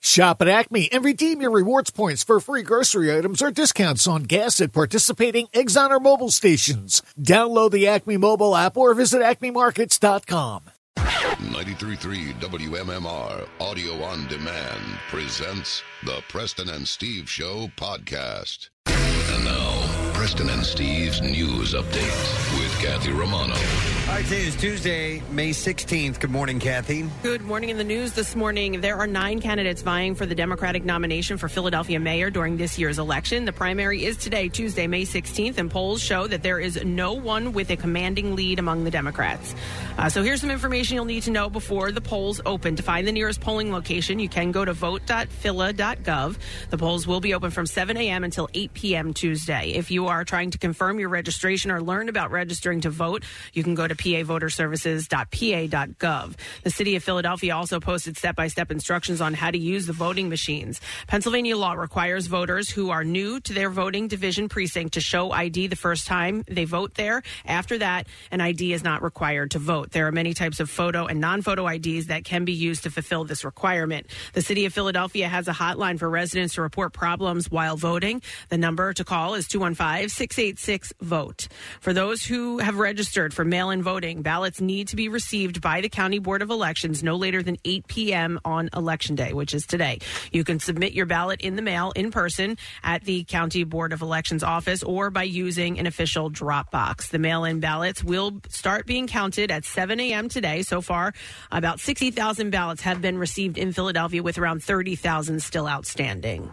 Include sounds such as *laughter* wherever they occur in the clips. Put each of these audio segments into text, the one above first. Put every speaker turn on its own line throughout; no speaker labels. Shop at Acme and redeem your rewards points for free grocery items or discounts on gas at participating Exxon or mobile stations. Download the Acme mobile app or visit acmemarkets.com.
933 WMMR Audio on Demand presents the Preston and Steve Show podcast. And now, Preston and Steve's news update with Kathy Romano.
All right, today is Tuesday, May 16th. Good morning, Kathy.
Good morning in the news this morning. There are nine candidates vying for the Democratic nomination for Philadelphia mayor during this year's election. The primary is today, Tuesday, May 16th, and polls show that there is no one with a commanding lead among the Democrats. Uh, so here's some information you'll need to know before the polls open. To find the nearest polling location, you can go to vote.phila.gov. The polls will be open from 7 a.m. until 8 p.m. Tuesday. If you are trying to confirm your registration or learn about registering to vote, you can go to pavoterservices.pa.gov. The city of Philadelphia also posted step by step instructions on how to use the voting machines. Pennsylvania law requires voters who are new to their voting division precinct to show ID the first time they vote there. After that, an ID is not required to vote. There are many types of photo and non photo IDs that can be used to fulfill this requirement. The city of Philadelphia has a hotline for residents to report problems while voting. The number to call is 215 686 VOTE. For those who have registered for mail in voting, ballots need to be received by the County Board of Elections no later than 8 p.m. on Election Day, which is today. You can submit your ballot in the mail in person at the County Board of Elections office or by using an official drop box. The mail in ballots will start being counted at 7 a.m. today. So far, about 60,000 ballots have been received in Philadelphia, with around 30,000 still outstanding.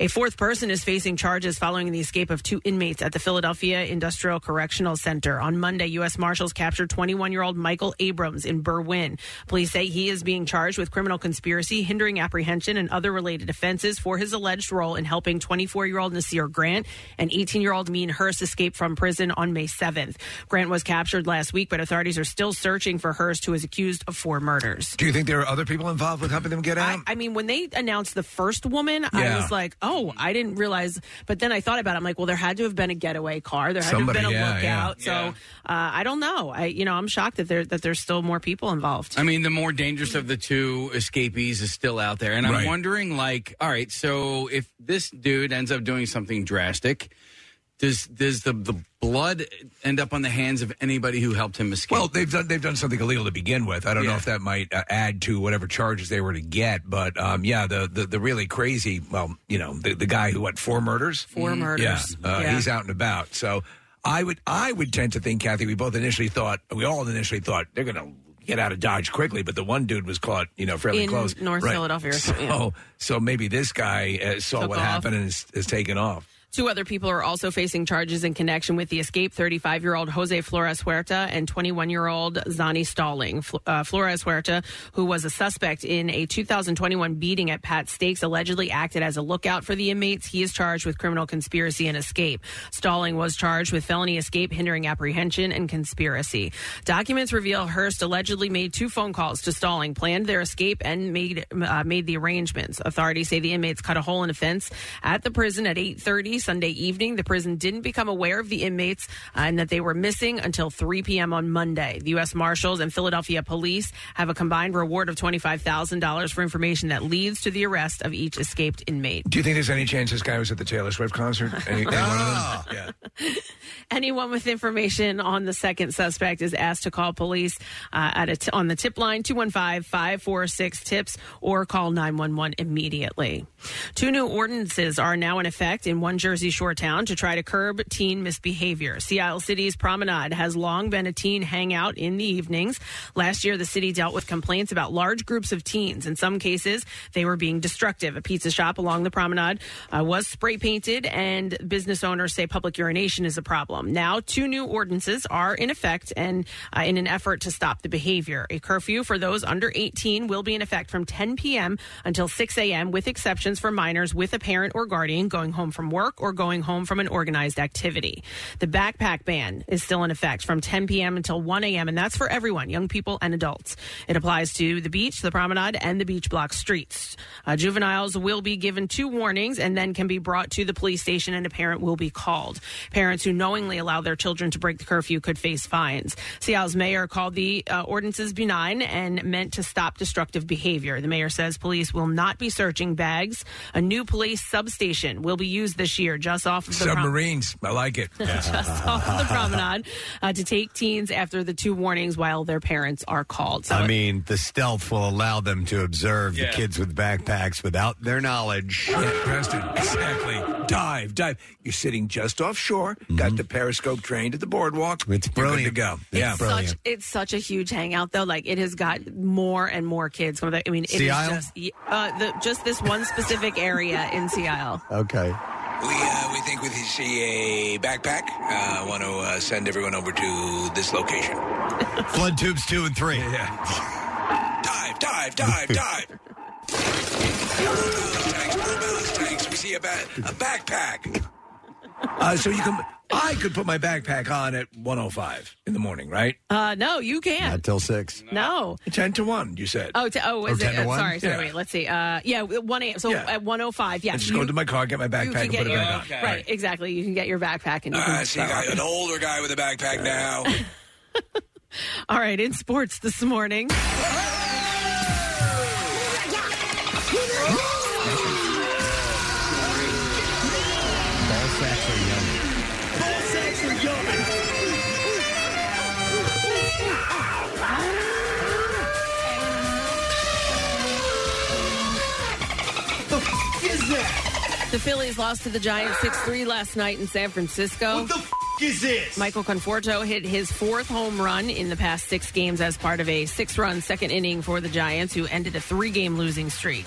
A fourth person is facing charges following the escape of two inmates at the Philadelphia Industrial Correctional Center. On Monday, U.S. Marshals captured 21 year old Michael Abrams in Berwyn. Police say he is being charged with criminal conspiracy, hindering apprehension, and other related offenses for his alleged role in helping 24 year old Nasir Grant and 18 year old Mean Hurst escape from prison on May 7th. Grant was captured last week, but authorities are still searching for Hurst, who is accused of four murders.
Do you think there are other people involved with helping them get out?
I, I mean, when they announced the first woman, I
Yeah.
was like, oh, I didn't realize. But then I thought about it. I'm like, well, there had to have been a getaway car. There had
Somebody,
to have been a
yeah, yeah.
lookout. So uh, I don't know. I, you know, I'm shocked that there that there's still more people involved.
I mean, the more dangerous of the two escapees is still out there. And I'm
Right.
wondering, like, all right, so if this dude ends up doing something drastic, does does the, the blood end up on the hands of anybody who helped him escape?
Well, they've done they've done something illegal to begin with. I don't know if that might uh, add to whatever charges they were to get, but um, yeah, the, the the really crazy, well, you know, the, the guy who had four murders,
Four murders.
yeah, uh,
Yeah.
he's out and about. So I would I would tend to think, Kathy, we both initially thought, we all initially thought they're going to get out of Dodge quickly, but the one dude was caught, you know, fairly
In
close,
North Philadelphia or
So,
something, yeah.
so maybe this guy uh, saw
Took
what
off.
happened and is, is taken off.
Two other people are also facing charges in connection with the escape 35 year old Jose Flores Huerta and 21 year old Zani Stalling. Fl- uh, Flores Huerta, who was a suspect in a 2021 beating at Pat Stakes, allegedly acted as a lookout for the inmates. He is charged with criminal conspiracy and escape. Stalling was charged with felony escape, hindering apprehension, and conspiracy. Documents reveal Hearst allegedly made two phone calls to Stalling, planned their escape, and made uh, made the arrangements. Authorities say the inmates cut a hole in a fence at the prison at 8:30 Sunday evening. The prison didn't become aware of the inmates uh, and that they were missing until 3 p.m. on Monday. The U.S. Marshals and Philadelphia Police have a combined reward of $25,000 for information that leads to the arrest of each escaped inmate.
Do you think there's any chance this guy was at the Taylor Swift concert? Any, any one of them? *laughs* Yeah.
Anyone with information on the second suspect is asked to call police uh, at a t- on the tip line 215-546-TIPS or call 911 immediately. Two new ordinances are now in effect in one Jersey Shore town to try to curb teen misbehavior. Sea Isle City's Promenade has long been a teen hangout in the evenings. Last year, the city dealt with complaints about large groups of teens. In some cases, they were being destructive. A pizza shop along the promenade uh, was spray painted, and business owners say public urination is a problem. Now, two new ordinances are in effect and uh, in an effort to stop the behavior. A curfew for those under 18 will be in effect from 10 p.m. until 6 a.m., with exceptions for minors with a parent or guardian going home from work or going home from an organized activity. The backpack ban is still in effect from 10 p.m. until 1 a.m., and that's for everyone, young people and adults. It applies to the beach, the promenade, and the beach block streets. Uh, juveniles will be given two warnings and then can be brought to the police station, and a parent will be called. Parents who know knowingly allow their children to break the curfew could face fines. Seattle's mayor called the uh, ordinances benign and meant to stop destructive behavior. The mayor says police will not be searching bags. A new police substation will be used this year just off of the prom-
Submarines. I like it.
*laughs* just off of the promenade uh, to take teens after the two warnings while their parents are called. So
I mean, the stealth will allow them to observe the kids with backpacks without their knowledge.
Preston, exactly. Dive, dive. You're sitting just offshore. Got the periscope trained at the boardwalk. It's You're
Mm-hmm. brilliant.
good to go.
It's
yeah,
such, it's such a huge hangout though. Like it has got more and more kids. coming back. I mean, it is
Sea Isle?
just uh, the, just this one specific area in Sea
*laughs*
Isle.
Okay.
We uh, we think we see a backpack. Uh, want to uh, send everyone over to this location.
Flood tubes two and three.
dive,
*laughs*
dive, dive, dive. Blue balance tanks, blue balance tanks. We see a, ba- a backpack. Uh, so you can, I could put my backpack on at 105 in the morning, right?
Uh, no, you can't.
Till six.
No.
10 to 1, you said.
Oh, t- oh, is
Or 10
it?
to
uh,
1?
sorry, sorry.
Yeah.
Wait, let's see. Uh, yeah, one a.m. So
Yeah.
at one o five. Yeah,
I just go into my car, get my
you can
backpack, and
get
put it
your-
back on.
right, exactly. You can get your backpack and you
Uh,
can
I see a guy, an older guy with a
*laughs*
backpack now.
All right, in sports this morning. The Phillies lost to the Giants 6 3 last night in San Francisco. What the f- is this? Michael Conforto hit his fourth home run in the past six games as part of a six run second inning for the Giants, who ended a three game losing streak.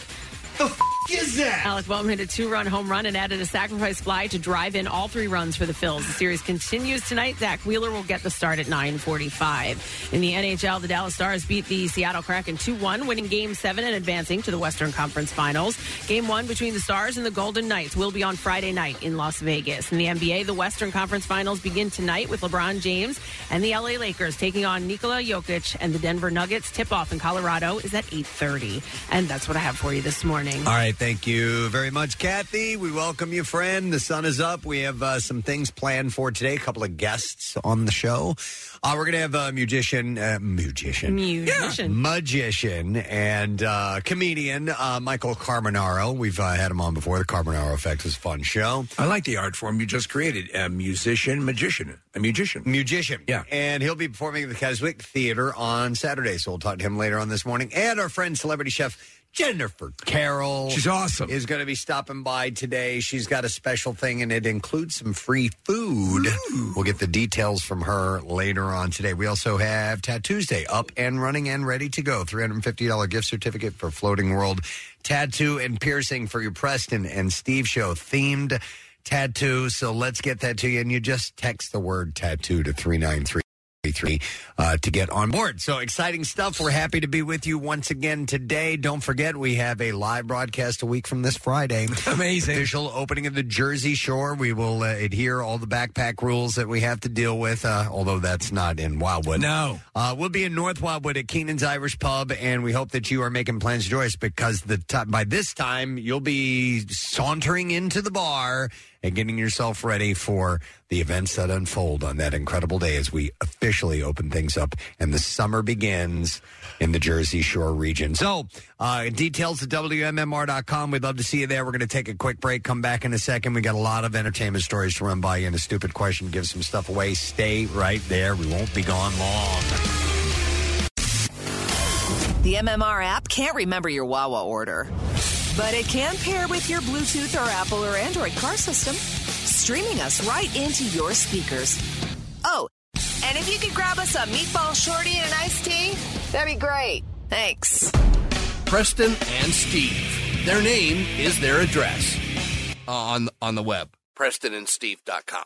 The f- is that? Alec Boehm hit a two run home run and added a sacrifice fly to drive in all three runs for the Phils. The series continues tonight. Zach Wheeler will get the start at 945. In the NHL, the Dallas Stars beat the Seattle Kraken 2 1, winning game seven and advancing to the Western Conference Finals. Game one between the Stars and the Golden Knights will be on Friday night in Las Vegas. In the NBA, the Western Conference Finals begin tonight with LeBron James and the LA Lakers taking on Nikola Jokic and the Denver Nuggets. Tip off in Colorado is at 830. And that's what I have for you this morning.
All right, thank you very much, Kathy. We welcome you, friend. The sun is up. We have uh, some things planned for today. A couple of guests on the show. Uh, we're going to have a musician, uh, musician,
Musician.
magician, and uh, comedian uh, Michael Carbonaro. We've uh, had him on before. The Carbonaro Effect was a fun show.
I like the art form you just created. A musician, magician. A musician.
Musician. Yeah. And he'll be performing at the Keswick Theater on Saturday. So we'll talk to him later on this morning. And our friend, celebrity chef Jennifer Carroll.
She's awesome.
Is going to be stopping by today. She's got a special thing, and it includes some free food. We'll get the details from her later on today. We also have Tattoo Tuesday up and running and ready to go. $350 gift certificate for Floating World Tattoo and Piercing for your Preston and Steve Show themed tattoo. So let's get that to you. And you just text the word tattoo to 39333 uh, to get on board. So exciting stuff. We're happy to be with you once again today. Don't forget, we have a live broadcast a week from this Friday.
Amazing.
Official opening of the Jersey Shore. We will uh, adhere all the backpack rules that we have to deal with, uh, although that's not in Wildwood.
No.
Uh, we'll be in North Wildwood at Keenan's Irish Pub, and we hope that you are making plans to join us because the ti- by this time you'll be sauntering into the bar and getting yourself ready for the events that unfold on that incredible day as we officially open things up and the summer begins in the Jersey Shore region. So, uh, details at WMMR.com. We'd love to see you there. We're going to take a quick break, come back in a second. We got a lot of entertainment stories to run by you and a stupid question, give some stuff away. Stay right there. We won't be gone long.
The MMR app can't remember your Wawa order, but it can pair with your Bluetooth or Apple or Android car system, streaming us right into your speakers. Oh, and if you could grab us a meatball shorty and an iced tea, that'd be great. Thanks.
Preston and Steve. Their name is their address Uh, on on the web. PrestonandSteve.com.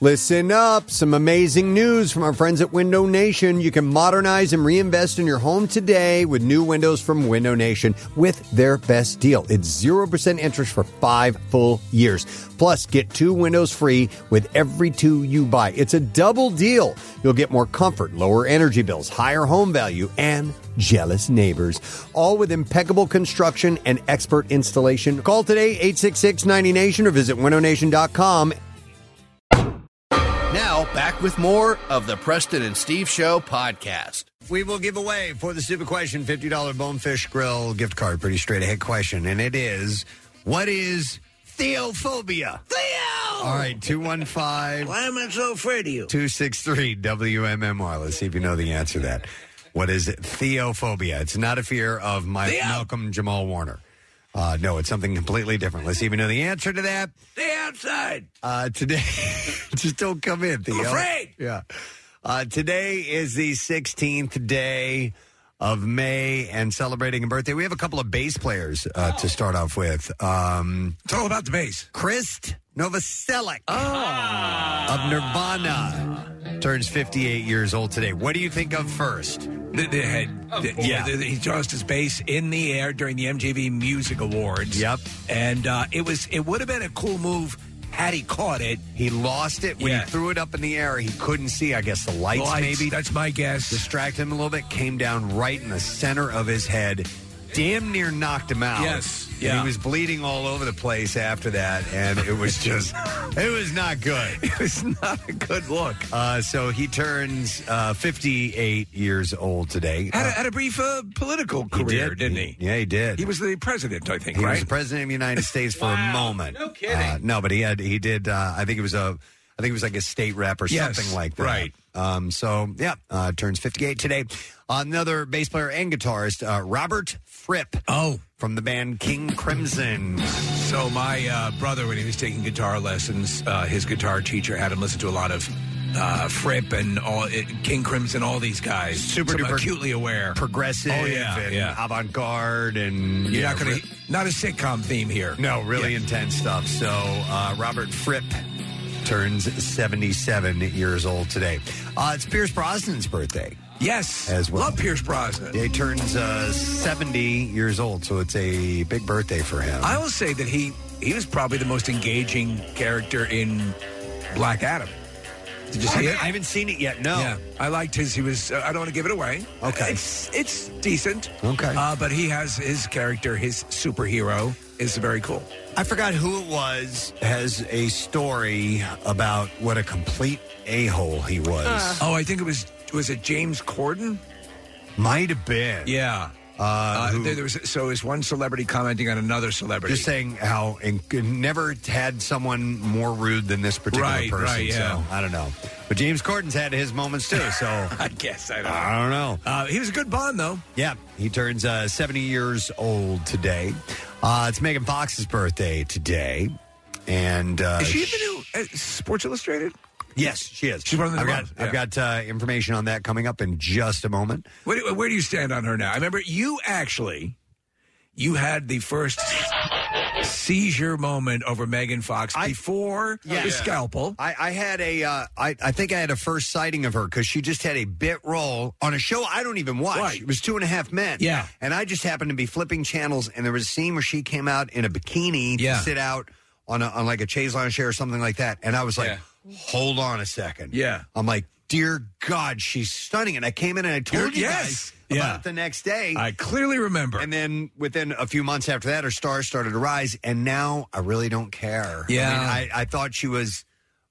Listen up. Some amazing news from our friends at Window Nation. You can modernize and reinvest in your home today with new windows from Window Nation with their best deal. It's 0% interest for five full years. Plus, get two windows free with every two you buy. It's a double deal. You'll get more comfort, lower energy bills, higher home value, and jealous neighbors. All with impeccable construction and expert installation. Call today 866 90 Nation or visit windownation.com.
Now, back with more of the Preston and Steve Show podcast.
We will give away for the stupid question $50 Bonefish Grill gift card. Pretty straight ahead question. And it is what is theophobia? Theo! All right, 215. Why am I so afraid of you? 263 WMMR. Let's see if you know the answer to that. What is it? theophobia? It's not a fear of my Malcolm Jamal Warner. Uh, no, it's something completely different. Let's see if you know the answer to that.
Stay outside.
Uh, today, *laughs* just don't come in, Theo.
afraid.
Yeah. Uh, today is the 16th day of May and celebrating a birthday. We have a couple of bass players uh, to start off with. Um,
Oh. it's all about the bass.
Krist Novoselic
Ah.
of Nirvana turns 58 years old today. What do you think of first?
The, the head.
Of
the-
course.
yeah, the- the- he tossed his bass in the air during the MTV Music Awards. Yep, and uh, it was it would have been a cool move had he caught it.
He lost it when
Yeah.
he threw it up in the air. He couldn't see. I guess the lights,
Lights,
maybe.
that's my guess.
Distracted him a little bit. Came down right in the center of his head. Damn near knocked him out.
Yes,
And
yeah.
he was bleeding all over the place after that, and it was
*laughs*
just, it was not good. It
was not a good look.
Uh, so he turns uh, 58 years old today.
Had a,
Uh,
had a brief uh, political career, did. not he?
yeah, he did.
He was the president, I think.
He
right?
was the president of the United
*laughs*
States for a moment. No
kidding.
no, but he had he did. Uh, I think it was a. I think it was like a state rep or
Yes,
something like that.
right.
Um, so yeah, uh, turns fifty eight today. Another bass player and guitarist, uh, Robert Fripp.
Oh,
from the band King Crimson.
So my uh, brother, when he was taking guitar lessons, uh, his guitar teacher had him listen to a lot of uh, Fripp and all it, King Crimson, all these guys.
Super
So I'm
duper
acutely aware,
progressive,
Oh yeah,
and
yeah.
avant garde, and
You're
yeah,
not going
Fripp.
to not a sitcom theme here.
No, really intense stuff. So uh, Robert Fripp turns 77 years old today. Uh, it's Pierce Brosnan's birthday.
Yes.
As well.
Love Pierce Brosnan.
He turns uh, 70 years old, so it's a big birthday for him.
I will say that he he was probably the most engaging character in Black Adam. Did you see it?
I haven't seen it yet. No.
Yeah, I liked his. He was. Uh, I don't want to give it away.
Okay.
it's it's decent.
Okay.
uh, but he has his character, his superhero, is very cool.
I forgot who it was has a story about what a complete a hole he was.
Oh, I think it was was it James Corden?
Might have been.
Yeah.
Uh,
Uh,
who-
there, there was so is one celebrity commenting on another celebrity.
just saying how in, never had someone more rude than this particular
Right,
person.
right, yeah.
So I don't know, but James Corden's had his moments
*laughs*
too. So
I guess I don't. know.
I don't know.
Uh, he was a good Bond though.
Yeah, he turns uh, 70 years old today. Uh, it's Megan Fox's birthday today. And uh,
Is she the new uh, Sports Illustrated?
Yes, she is.
She's one of the
I've
new
got,
ones,
I've
yeah.
got uh, information on that coming up in just a moment.
What do- where do you stand on her now? I remember you actually, you had the first seizure moment over Megan Fox before the scalpel.
I, I had a, uh, I, I think I had a first sighting of her because she just had a bit role on a show I don't even watch.
Right.
It was Two and a Half Men.
Yeah.
And I just happened to be flipping channels, and there was a scene where she came out in a bikini
Yeah.
to sit out on a, on like a chaise lounge chair or something like that, and I was like, hold on a second.
Yeah.
I'm like, dear God, she's stunning, and I came in and I told
You're-
you
yes.
guys
Yeah.
about it the next day.
I clearly remember.
and then within a few months after that, her stars started to rise, and now I really don't care.
Yeah.
I, mean, I, I thought she was.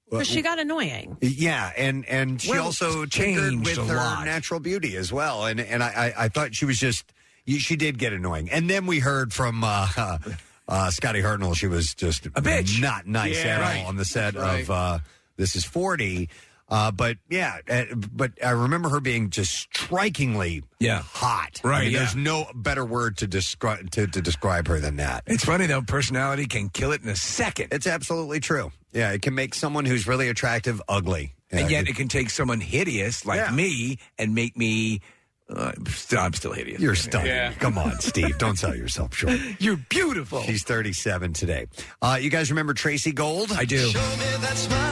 But she got annoying.
Yeah, and and she
Well,
also
it's
tinkered with
changed a
her
lot.
natural beauty as well, and and I I, I thought she was just you- she did get annoying, and then we heard from. Uh, *laughs* uh, Scotty Hartnell, she was just
A bitch.
not nice
Yeah,
at
right.
all on the set
That's right.
of uh, This Is Forty. Uh, but yeah, uh, but I remember her being just strikingly
Yeah.
hot. I
Right,
mean,
yeah.
There's no better word to describe to, to describe her than that.
it's funny though, personality can kill it in a second.
It's absolutely true. Yeah, it can make someone who's really attractive ugly.
and
Yeah,
yet it can take someone hideous like
Yeah.
me and make me. Uh, I'm still-
*laughs*
I'm still hideous.
You're stunning.
Yeah.
Come on, Steve. Don't sell yourself
*laughs*
short.
You're beautiful.
She's 37 today. Uh, you guys remember Tracy Gold?
I do.
Show me that smile.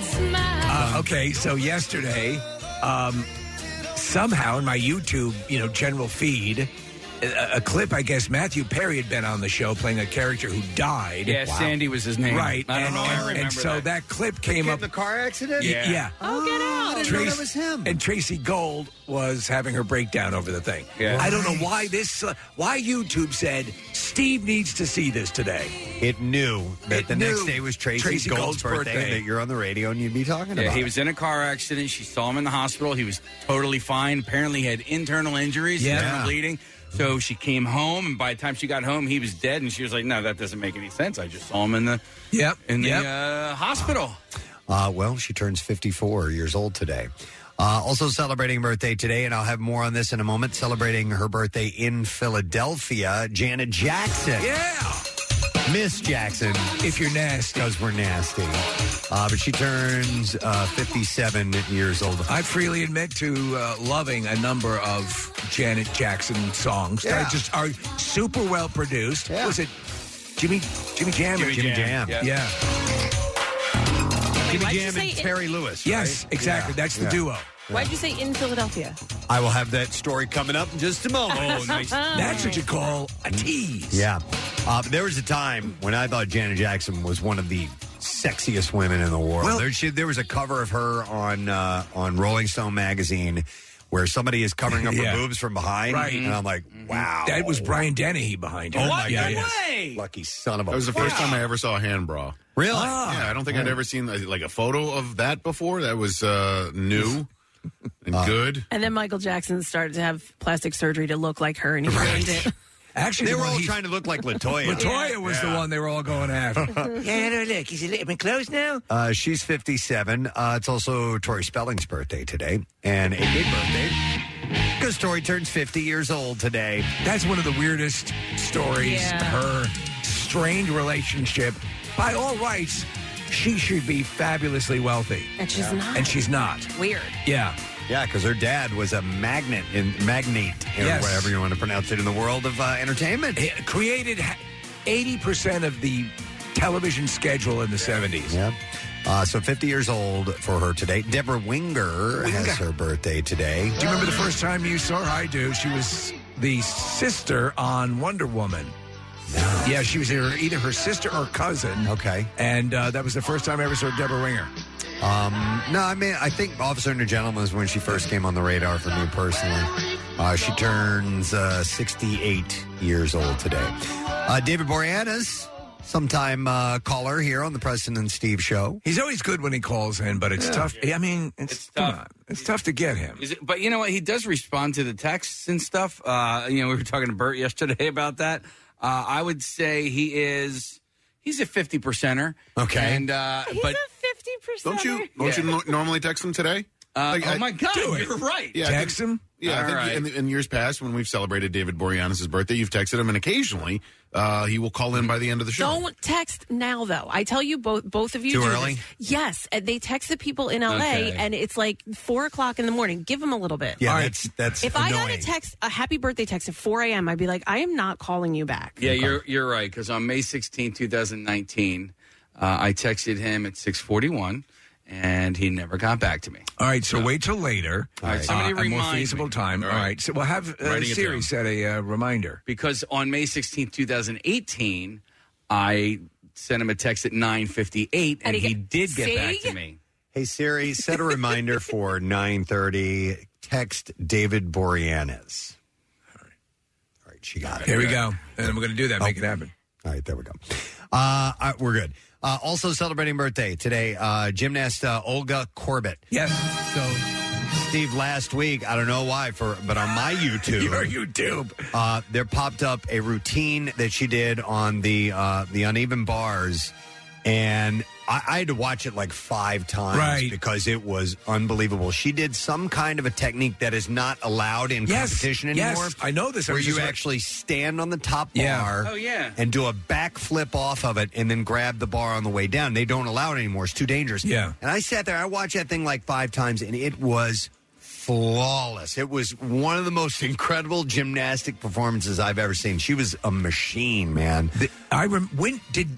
Uh, okay, so yesterday, um, somehow in my YouTube, you know, general feed, a, a clip. I guess Matthew Perry had been on the show playing a character who died.
Yeah, Sandy was his name.
Right.
I don't
and,
know. I
and-
remember
and so that, clip came
kid
up.
in the car accident?
Yeah. Yeah.
Oh, get out. I didn't know that was him.
And Tracy Gold was having her breakdown over the thing.
Yeah.
I don't know why this, uh, why YouTube said Steve needs to see this today.
It knew that the next day was Tracy,
Tracy
Gold's,
Gold's
birthday,
birthday.
that you're on the radio and you'd be talking
Yeah,
about.
he
it.
was in a car accident. She saw him in the hospital. He was totally fine. Apparently, he had internal injuries,
Yeah.
internal bleeding. So she came home, and by the time she got home, he was dead. And she was like, "No, that doesn't make any sense. I just saw him in the
yep
in the uh, hospital."
Uh, well, she turns 54 years old today. Uh, also celebrating birthday today, and I'll have more on this in a moment. Celebrating her birthday in Philadelphia, Janet Jackson.
Yeah.
Miss Jackson.
If you're nasty.
Because we're nasty. Uh, but she turns uh, 57 years old.
I freely admit to uh, loving a number of Janet Jackson songs
Yeah.
that just are super well produced. Was it Jimmy Jimmy Jam? or
Jimmy Jam, yeah.
Yeah.
Wait, why'd you say in-
Lewis.
Yes, exactly. That's the
*laughs*
duo.
Why'd you say in Philadelphia?
I will have that story coming up in just a moment.
Oh, *laughs* nice.
That's what you call a tease.
Yeah. Uh, but there was a time when I thought Janet Jackson was one of the sexiest women in the world. there, she, there was a cover of her on uh, on Rolling Stone magazine where somebody is covering up
*laughs* Yeah.
her boobs from behind.
Right. Mm-hmm.
And I'm like, wow.
That was Brian Dennehy behind her.
Oh, my
Yeah,
God.
yeah.
Lucky son of a
That was the first time I ever saw a hand bra.
Really?
yeah, I don't think I'd ever seen like a photo of that before. That was uh, new and
uh,
good.
And then Michael Jackson started to have plastic surgery to look like her, and he ruined it.
Actually,
they
the
were
one
all
he-
trying to look like LaToya.
*laughs* Latoya was the one they were all
*laughs*
going after. yeah, no, look, he's a little bit close now.
Uh, she's 57. Uh, it's also Tori Spelling's birthday today, and a big birthday because Tori turns 50 years old today.
That's one of the weirdest stories.
Yeah.
Her strained relationship. By all rights, she should be fabulously wealthy.
And she's not.
And she's not.
Weird.
Yeah.
Yeah, because her dad was a magnet in magnate, or
Yes.
whatever you want to pronounce it, in the world of uh, entertainment.
It created ha- 80% of the television schedule in the 70s.
Yeah. Uh, so 50 years old for her today. Deborah Winger, has her birthday today.
Do you remember the first time you saw her? I do. She was the sister on Wonder Woman. Yeah, she was either, either her sister or cousin.
Okay.
And uh, that was the first time I ever saw Deborah Winger.
Um, no, I mean, I think Officer and a Gentleman is when she first came on the radar for me personally. Uh, she turns uh, 68 years old today. Uh, David Boreanaz, sometime uh, caller here on the President and Steve show.
He's always good when he calls in, but it's
Yeah.
tough. I mean, it's, tough. It's tough to get him.
Is it, but you know what? He does respond to the texts and stuff. Uh, you know, we were talking to Bert *laughs* yesterday about that. Uh, I would say he is. He's a fifty percenter.
Okay.
and uh, but
Fifty percent.
Don't you don't you no- normally text them today?
Uh,
Like,
oh
I-
my God! You're right.
Yeah, I think-
Text him?
Yeah, I
All
think
right.
in, in years past when we've celebrated David Boreanaz's birthday, you've texted him, and occasionally uh, he will call in by the end of the show.
Don't text now, though. I tell you, both both of you.
Too
do
early?
this. Yes, and they text the people in LA,
Okay.
and it's like four o'clock in the morning. Give them a little bit.
Yeah, that's, that's
If I got a
annoying.
text, a happy birthday text at 4 a.m., I'd be like, I am not calling you back.
Yeah, you're you're right. Because on May 16, 2019, uh, I texted him at 6:41, and he never got back to me.
All right, so wait till later. Uh,
All right, somebody
a more
remind
feasible
me.
time. All
All right.
right, so we'll have uh,
Writing it
Siri
down.
set a uh, reminder.
Because on May 16, 2018, I sent him a text at 9:58, and,
And he
he,
get-
did get back
See?
to me.
Hey Siri,
*laughs*
set a reminder for 9:30. Text David Boreanaz. All right. All right, she got it.
Here we go, and we're going to do that. Make it happen.
All right, there
*laughs*
we go. Uh, all right, we're good. Uh, also celebrating birthday today, uh, gymnast uh, Olga Corbett.
Yes.
So, Steve, last week I don't know why for, but on
*laughs*
my YouTube,
Your YouTube,
uh, there popped up a routine that she did on the uh, the uneven bars, and I, I had to watch it like five times
Right.
because it was unbelievable. She did some kind of a technique that is not allowed in
Yes,
competition
yes.
anymore.
I know this. I
Where
was
you
just-
actually stand on the top
Yeah.
bar,
Oh, yeah.
and do a backflip off of it, and then grab the bar on the way down. They don't allow it anymore. It's too dangerous.
Yeah.
And I sat there. I watched that thing like five times, and it was flawless. It was one of the most *laughs* incredible gymnastic performances I've ever seen. She was a machine, man.
I rem- when did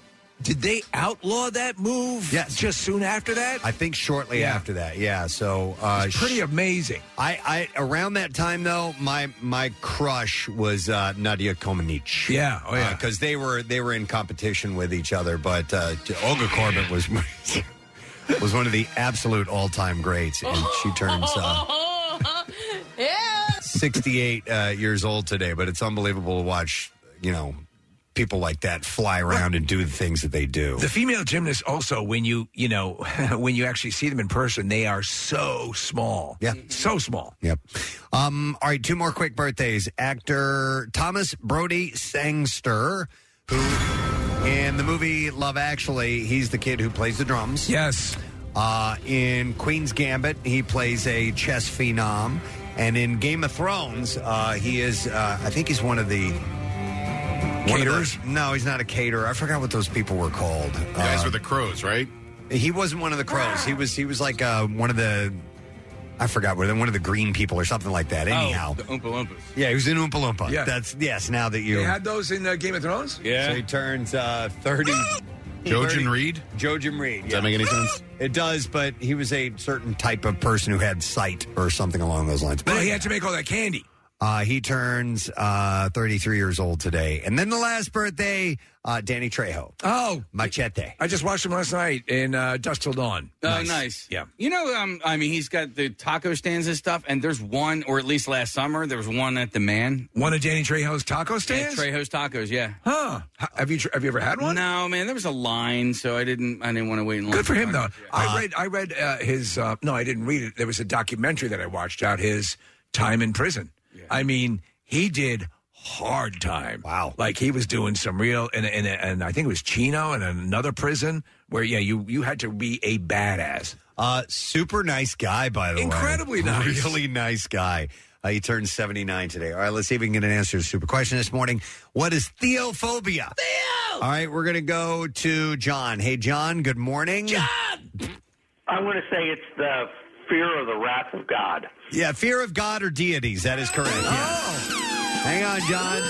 Did they outlaw that move? Yes. Just soon after that?
I think shortly
Yeah.
after that. Yeah. So uh,
It's pretty amazing.
I, I around that time though, my my crush was uh, Nadia Comaneci.
Yeah. Oh, yeah.
Because they were they were in competition with each other, but uh, Olga Corbett was *laughs* was one of the absolute all time greats, and she turns.
*laughs*
Uh,
yeah.
68 uh, years old today, but it's unbelievable to watch, you know, people like that fly around and do the things that they do.
The female gymnasts also, when you you know *laughs* when you actually see them in person, they are so small. Yeah, so small.
Yep. Um, all right, two more quick birthdays. Actor Thomas Brody Sangster, who in the movie Love Actually, he's the kid who plays the drums.
Yes.
Uh, in Queen's Gambit, he plays a chess phenom. And in Game of Thrones, uh, he is, uh, I think he's one of the. one of the-
Caterers?
no, he's not a caterer. I forgot what those people were called.
guys
Uh,
were the crows, right?
he wasn't one of the crows. He was he was like uh, one of the I forgot whether one of the green people or something like that. Anyhow,
Oh, the Oompa Loompas.
yeah, he was in Oompa Loompa.
Oh. Yeah.
That's yes. Now that you
They had those in uh, Game of Thrones.
so he turns uh,
*laughs*
thirty.
Jojen
30
Reed?
Jojen Reed.
Does that make any sense?
It does, but he was a certain type of person who had sight or something along those lines.
But he had to make all that candy.
Uh, he turns uh, 33 years old today. And then the last birthday, uh, Danny Trejo.
Oh.
Machete.
I just watched him last night in uh, Dust Till Dawn.
Oh, nice.
Yeah.
You know, um, I mean, he's got the taco stands and stuff, and there's one, or at least last summer, there was one at the man.
One of Danny Trejo's taco
Yeah,
stands.
Trejo's Tacos, yeah.
Huh? H- Have you tr- have you ever had one?
No, man, there was a line, so I didn't, I didn't want to wait in line.
Good for him though. I read I read uh, his. Uh, no, I didn't read it. There was a documentary that I watched about his time in prison. I mean, he did hard time. Wow. Like he was doing some real and and and I think it was Chino and another prison where yeah you you had to be a badass.
Uh, super nice guy, by the way.
Incredibly nice.
Really nice guy. Uh, he turned 79 today. All right, let's see if we can get an answer to the super question this morning. What is theophobia? Theo! All right, we're going to go to John. Hey, John, good morning. John!
I'm going to say it's the fear of the wrath of God.
Yeah, fear of God or deities. That is correct. Oh. Hang on, John.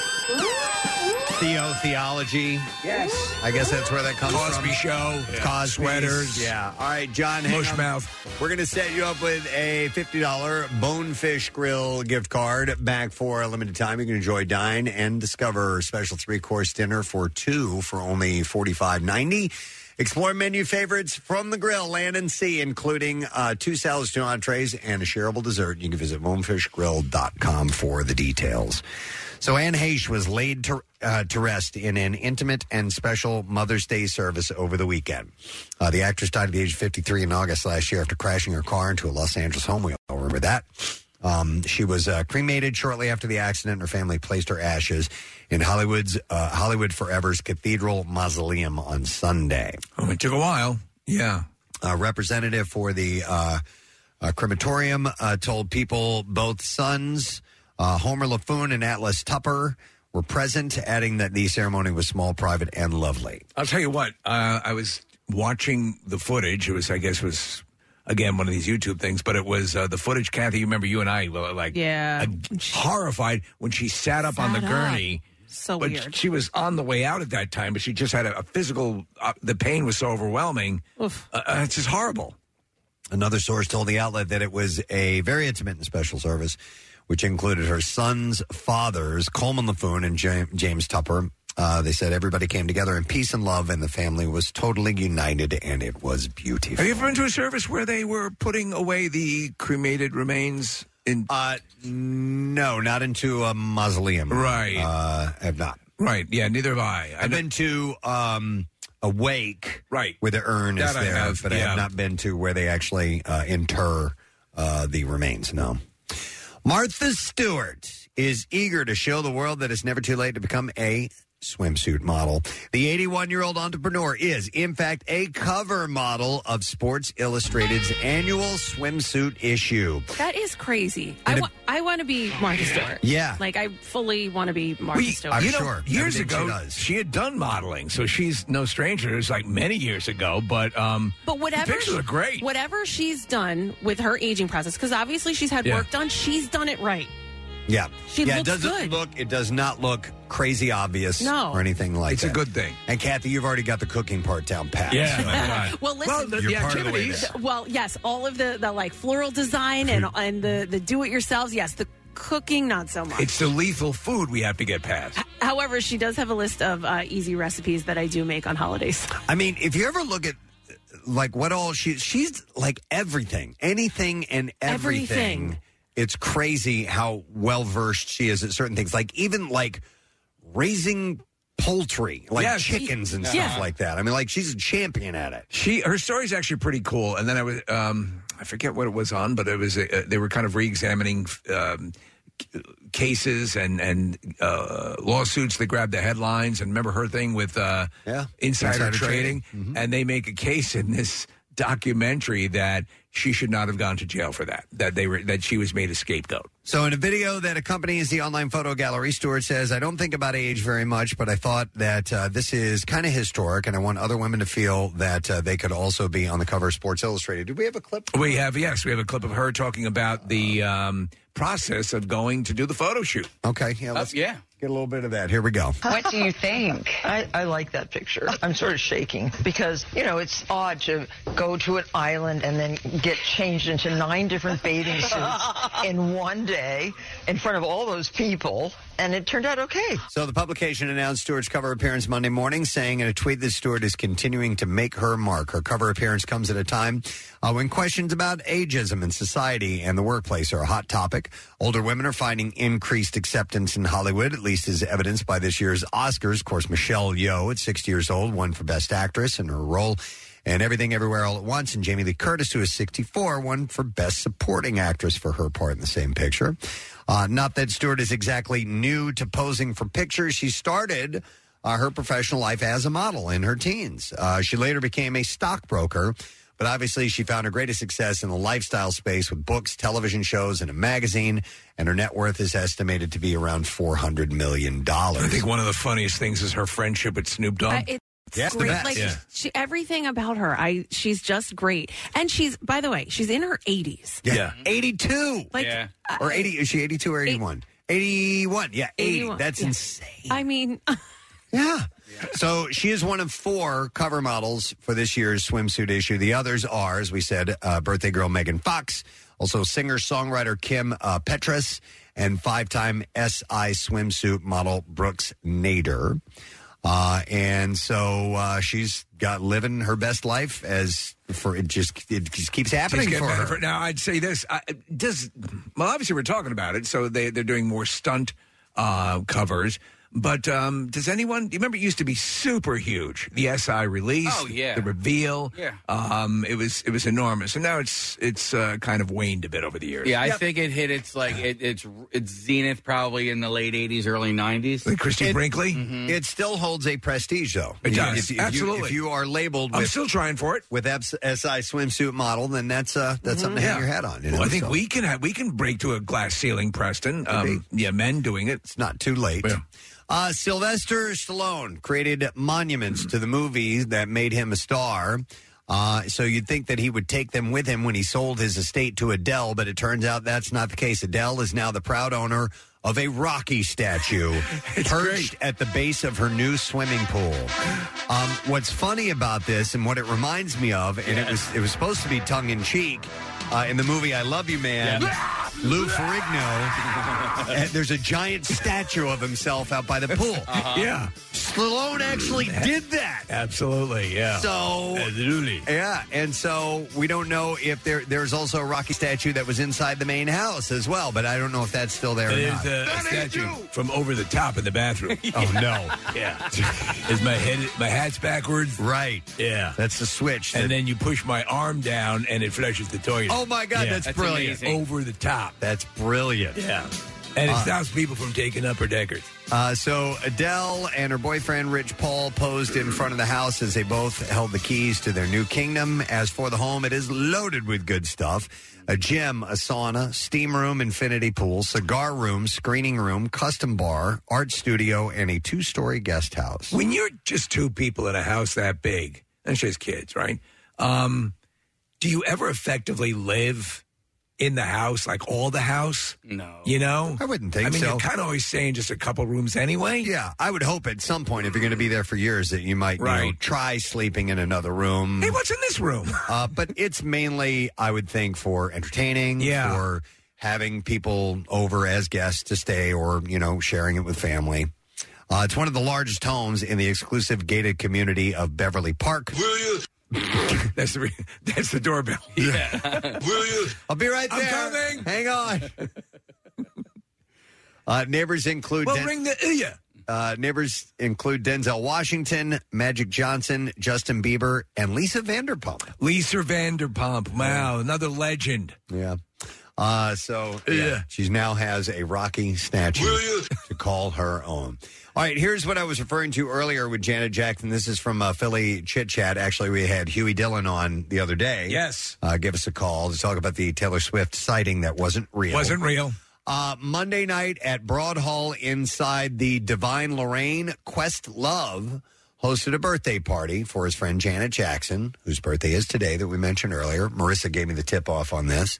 Theo theology.
Yes.
I guess that's where that comes from.
Cosby Show,
It's
yeah.
Cosby's.
sweaters.
Yeah. All right, John. hang
Mush
on.
mouth.
We're going to set you up with a $50 Bonefish Grill gift card back for a limited time. You can enjoy Dine and Discover special three course dinner for two for only $45.90. Explore menu favorites from the grill, land and sea, including uh, two salads, two entrees, and a shareable dessert. You can visit bonefishgrill.com for the details. So Anne Heche was laid to, uh, to rest in an intimate and special Mother's Day service over the weekend. Uh, the actress died at the age of 53 in August last year after crashing her car into a Los Angeles home. We all remember that. Um, she was uh, cremated shortly after the accident, and her family placed her ashes in Hollywood's uh, Hollywood Forever's Cathedral Mausoleum on Sunday.
Oh, it took a while. Yeah.
A representative for the uh, uh, crematorium uh, told people both sons, uh, Homer LaFoon and Atlas Tupper, were present, adding that the ceremony was small, private, and lovely.
I'll tell you what. Uh, I was watching the footage. It was, I guess, was again one of these YouTube things, but it was uh, the footage. Kathy, you remember you and I were like
Yeah.
ag- horrified when she sat up on the
Sat up.
gurney.
So
but
weird.
She was on the way out at that time, but she just had a, a physical. Uh, the pain was so overwhelming. Uh, uh, it's just horrible.
Another source told the outlet that it was a very intimate and special service, which included her son's fathers, Coleman LaFoon and Ja- James Tupper. Uh, they said everybody came together in peace and love, and the family was totally united, and it was beautiful.
Have you ever been to a service where they were putting away the cremated remains? In
uh, no, not into a mausoleum.
Right.
Uh, I have not.
Right. Yeah. Neither have I.
I've been to um, a wake,
right,
where the urn is
That I
there,
have,
but I
yeah.
have not been to where they actually uh, inter uh, the remains. No. Martha Stewart is eager to show the world that it's never too late to become a swimsuit model. The 81 year old entrepreneur is, in fact, a cover model of Sports Illustrated's annual swimsuit issue.
That is crazy. I
And
wa- I want to be Martha Stewart.
Yeah.
Like, I fully want to be Martha
We-
Stewart.
you know, Years ago, she, had done modeling, so she's no stranger. It was like many years ago, but um,
But
the
whatever,
pictures are great.
whatever she's done with her aging process, because obviously she's had
Yeah.
work done, she's done it right.
Yeah.
She
yeah,
looks
it doesn't
good.
look it does not look crazy obvious
No.
or anything like
It's a
that.
good thing.
And Kathy, you've already got the cooking part down pat.
Yeah,
*laughs* Well, listen.
You're part of the way there.
well, yes, all of the, the like floral design and and the the do it yourselves. Yes, the cooking not so much.
It's the lethal food we have to get past.
However, she does have a list of uh, easy recipes that I do make on holidays.
I mean, if you ever look at like what all she she's like everything, anything and everything.
Everything.
It's crazy how well versed she is at certain things. Like even like raising poultry, like
Yes.
chickens and
Yeah.
stuff like that. I mean, like she's a champion at it.
She her story's actually pretty cool. And then I was um, I forget what it was on, but it was uh, they were kind of re-examining um, c- cases and and uh, lawsuits that grabbed the headlines. And remember her thing with uh,
yeah.
insider,
Insider
trading,
trading. Mm-hmm.
and they make a case in this documentary that she should not have gone to jail for that. That they were that she was made a scapegoat.
So, in a video that accompanies the online photo gallery, Stewart says, I don't think about age very much, but I thought that uh, this is kind of historic, and I want other women to feel that uh, they could also be on the cover of Sports Illustrated. Do we have a clip?
We have yes, we have a clip of her talking about the um, process of going to do the photo shoot. Uh,
Okay, yeah,
let's
yeah.
get a little bit of that. Here we go.
What do you think? *laughs* I, I like that picture. I'm sort of shaking because, you know, it's odd to go to an island and then get changed into nine different bathing suits *laughs* in one day in front of all those people. And it turned out okay.
So, the publication announced Stewart's cover appearance Monday morning, saying in a tweet that Stewart is continuing to make her mark. Her cover appearance comes at a time uh, when questions about ageism in society and the workplace are a hot topic. Older women are finding increased acceptance in Hollywood, at least as evidenced by this year's Oscars. Of course, Michelle Yeoh, at 60 years old, won for Best Actress in her role and Everything Everywhere All at Once, and Jamie Lee Curtis, who is 64, won for Best Supporting Actress for her part in the same picture. Uh, not that Stewart is exactly new to posing for pictures. She started uh, her professional life as a model in her teens. Uh, she later became a stockbroker, but obviously she found her greatest success in the lifestyle space with books, television shows, and a magazine. And her net worth is estimated to be around $400 million.
I think one of the funniest things is her friendship with Snoop Dogg.
Uh,
I- it's great. Like she, everything about her, I she's just great. And she's, by the way, she's in her 80s.
Yeah. 82.
Like,
Or 80. Is she 82 or 81? 81. Yeah, 80.
81,
That's
yeah.
insane.
I mean, *laughs*
yeah. So she is one of four cover models for this year's swimsuit issue. The others are, as we said, uh, birthday girl Megan Fox, also singer songwriter Kim uh, Petras, and five time SI swimsuit model Brooks Nader. Uh, and so uh, she's got living her best life as for it just it just keeps happening
Just get
for
better
her.
for- now, I'd say this. I, does well, obviously we're talking about it, so they they're doing more stunt uh, covers. But um, does anyone do you remember? It used to be super huge. The SI release,
Oh, yeah.
the reveal,
Yeah.
Um, it was it was enormous, and now it's it's uh, kind of waned a bit over the years.
Yeah, I think it hit its like it, it's its zenith probably in the late '80s, early Mm-hmm. '90s.
Christy Brinkley.
It Mm-hmm. still holds a prestige, though.
It
You-
does.
If, if
Absolutely.
You, if you are labeled,
I'm
with,
still trying for it Mm-hmm.
with abs- SI swimsuit model, then that's uh, that's something to
Yeah.
hang your hat on. You know?
well, I think
so.
we can have, we can break through a glass ceiling, Preston. Um, yeah, men doing it. It's
not too late. Uh, Sylvester Stallone created monuments to the movies that made him a star. Uh, so you'd think that he would take them with him when he sold his estate to Adele, but it turns out that's not the case. Adele is now the proud owner of a Rocky
*laughs*
statue perched at the base of her new swimming pool. Um, what's funny about this and what it reminds me of, and it was it was supposed to be tongue in cheek uh, in the movie I Love You Man. Lou
*laughs*
Ferrigno, uh, there's a giant statue of himself out by the pool.
Uh-huh. Yeah.
Stallone actually did that.
Absolutely, yeah.
So
absolutely,
yeah. And so we don't know if there there's also a Rocky statue that was inside the main house as well, but I don't know if that's still there.
It
or
is
not.
uh, a statue from over the top in
*laughs*
the bathroom.
Oh,
*laughs*
no. *laughs*
Yeah. Is my head my hat's backwards?
Right.
Yeah.
That's the switch.
And then you push my arm down and it flushes the toilet.
Oh, my God, that's That's brilliant. amazing.
Over the top.
That's brilliant.
Yeah. And it
Uh,
stops people from taking upper deckers.
Uh, so Adele and her boyfriend Rich Paul posed in front of the house as they both held the keys to their new kingdom. As for the home, it is loaded with good stuff: a gym, a sauna, steam room, infinity pool, cigar room, screening room, custom bar, art studio, and a two-story guest house.
When you're just two people in a house that big, and it's just kids, right? Um, do you ever effectively live in the house, like all the house?
No.
You know?
I wouldn't think
I mean,
so.
you're kind of always saying just a couple rooms anyway.
Yeah, I would hope at some point if you're going to be there for years that you might you know,
Right.
try sleeping in another room.
Hey, what's in this room?
uh, but it's mainly, I would think, for entertaining,
Yeah.
for having people over as guests to stay or, you know, sharing it with family. Uh, it's one of the largest homes in the exclusive gated community of Beverly Park. *laughs*
that's, the re- that's the *laughs* doorbell.
Yeah.
Will you?
I'll be right there.
I'm coming.
Hang on. Uh, neighbors include
Well, ring the iya.
Uh, neighbors include Denzel Washington, Magic Johnson, Justin Bieber, and Lisa Vanderpump.
*laughs* Lisa Vanderpump. Wow, another legend.
Yeah. Uh, so yeah,
Yeah.
she now has a Rocky statue *laughs* to call her own. All right, here's what I was referring to earlier with Janet Jackson. This is from uh, Philly Chit Chat. Actually, we had Huey Dillon on the other day.
Yes.
Uh, give us a call to talk about the Taylor Swift sighting that wasn't real.
Wasn't real.
Uh, Monday night at Broad Hall inside the Divine Lorraine, Quest Love hosted a birthday party for his friend Janet Jackson, whose birthday is today that we mentioned earlier. Marissa gave me the tip off on this.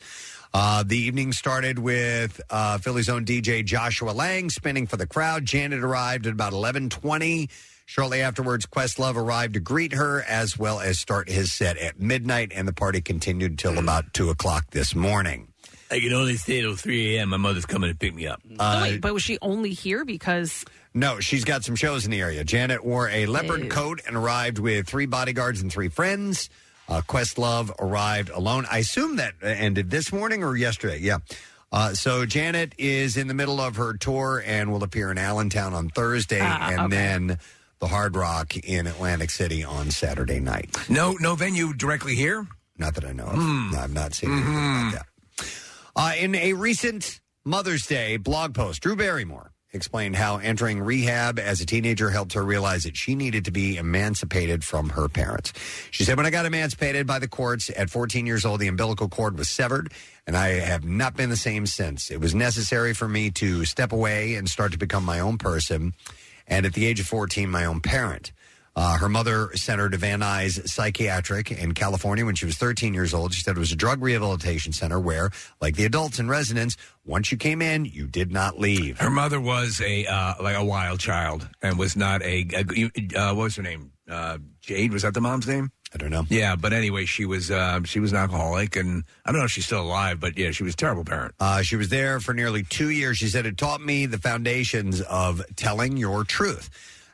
Uh, the evening started with uh, Philly's own DJ Joshua Lang spinning for the crowd. Janet arrived at about 1120. Shortly afterwards, Questlove arrived to greet her as well as start his set at midnight, and the party continued till
Mm.
about 2 o'clock this morning.
I can only stay till 3 a.m. My mother's coming to pick me up.
Uh,
oh,
Uh,
wait, but was she only here because
No, she's got some shows in the area. Janet wore a leopard
Ew.
coat and arrived with three bodyguards and three friends. Uh, Questlove arrived alone. I assume that ended this morning or yesterday. Yeah. Uh, so Janet is in the middle of her tour and will appear in Allentown on Thursday,
Ah,
and
okay.
then the Hard Rock in Atlantic City on Saturday night.
No, no venue directly here.
Not that I know of. No, I've not seen anything like that. Uh, in a recent Mother's Day blog post, Drew Barrymore explained how entering rehab as a teenager helped her realize that she needed to be emancipated from her parents. She said, When I got emancipated by the courts at 14 years old, the umbilical cord was severed, and I have not been the same since. It was necessary for me to step away and start to become my own person, and at the age of 14, my own parent. Uh, her mother sent her to Van Nuys Psychiatric in California when she was 13 years old. She said it was a drug rehabilitation center where, like the adults in residence, once you came in, you did not leave.
Her mother was a uh, like a wild child and was not a, a- uh, what was her name? Uh, Jade was that the mom's name?
I don't know.
Yeah, but anyway, she was uh, she was an alcoholic, and I don't know if she's still alive, but yeah, she was a terrible parent.
Uh, she was there for nearly two years. She said it taught me the foundations of telling your truth.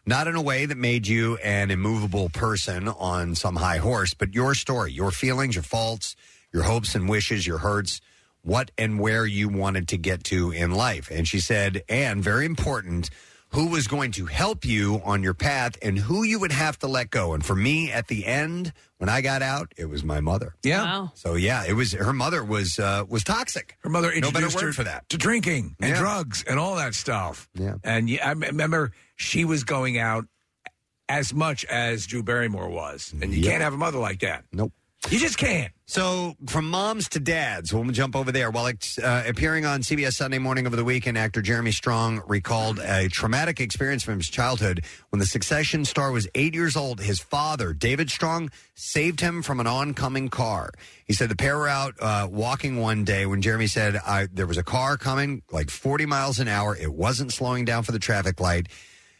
Not in a way that made you an immovable person on some high horse, but your story, your feelings, your faults, your hopes and wishes, your hurts, what and where you wanted to get to in life. And she said, and very important, who was going to help you on your path and who you would have to let go. And for me, at the end, when I got out, it was my mother.
Yeah.
So yeah, it was her mother was uh, was toxic.
Her mother
no
introduced
better word
her
for that.
to drinking and
Yeah.
drugs and all that stuff.
Yeah.
And yeah, I m- remember she was going out as much as Drew Barrymore was, and you
Yeah.
can't have a mother like that.
Nope.
You just can't.
So, from moms to dads, we'll jump over there. While ex- uh, appearing on CBS Sunday Morning over the weekend, actor Jeremy Strong recalled a traumatic experience from his childhood. When the Succession star was eight years old, his father, David Strong, saved him from an oncoming car. He said the pair were out uh, walking one day when Jeremy said I, there was a car coming like 40 miles an hour. It wasn't slowing down for the traffic light.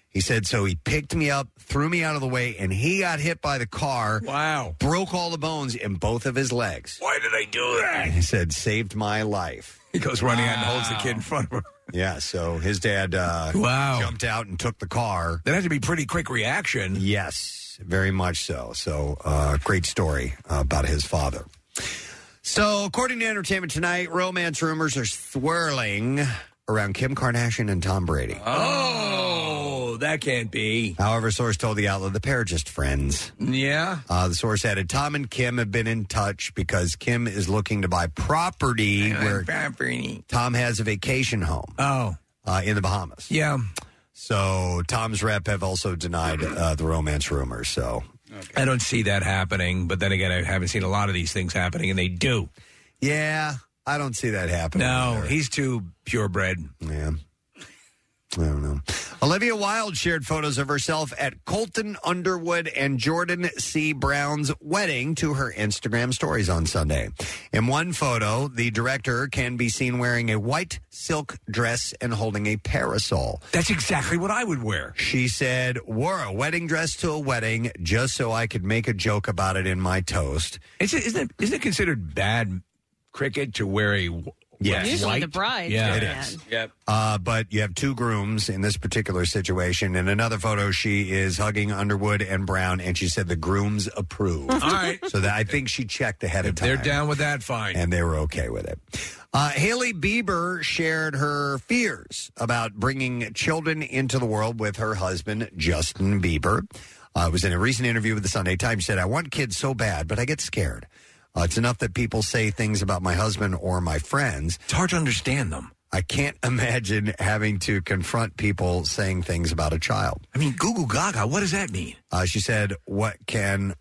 He said, so he picked me up, threw me out of the way, and he got hit by the car.
Wow.
Broke all the bones in both of his legs.
Why did I do that?
He said, saved my life.
He goes running out and holds the kid in front of her.
Yeah, so his dad uh,
Wow.
jumped out and took the car.
That had to be pretty quick reaction.
Yes, very much so. So, uh, great story uh, about his father. So, according to Entertainment Tonight, romance rumors are swirling around Kim Kardashian and Tom Brady.
Oh, that can't be.
However, a source told the outlet the pair are just friends.
Yeah.
Uh, the source added, Tom and Kim have been in touch because Kim is looking to buy
*laughs*
property where Tom has a vacation home.
Oh.
Uh, in the Bahamas.
Yeah.
So Tom's rep have also denied uh, the romance rumors. So
I don't see that happening, but then again, I haven't seen a lot of these things happening, and they do.
yeah, I don't see that happening.
No,
either.
he's too purebred.
Yeah. I don't know. Olivia Wilde shared photos of herself at Colton Underwood and Jordan C. Brown's wedding to her Instagram stories on Sunday. In one photo, the director can be seen wearing a white silk dress and holding a parasol.
That's exactly what I would wear.
She said, wore a wedding dress to a wedding just so I could make a joke about it in my toast.
Is it, isn't, it, isn't it considered bad cricket to wear a w-
Yes.
white-
Usually the bride's
Yeah, it
doing
is.
that.
Yep.
Uh, but you have two grooms in this particular situation. In another photo, she is hugging Underwood and Brown, and she said the grooms approve.
*laughs* All right.
So that I think she checked ahead of time.
They're down with that, fine.
And they were okay with it. Uh, Haley Bieber shared her fears about bringing children into the world with her husband, Justin Bieber. Uh, I was in a recent interview with the Sunday Times. She said, I want kids so bad, but I get scared. Uh, it's enough that people say things about my husband or my friends. It's
hard to understand them.
I can't *laughs* imagine having to confront people saying things about a child.
I mean, Google Gaga, what does that mean?
Uh, she said, "What can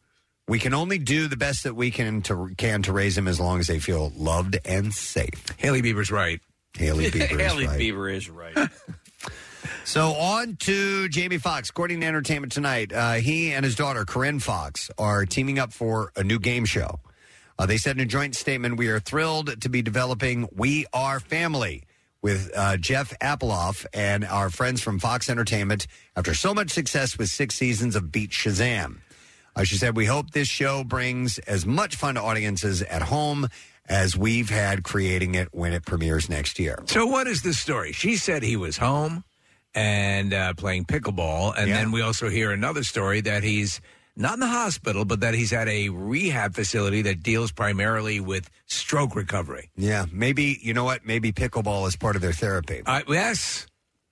we can only do the best that we can to can to raise him as long as they feel loved and safe."
Haley Bieber's right. *laughs*
Haley Bieber
*laughs* Haley
is right.
Bieber is right.
So on to Jamie Foxx. According to Entertainment Tonight, uh, he and his daughter Corinne Fox are teaming up for a new game show. Uh, they said in a joint statement, "We are thrilled to be developing We Are Family." With uh, Jeff Appeloff and our friends from Fox Entertainment after so much success with six seasons of Beat Shazam. Uh, she said, We hope this show brings as much fun to audiences at home as we've had creating it when it premieres next year.
So what is this story? She said he was home and uh, playing pickleball, and then we also hear another story that he's not in the hospital, but that he's at a rehab facility that deals primarily with stroke recovery.
Yeah, maybe, you know what? Maybe pickleball is part of their therapy.
Uh, yes.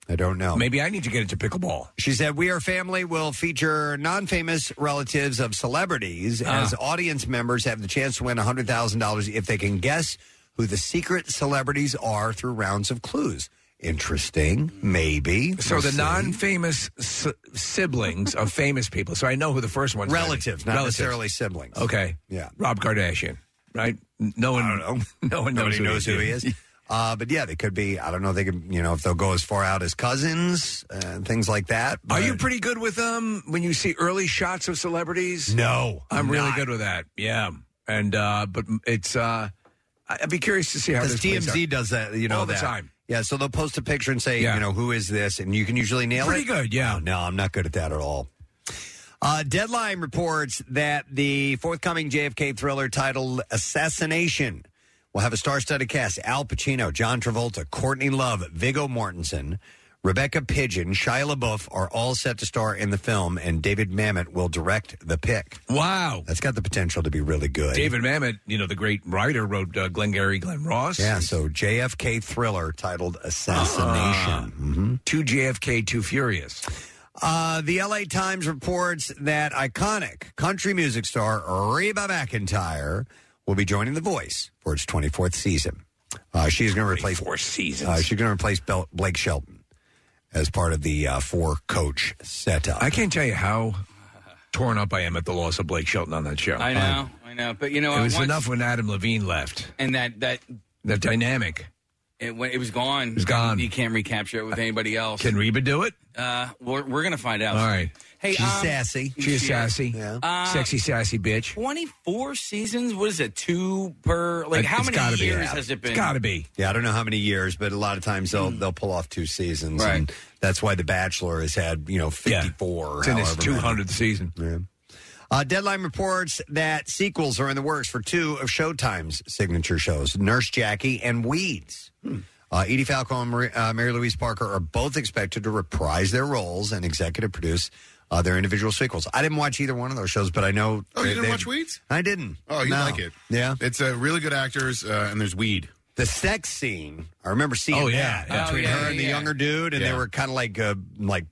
I don't know.
Maybe I need to get into pickleball.
She said, We Are Family will feature non famous relatives of celebrities
Ah.
as audience members have the chance to win $100,000 if they can guess who the secret celebrities are through rounds of clues. Interesting, maybe.
So
We'll
the
see.
non-famous s- siblings of famous people. So I know who the first one's gonna be.
Relatives, not necessarily siblings.
Okay.
Yeah.
Rob Kardashian, right? No one.
*laughs*
No one knows
Nobody
who
knows who he is. Uh, but yeah, they could be. I don't know. They could, you know, if they'll go as far out as cousins and things like that.
Are
but-
you pretty good with um when you see early shots of celebrities?
No,
I'm
I'm
really
not.
good with that. Yeah, and uh but it's uh I- I'd be curious to see how
Because
this plays
TMZ
out.
does that, you know,
all the
that.
time.
Yeah, so they'll post a picture and say,
Yeah.
you know, who is this, and you can usually nail it.
Pretty
Oh,
good, yeah.
No, no, I'm not good at that at all. Uh, Deadline reports that the forthcoming JFK thriller titled Assassination will have a star-studded cast: Al Pacino, John Travolta, Courtney Love, Viggo Mortensen, Rebecca Pigeon, Shia LaBeouf are all set to star in the film, and David Mamet will direct the pick.
Wow,
that's got the potential to be really good.
David Mamet, you know the great writer, wrote uh, Glengarry Glen Ross.
Yeah, so JFK thriller titled Assassination.
Ah.
Mm-hmm.
Two JFK, Two Furious.
Uh, the LA Times reports that iconic country music star Reba McIntyre will be joining The Voice for its 24th season. Uh, she's going to replace
four seasons.
Uh, she's going to replace Bel- Blake Shelton as part of the uh, four coach setup.
I can't tell you how torn up I am at the loss of Blake Shelton on that show.
I know, I know, but you know,
it was
once-
enough when Adam Levine left.
and that that
That dynamic.
it, went- it was gone. It was
gone.
You can't recapture it with anybody else.
Can Reba do it?
Uh, we're we're gonna find out.
All right.
Hey,
She's
um,
sassy. She's
she
sassy.
is.
Yeah.
Uh,
Sexy, sassy bitch.
Twenty-four seasons. What is it? Two per. Like
It-
how
it's gotta
many
be.
years
Yeah.
has it
It's
been? Hmm.
gotta be.
Yeah, I don't know how many years, but a lot of times they'll they'll pull off two seasons, and that's why The Bachelor has had you know fifty four. or
It's in its
however many.
200th season.
Uh, Deadline reports that sequels are in the works for two of Showtime's signature shows, Nurse Jackie and Weeds.
Hmm.
Uh, Edie Falco and Mary, uh, Mary Louise Parker are both expected to reprise their roles and executive produce uh, their individual sequels. I didn't watch either one of those shows, but I know.
Oh, you
they-
didn't
they-
watch Weeds?
I didn't.
Oh, you
No.
like it?
Yeah.
It's uh, really good actors, uh, and there's weed.
The sex scene. I remember seeing
Oh, yeah.
that
Oh,
between
yeah,
her
yeah,
and the
yeah.
younger dude, and they
Yeah.
were kind of like uh, like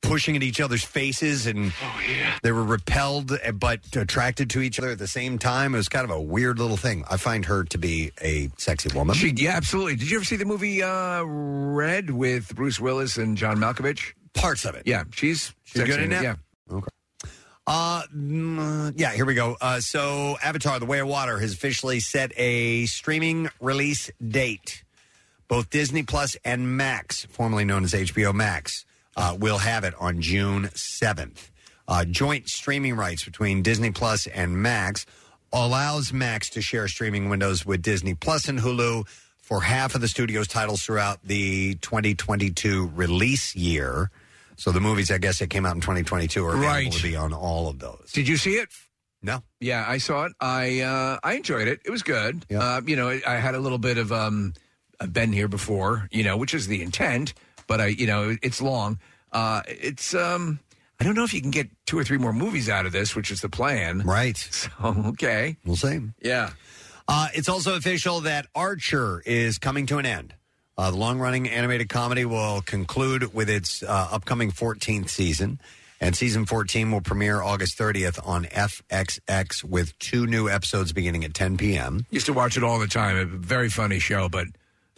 pushing at each other's faces, and
Oh,
they were repelled uh, but attracted to each other at the same time. It was kind of a weird little thing. I find her to be a sexy woman.
She, yeah, absolutely. Did you ever see the movie uh, Red with Bruce Willis and John Malkovich?
Parts of it.
Yeah, she's
She's
sexy
good in it.
Yeah.
Okay. Uh, mm, yeah, here we go. Uh, so, Avatar: The Way of Water has officially set a streaming release date. Both Disney Plus and Max, formerly known as HBO Max, uh, will have it on June 7th. Uh, joint streaming rights between Disney Plus and Max allows Max to share streaming windows with Disney Plus and Hulu for half of the studio's titles throughout the 2022 release year. So the movies, I guess, that came out in 2022 are available
Right.
to be on all of those.
Did you see it?
No.
Yeah, I saw it. I uh, I enjoyed it. It was good. Uh, you know, I, I had a little bit of um, I've been here before. You know, which is the intent, but I you know it's long. Uh, it's um, I don't know if you can get two or three more movies out of this, which is the plan.
Right.
*laughs* So okay,
we'll see.
Yeah.
Uh, it's also official that Archer is coming to an end. Uh, the long running animated comedy will conclude with its uh, upcoming 14th season. And season 14 will premiere August 30th on FXX with two new episodes beginning at 10 p.m.
Used to watch it all the time. A very funny show, but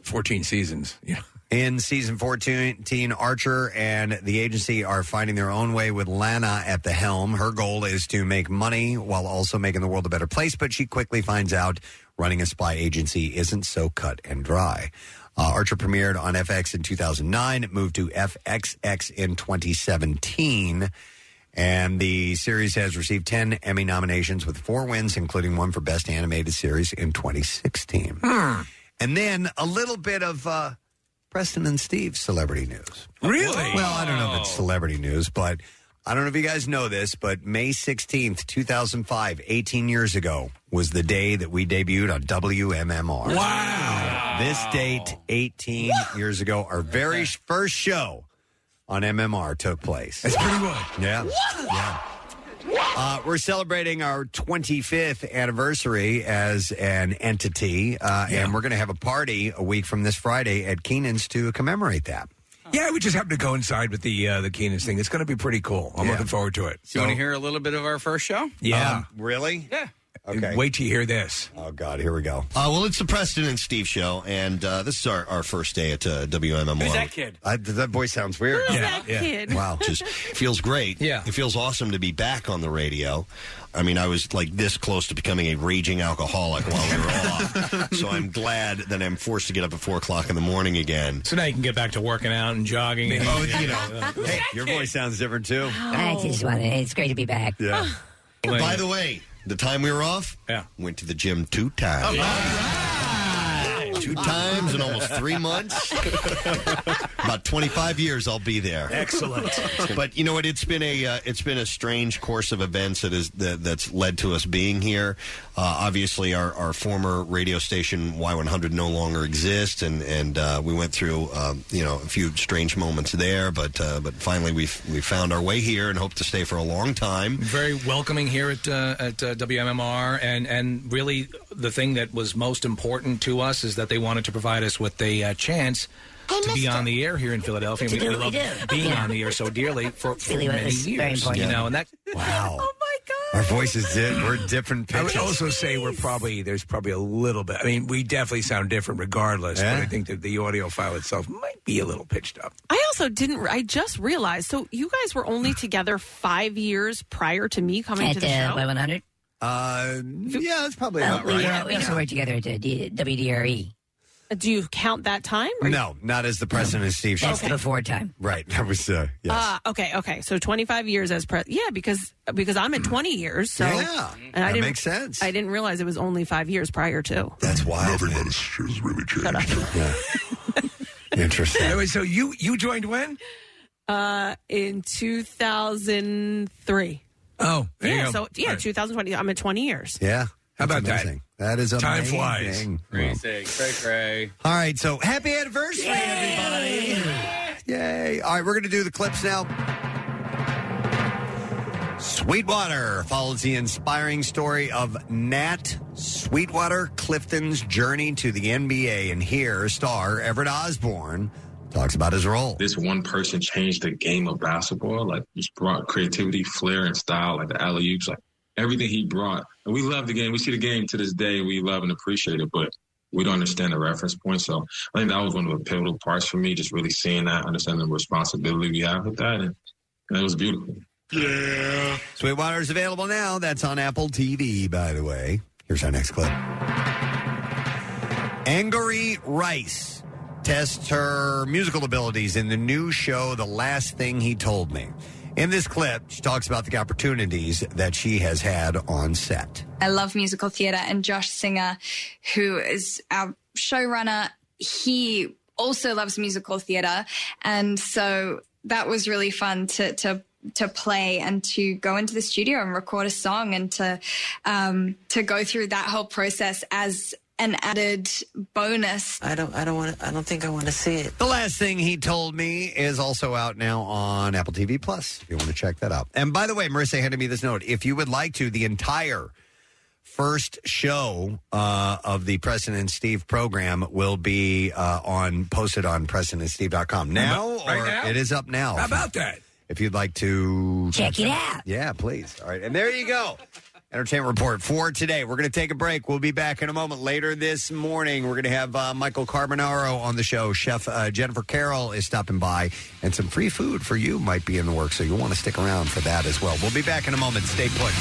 14 seasons. Yeah.
In season 14, Archer and the agency are finding their own way with Lana at the helm. Her goal is to make money while also making the world a better place, but she quickly finds out running a spy agency isn't so cut and dry. Uh, Archer premiered on FX in 2009, it moved to FXX in 2017. And the series has received 10 Emmy nominations with four wins, including one for Best Animated Series in 2016. And then a little bit of uh, Preston and Steve's celebrity news.
Really?
Well, I don't know if it's celebrity news, but I don't know if you guys know this, but May 16th, 2005, 18 years ago, was the day that we debuted on WMMR. Wow. This date, 18 years ago, our very first show on MMR took place. That's
pretty good.
Yeah. Yeah. Uh, we're celebrating our 25th anniversary as an entity, uh, and we're going to have a party a week from this Friday at Keenan's to commemorate that.
Yeah, we just happen to coincide with the uh, the Keenan's thing. It's going to be pretty cool. I'm looking forward to it.
Do you want to hear a little bit of our first show?
Yeah.
Um, really?
Yeah.
Okay.
Wait till you hear this.
Oh God, here we go.
Uh, well, it's the Preston and Steve show, and uh, this is our, our first day at uh, WMMR.
Who's that
kid?
I, th- that voice sounds weird.
Who's Yeah, that yeah. kid?
Wow, just feels great. Yeah, it feels awesome to be back on the radio. I mean, I was like this close to becoming a raging alcoholic while we were all
*laughs*
off, so I'm glad that I'm forced to get up at four o'clock in the morning again.
So now you can get back to working out and jogging. And,
Oh, *laughs* you know,
hey, your voice sounds different too.
I just wanted. It's great to be back.
Yeah. By the way, the time we were off, yeah, went to the gym two times. Two times in almost three months. About twenty-five years, I'll be there.
Excellent.
but you know what? It's been a uh, it's been a strange course of events that is that, that's led to us being here. Uh, obviously, our, our former radio station Y100 no longer exists, and and uh, we went through um, you know a few strange moments there. But uh, but finally, we we found our way here and hope to stay for a long time.
Very welcoming here at uh, at uh, WMMR, and and really the thing that was most important to us is that they wanted to provide us with a uh, chance. To be on the air here in Philadelphia,
To
and
do
we
what
love
we do.
being
Yeah.
on the air so dearly for, for
Really,
many
it's
years.
very important.
You know, and that
*laughs*
*laughs*
wow, oh
my
god, our voices did. We're different
I would
pitches.
also say we're probably there's probably a little bit. I mean, we definitely sound different regardless.
Yeah.
But I think that the audio file itself might be a little pitched up.
I also didn't. I just realized. So you guys were only together five years prior to me coming
At,
to the
uh,
show.
One hundred.
Uh, yeah, that's probably
well, we, uh, we also worked together at uh, D- E. WDRE.
Do you count that time? or-
No, not as the Preston and Steve show.
That's Okay. before time.
Right. That was uh, yes.
Ah, okay, okay. So twenty five years as pres. Yeah, because because I'm at twenty years. So
Yeah,
and
that
I didn't,
makes sense.
I didn't realize it was only five years prior to.
That's why
nothing about us has really changed.
Interesting.
Anyway, so you you joined when?
Uh, in two thousand three.
Oh, there
yeah.
you go.
So yeah,
All right.
two thousand twenty. I'm at twenty years.
Yeah.
How
That's
about that?
amazing. That is amazing.
Time flies.
Well,
Crazy, cray, cray.
All right, so happy anniversary, everybody! Yay! All right, we're going to do the clips now. Sweetwater follows the inspiring story of Nat Sweetwater Clifton's journey to the NBA, and here star Everett Osborne talks about his role.
This one person changed the game of basketball. Like, just brought creativity, flair, and style, like the alley oops, like everything he brought. And we love the game. We see the game to this day. We love and appreciate it, but we don't understand the reference point. So I think that was one of the pivotal parts for me, just really seeing that, understanding the responsibility we have with that. And, and it was beautiful.
Yeah. Sweetwater is available now. That's on Apple TV, by the way. Here's our next clip. Angry Rice tests her musical abilities in the new show, The Last Thing He Told Me. In this clip, she talks about the opportunities that she has had on set.
I love musical theatre, and Josh Singer, who is our showrunner, he also loves musical theatre, and so that was really fun to to to play and to go into the studio and record a song and to um, to go through that whole process as an added bonus.
I don't. I don't want. I don't think I want to see it.
The last thing he told me is also out now on Apple TV Plus. If you want to check that out. And by the way, Marissa handed me this note. If you would like to, the entire first show uh, of the President Steve program will be uh, on posted on PresidentSteve.com now,
Right
or
now?
it is up now.
How about that?
If you'd like to
Check it out.
yeah, please. All right, and there you go. Entertainment report for today. We're going to take a break. We'll be back in a moment. Later this morning, we're going to have uh, Michael Carbonaro on the show. Chef uh, Jennifer Carroll is stopping by, and some free food for you might be in the works, so you'll want to stick around for that as well. We'll be back in a moment. Stay put.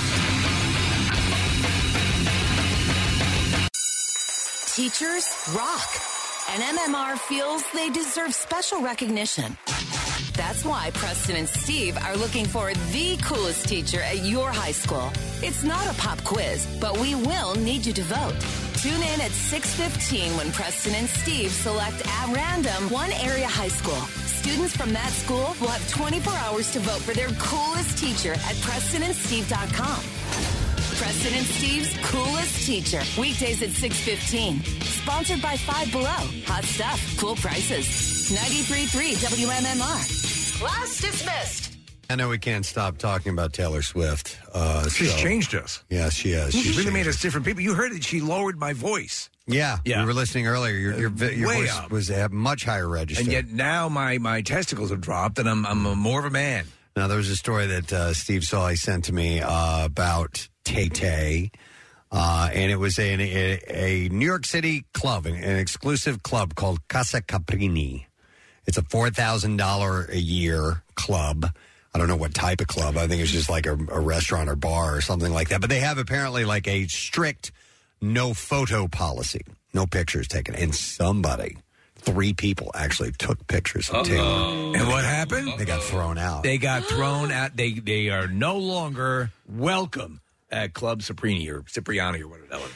Teachers rock. And MMR feels they deserve special recognition. That's why Preston and Steve are looking for the coolest teacher at your high school. It's not a pop quiz, but we will need you to vote. Tune in at 6:15 when Preston and Steve select at random one area high school. Students from that school will have 24 hours to vote for their coolest teacher at prestonandsteve.com. Preston and Steve's coolest teacher. Weekdays at 615. Sponsored by Five Below. Hot stuff, cool prices. 93.3 WMMR. Class dismissed.
I know we can't stop talking about Taylor Swift. Uh,
She's
so-
changed us.
Yes, Uh, she has.
She
She's
really
changed
made us different people. You heard it. She lowered my voice.
Yeah, yeah. We were listening earlier. Your your, vi- your
Way
voice
up.
was at much higher register.
And yet now my, my testicles have dropped and I'm, I'm a more of a man.
Now there was a story that uh, Steve Saw he sent to me uh, about Tay Tay, uh, and it was a, a, a New York City club, an, an exclusive club called Casa Caprini. It's a four thousand dollar a year club. I don't know what type of club. I think it's just like a, a restaurant or bar or something like that. But they have apparently like a strict no photo policy, no pictures taken. And somebody, three people actually took pictures of Taylor.
And what happened?
They got thrown out.
They got thrown out. They they are no longer welcome at Club Saprini or Cipriani or whatever that was.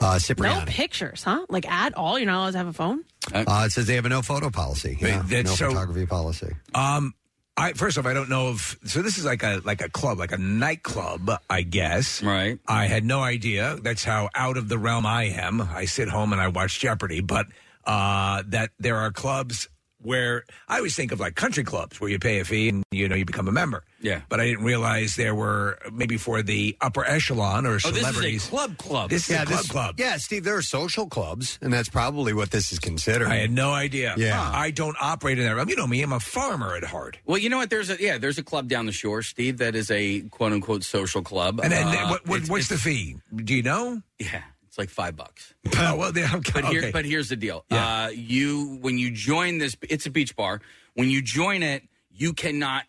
Uh,
No
Cipriani.
pictures, huh? Like at all? You're not allowed to have a phone.
Uh, it says they have a no photo policy.
Wait,
Yeah,
that's
no
so-
photography policy.
Um, I first off, I don't know if so. This is like a like a club, like a nightclub, I guess. Right. I had no idea. That's how out of the realm I am. I sit home and I watch Jeopardy, but uh, that there are clubs where I always think of like country clubs where you pay a fee and you know you become a member.
Yeah.
But I didn't realize there were maybe for the upper echelon or
Oh, this is a
celebrities.
club club.
This is
Yeah,
a club
this-
club.
Yeah, Steve, there are social clubs, and that's probably what this is considered.
I had no idea.
Yeah.
I don't operate in that realm. You know me, I'm a farmer at heart.
Well, you know what? There's a yeah. There's a club down the shore, Steve. That is a quote unquote social club.
And then
Uh,
what, what,
it's-
what's the fee? Do you know?
Yeah, it's like five bucks.
oh, well, yeah, *laughs* okay.
But here,
okay.
but here's the deal. Uh, you when you join this, it's a beach bar. When you join it, you cannot.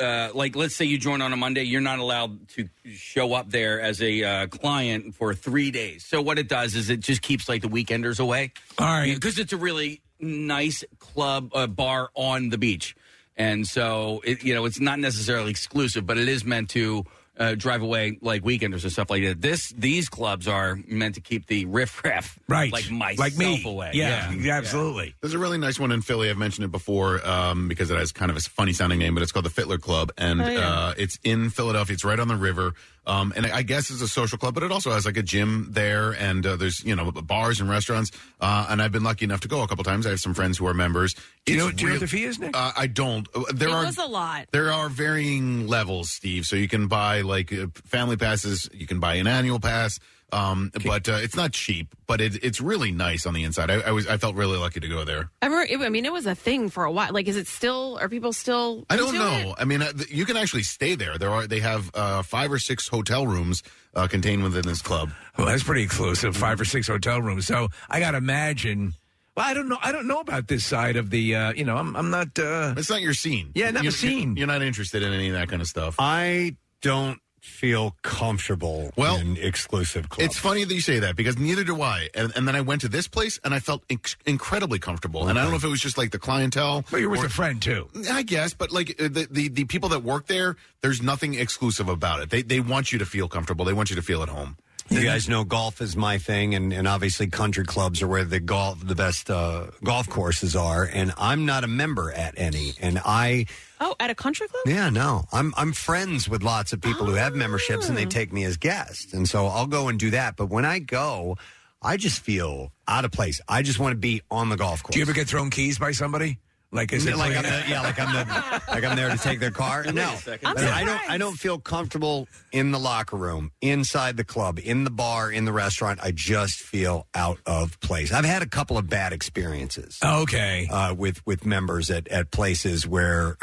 Uh, like let's say you join on a Monday, you're not allowed to show up there as a uh, client for three days. So what it does is it just keeps like the weekenders away.
All
right, because it's a really nice club uh, bar on the beach, and so it, you know it's not necessarily exclusive, but it is meant to uh, drive away like weekenders and stuff like that. This these clubs are meant to keep the riffraff
Right.
like myself
Like me.
away.
Yeah, absolutely.
There's a really nice one in Philly. I've mentioned it before um, because it has kind of a funny sounding name, but it's called the Fitler Club, and
Oh, yeah.
uh, it's in Philadelphia. It's right on the river, um, and I I guess it's a social club, but it also has like a gym there, and uh, there's you know bars and restaurants. Uh, and I've been lucky enough to go a couple times. I have some friends who are members.
Do you know-
It's
do you know what the fee is, Nick?
Uh, I don't. Uh, There
it
are
was a lot.
there are varying levels, Steve. So you can buy like uh, family passes, you can buy an annual pass, um, but uh, it's not cheap. But it, it's really nice on the inside. I, I was I felt really lucky to go there.
I remember. It, I mean, it was a thing for a while. Like, is it still? Are people still?
I don't
into
know. I mean, uh, th- you can actually stay there. There are they have uh, five or six hotel rooms uh, contained within this club.
Well, that's pretty exclusive. Five or six hotel rooms. So I got to imagine. Well, I don't know. I don't know about this side of the. Uh, you know, I'm. I'm not. Uh,
it's not your scene.
Yeah, not
you
my scene.
You're not interested in any of that kind of stuff.
I don't feel comfortable
Well,
in exclusive clubs.
It's funny that you say that because neither do I. And, and then I went to this place and I felt inc- incredibly comfortable. And I don't know if it was just like the clientele.
But you're with
or-
a friend too.
I guess, but like uh, the, the the people that work there, there's nothing exclusive about it. They they want you to feel comfortable. They want you to feel at home.
You guys know golf is my thing, and, and obviously country clubs are where the golf the best uh, golf courses are. And I'm not a member at any, and I
Oh, at a country club?
yeah no I'm I'm friends with lots of people who have memberships,
Ah.
and they take me as guest, and so I'll go and do that. But when I go, I just feel out of place. I just want to be on the golf course.
Do you ever get thrown keys by somebody? Like is it
like I'm the, yeah like I'm the like I'm there to take their car?
Wait
No,
a second. I'm
I don't I don't feel comfortable in the locker room, inside the club, in the bar, in the restaurant. I just feel out of place. I've had a couple of bad experiences.
Oh, Okay,
uh, with with members at at places where,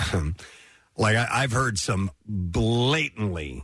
*laughs* like I, I've heard some blatantly.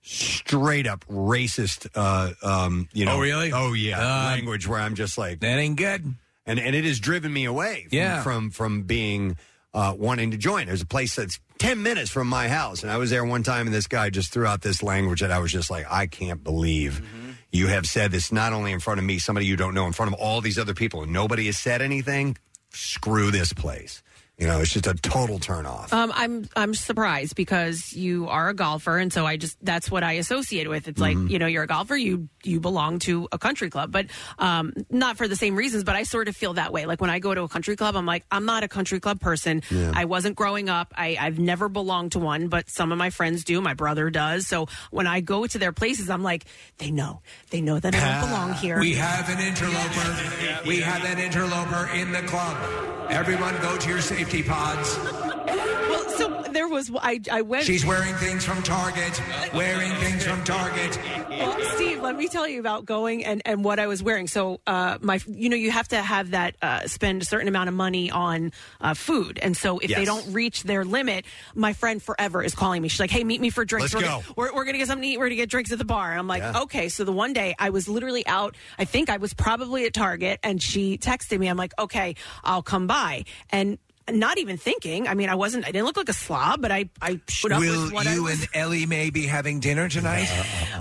Straight up racist, uh, um, you know.
Oh, really?
Oh yeah,
Uh,
language where I'm just like
that ain't good,
and and it has driven me away from
Yeah.
from, from being uh, wanting to join. There's a place that's ten minutes from my house, and I was there one time, and this guy just threw out this language that I was just like, I can't believe
Mm-hmm.
you have said this not only in front of me, somebody you don't know, in front of all these other people, and nobody has said anything. Screw this place. You know, it's just a total turnoff.
Um, I'm I'm surprised because you are a golfer, and so I just that's what I associate with. It's
Mm-hmm.
like you know you're a golfer, you you belong to a country club, but um, not for the same reasons. But I sort of feel that way. Like when I go to a country club, I'm like I'm not a country club person.
Yeah.
I wasn't growing up. I, I've never belonged to one, but some of my friends do. My brother does. So when I go to their places, I'm like they know they know that I don't belong here.
Ah, We have an interloper. We have an interloper in the club. Everyone go to your safety pods.
well, so there was I I went.
She's wearing things from Target, wearing things from Target.
Well, Steve, let me tell you about going and, and what I was wearing. So, uh, my, you know, you have to have that uh, spend a certain amount of money on uh, food, and so if they
Yes.
don't reach their limit, my friend forever is calling me. She's like, "Hey, meet me for drinks.
Let's
we're,
go."
Gonna, we're we're gonna get something to eat. We're gonna get drinks at the bar." And I'm like,
Yeah.
"Okay." So the one day I was literally out. I think I was probably at Target, and she texted me. I'm like, "Okay, I'll come by." And not even thinking. I mean, I wasn't. I didn't look like a slob, but I I showed up
Will
with what I
you
was
and Ellie may be having dinner tonight?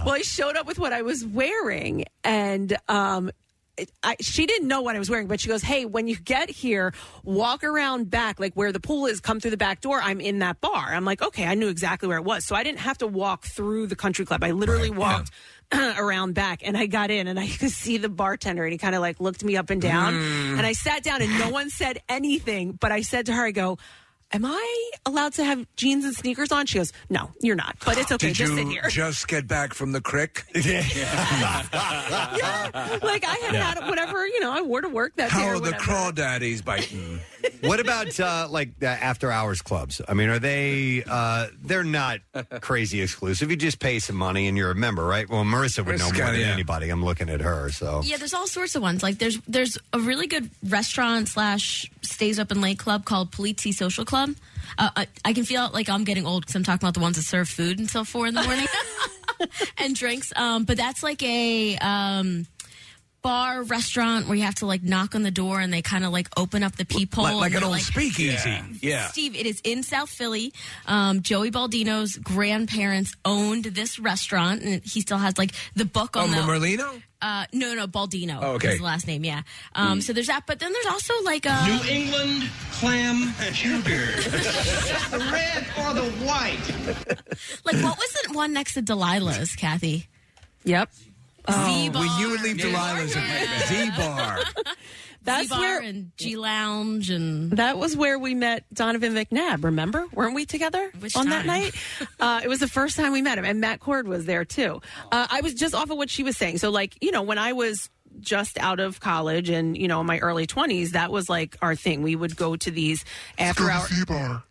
well, I showed up with what I was wearing, and um, it- I, she didn't know what I was wearing, but she goes, "Hey, when you get here, walk around back, like where the pool is. Come through the back door. I'm in that bar." I'm like, "Okay, I knew exactly where it was, so I didn't have to walk through the country club. I literally walked." *clears throat* around back and I got in and I *laughs* could see the bartender and he kind of like looked me up and down
Mm.
and I sat down and
*laughs*
no one said anything but I said to her I go am I allowed to have jeans and sneakers on she goes no you're not but it's okay
Did
just
you
sit here
just get back from the *laughs* crick?
*laughs* Yeah, like I had
Yeah.
had whatever you know I wore to work that day.
How
Or
are the
whatever.
crawdaddies biting?
what about uh, like the after hours clubs? I mean, are they? Uh, they're not crazy exclusive. You just pay some money and you're a member, right? Well, Marissa would know
Mariska's
more
got it,
than
yeah.
anybody. I'm looking at her. So
Yeah, there's all sorts of ones. Like there's there's a really good restaurant slash stays up and late club called Polizzi Social Club. Uh, I, I can feel like I'm getting old because I'm talking about the ones that serve food until four in
*laughs*
the morning and drinks. Um, but that's like a um, bar restaurant where you have to like knock on the door and they kind of like open up the peephole.
like, like
and
an
they're
old speakeasy. Yeah.
Steve, it is in South Philly. Um, Joey Baldino's grandparents owned this restaurant, and he still has like the book
Oh,
on the
Merlino?
Uh, no, no, Baldino.
Oh, okay. Hmm.
is the last name. Yeah. Um, So there's that, but then there's also like uh, a
New England clam chowder. the red or the white.
*laughs* like what was the one next to Delilah's, Kathy?
Yep. Oh.
Z-bar.
When you would leave Delilah's at Z Bar.
That's
Z-bar
where-
and G Lounge and
That was where we met Donovan McNabb. Remember, weren't we together on that
time? *laughs*
night? uh, it was the first time we met him, and Matt Cord was there too. Uh, I was just off of what she was saying. So, like, you know, when I was just out of college and you know in my early 20s that was like our thing we would go to these after hour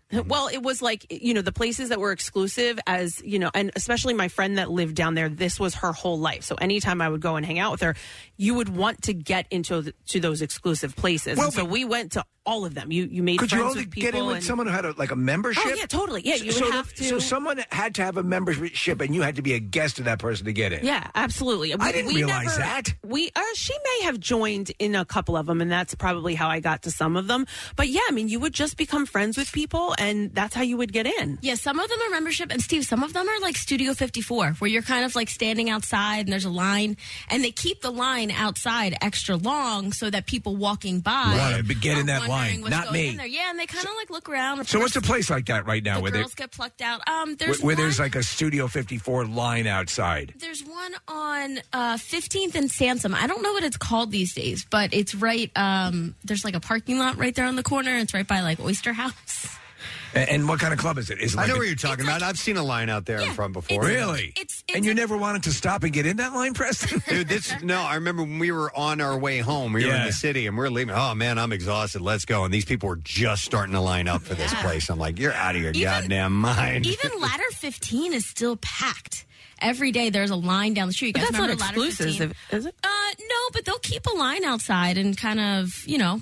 Mm-hmm.
Well, it was like, you know, the places that were exclusive, as you know, and especially my friend that lived down there, this was her whole life. So anytime I would go and hang out with her, you would want to get into the, to those exclusive places.
Well,
and so
but-
we went to all of them. You you made
Could
friends
you only
with people.
get in with
and-
someone who had a, like a membership?
Oh, yeah, totally. Yeah, you would
so,
have to-
So someone had to have a membership, and you had to be a guest of that person to get in.
Yeah, absolutely.
I didn't realize that.
We uh, she may have joined in a couple of them, and that's probably how I got to some of them. But yeah, I mean, you would just become friends with people, and that's how you would get in.
Yeah, some of them are membership, and Steve, some of them are like Studio 54, where you're kind of like standing outside and there's a line, and they keep the line outside extra long so that people walking by
Right, but get in
are
that
wondering
line,
what's
not
going
me.
in there. Yeah, and they kind of like look around. Of
So what's a
course,
place like that right now
the
where they,
girls get plucked out? Um,
where,
there's
where
one,
there's like a Studio 54 line outside?
there's one on uh, 15th and Sansom. I don't know what it's called these days, but it's right. Um, there's like a parking lot right there on the corner. It's right by like Oyster House.
A- And, what kind of club is it? Is it
I
like
know
a-
what you're talking about. I've seen a line out there in front before.
Really? and you never wanted to stop and get in that line, Preston?
*laughs* Dude, this no. I remember when we were on our way home. We were in
Yeah.
the city and we are leaving. Oh man, I'm exhausted. Let's go. And these people were just starting to line up for this place. I'm like, you're out of your goddamn mind. *laughs*
Even Ladder 15 is still packed. Every day there's a line down the street. You
But
guys
that's not
remember Ladder
exclusive,
15?
is it?
Uh, no, but they'll keep a line outside and kind of, you know,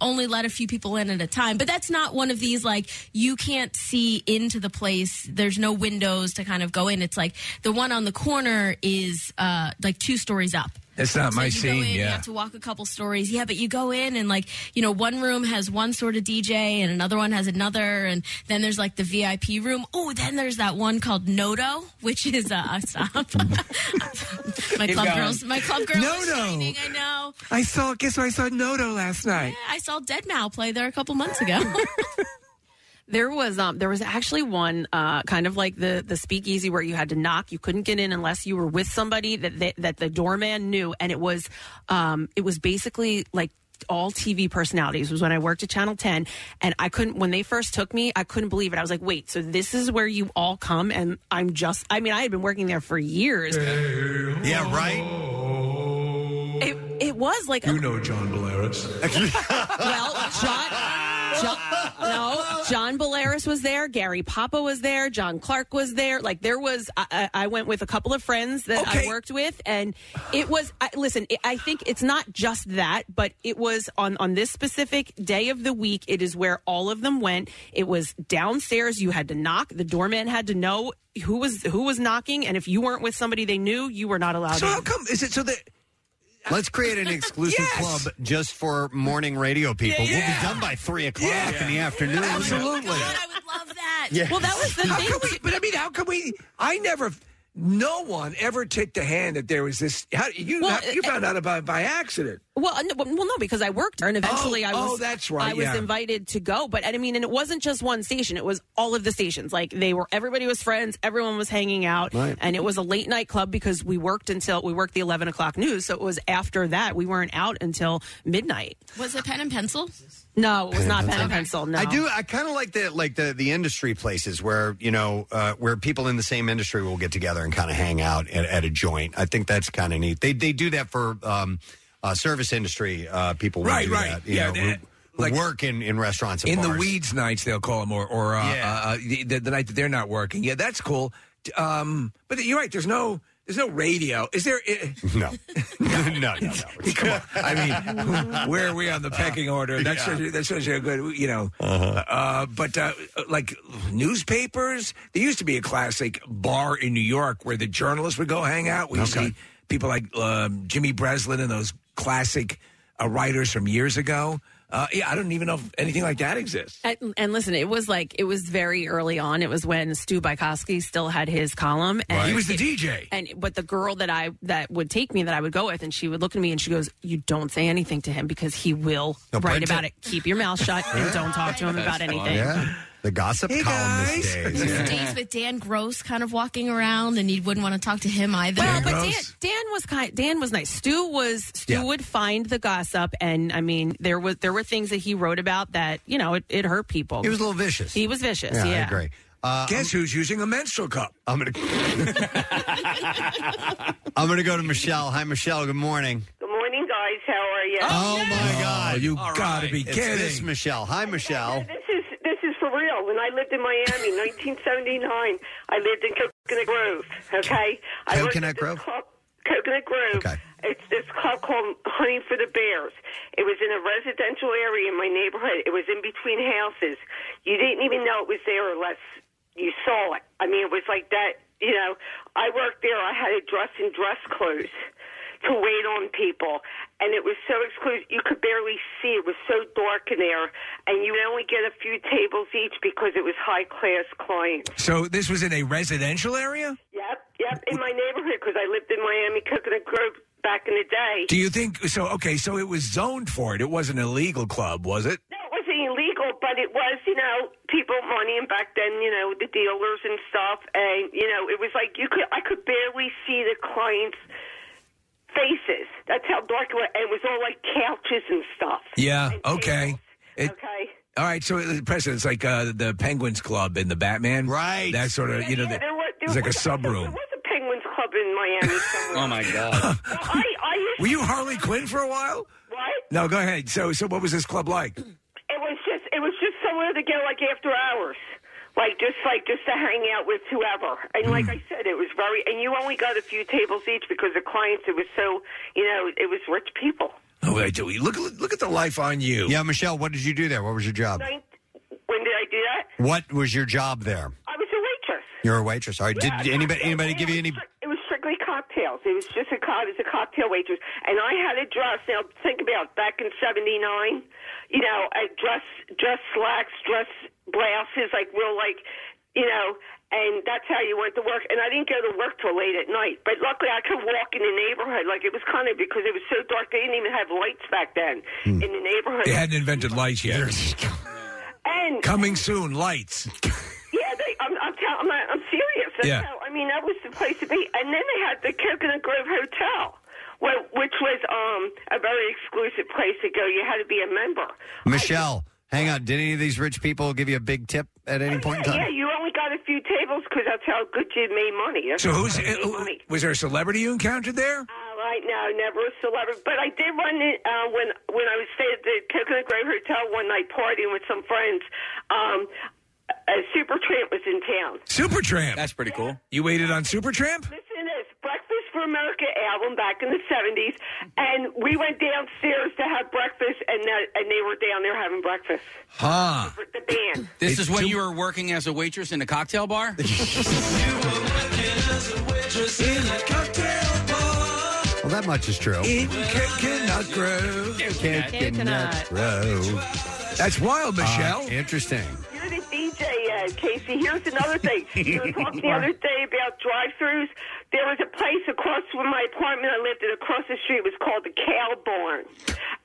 only let a few people in at a time. But that's not one of these like you can't see into the place. There's no windows to kind of go in. It's like the one on the corner is uh, like two stories up.
That's not
So
my
you go
scene,
in, You
yeah.
have to walk a couple stories. Yeah, but you go in and like, you know, one room has one sort of DJ and another one has another and then there's like the VIP room. Oh, then there's that one called Nodo, which is uh uh, stop. my
*laughs* Keep
club
going.
girls my club girls are
Nodo.
shining, I know.
I saw. Guess what? I saw Noto last night.
I saw Dead Mal play there a couple months ago.
There was um there was actually one uh kind of like the the speakeasy where you had to knock you couldn't get in unless you were with somebody that they, that the doorman knew and it was um it was basically like all TV personalities It was when I worked at Channel 10 and I couldn't when they first took me I couldn't believe it I was like wait so this is where you all come and I'm just I mean I had been working there for years
Yeah, right.
it it was like
You know John Belarus.
well, John, John, no, John Belarus was there. Gary Papa was there. John Clark was there. Like there was, I- I, I went with a couple of friends that I worked with, and it was. I, listen, it, I think it's not just that, but it was on on this specific day of the week. It is where all of them went. It was downstairs. You had to knock. The doorman had to know who was who was knocking, and if you weren't with somebody they knew, you were not allowed.
So
in.
how come? Is it so that?
Let's create an exclusive
*laughs* Yes.
club just for morning radio people. We'll
Yeah.
be done by three o'clock in the afternoon.
Absolutely.
*laughs* Yeah. Well, that
was the
how Come we, but I mean, how come we? I never. No one ever took the hand that there was this. How you?
Well,
you
uh,
found out about it by accident.
Well, uh, no, well, no, because I worked there, and eventually
Oh,
I was.
oh, that's right,
I was
yeah.
invited to go, but and I mean, and it wasn't just one station; it was all of the stations. Like they were, everybody was friends, everyone was hanging out,
Right.
and it was a late night club because we worked until we worked the eleven o'clock news. So it was after that we weren't out until midnight.
Was it pen and *laughs* pencil?
No, it was not pen and pencil. No,
I do. I kind of like the like the the industry places where you know uh, where people in the same industry will get together and kind of hang out at, at a joint. I think that's kind of neat. They they do that for um, uh, service industry uh, people. will
Right,
do
right.
That, you
Yeah,
know,
that-
who- who work in in restaurants and
in the
bars.
weeds nights they'll call them or or uh,
Yeah.
uh, uh, the, the, the night that they're not working yeah that's cool um, but you're right there's no there's no radio is there eh,
*laughs* No. no, no, no.
*laughs* Come on.
*laughs*
I mean, where are we on the pecking order? That
Yeah. Uh-huh.
shows you, that shows you a good, you know. uh but uh, like newspapers, there used to be a classic bar in New York where the journalists would go hang out. We see people like um, Jimmy Breslin and those classic uh, writers from years ago. Uh, yeah, I don't even know if anything like that exists.
And, and listen, it was like it was very early on. It was when Stu Bykowski still had his column, and
He was the DJ.
And but the girl that I that would take me that I would go with, and she would look at me and she goes, "You don't say anything to him because he will
He'll
write
print
about
it."
it. Keep your mouth shut and don't talk to him about anything."
Yeah. The gossip
Hey,
columnist
*laughs*
There's
days. Yeah.
days with Dan Gross kind of walking around, and you wouldn't want to talk to him either.
Well, but Dan, Dan was kind. Dan was nice. Stu was Stu
Yeah.
would find the gossip, and I mean, there was there were things that he wrote about that you know it, it hurt people.
He was a little vicious.
He was vicious.
Yeah,
Yeah,
I agree. Uh,
Guess who's using a menstrual cup?
I'm gonna. *laughs* I'm gonna go to Michelle. Hi, Michelle. Good morning.
Good morning, guys. How are you? Oh, my
God,
you
gotta
be kidding.
It's this Michelle. Hi, Michelle.
This is this is for real. When I lived in Miami, *laughs* 1979, I lived in Coconut Grove. Okay, I worked
Coconut
at this
Grove?
club- Coconut Grove. It's it's called, called Honey for the Bears. It was in a residential area in my neighborhood. It was in between houses. You didn't even know it was there unless you saw it. I mean, it was like that. You know, I worked there. I had to dress in dress clothes to wait on people, and it was so exclusive. You could barely see. It was so dark in there, and you would only get a few tables each because it was high class clients.
So this was in a residential area.
Yep, yep, in my neighborhood because I lived in Miami Coconut Grove back in the day.
Do you think so? Okay, so it was zoned for it. It wasn't a legal club, was it?
No, it wasn't illegal, but it was, you know, people money, and back then, you know, the dealers and stuff, and you know, it was like you could, I could barely see the clients' faces. That's how dark it was, and it was all like couches and stuff.
Yeah. Okay. It-
Okay.
all right. So it, Preston, it's like uh, the Penguins Club in the Batman, right? That sort of you know,
Yeah,
the,
there were- there
it's like a
was-
sub room.
There was a Penguins Club in Miami somewhere.
Oh my god!
Well, I, I
*laughs*
used
Were you Harley Quinn for a while?
What?
No, go ahead. So, so what was this club like?
It was just it was just somewhere to go like after hours. Like just like just to hang out with whoever. And like I said, it was very and you only got a few tables each because the clients it was so you know, it was rich people.
Oh, I do. Look, look at the life on you.
Yeah, Uh, Michelle, what did you do there? What was your job?
Nine- When did I do that?
What was your job there?
I was a waitress.
You're a waitress. All right. Did anybody anybody give you any?
It was strictly cocktails. It was just a co- I was a cocktail waitress, and I had a dress. Now think about it, back in '79, you know, a dress, dress slacks, dress blouses, like real like, you know, and that's how you went to work. And I didn't go to work till late at night, but luckily I could walk in the neighborhood. Like it was kind of because it was so dark, they didn't even have lights back then in the neighborhood.
They hadn't invented lights yet.
And
Coming soon, lights.
yeah, they, I'm, I'm, tell, I'm, I'm serious. That's
Yeah.
how, I mean, that was the place to be. And then they had the Coconut Grove Hotel, where, which was um, a very exclusive place to go. You had to be a member.
Michelle, hang on. Did any of these rich people give you a big tip at any
Oh,
point in time?
Oh, Yeah, you only got a few tables because that's how good you made money. That's
So
how
who's uh,
you made
who-
money.
was there a celebrity you encountered there?
All right, now never a celebrity, but I did run in, uh, when when I was staying at the Coconut Grove Hotel one night partying with some friends. Um, a super tramp was in town.
Supertramp.
That's pretty cool.
You waited on Supertramp.
Listen to this Breakfast for America album back in the 70s, and we went downstairs to have breakfast, and that, and they were down there having breakfast
Huh.
with the band.
This is when you were working as a waitress in a cocktail
*laughs*
bar.
Well, that much is true.
In Coconut Grove.
Coconut
Coconut.
Grove.
That's wild,
Michelle.
Uh, interesting.
You're the DJ, uh, Casey. Here's another thing. You were talking the other day about drive-throughs. There was a place across from my apartment I lived in, across the street, it was called the Cow Barn.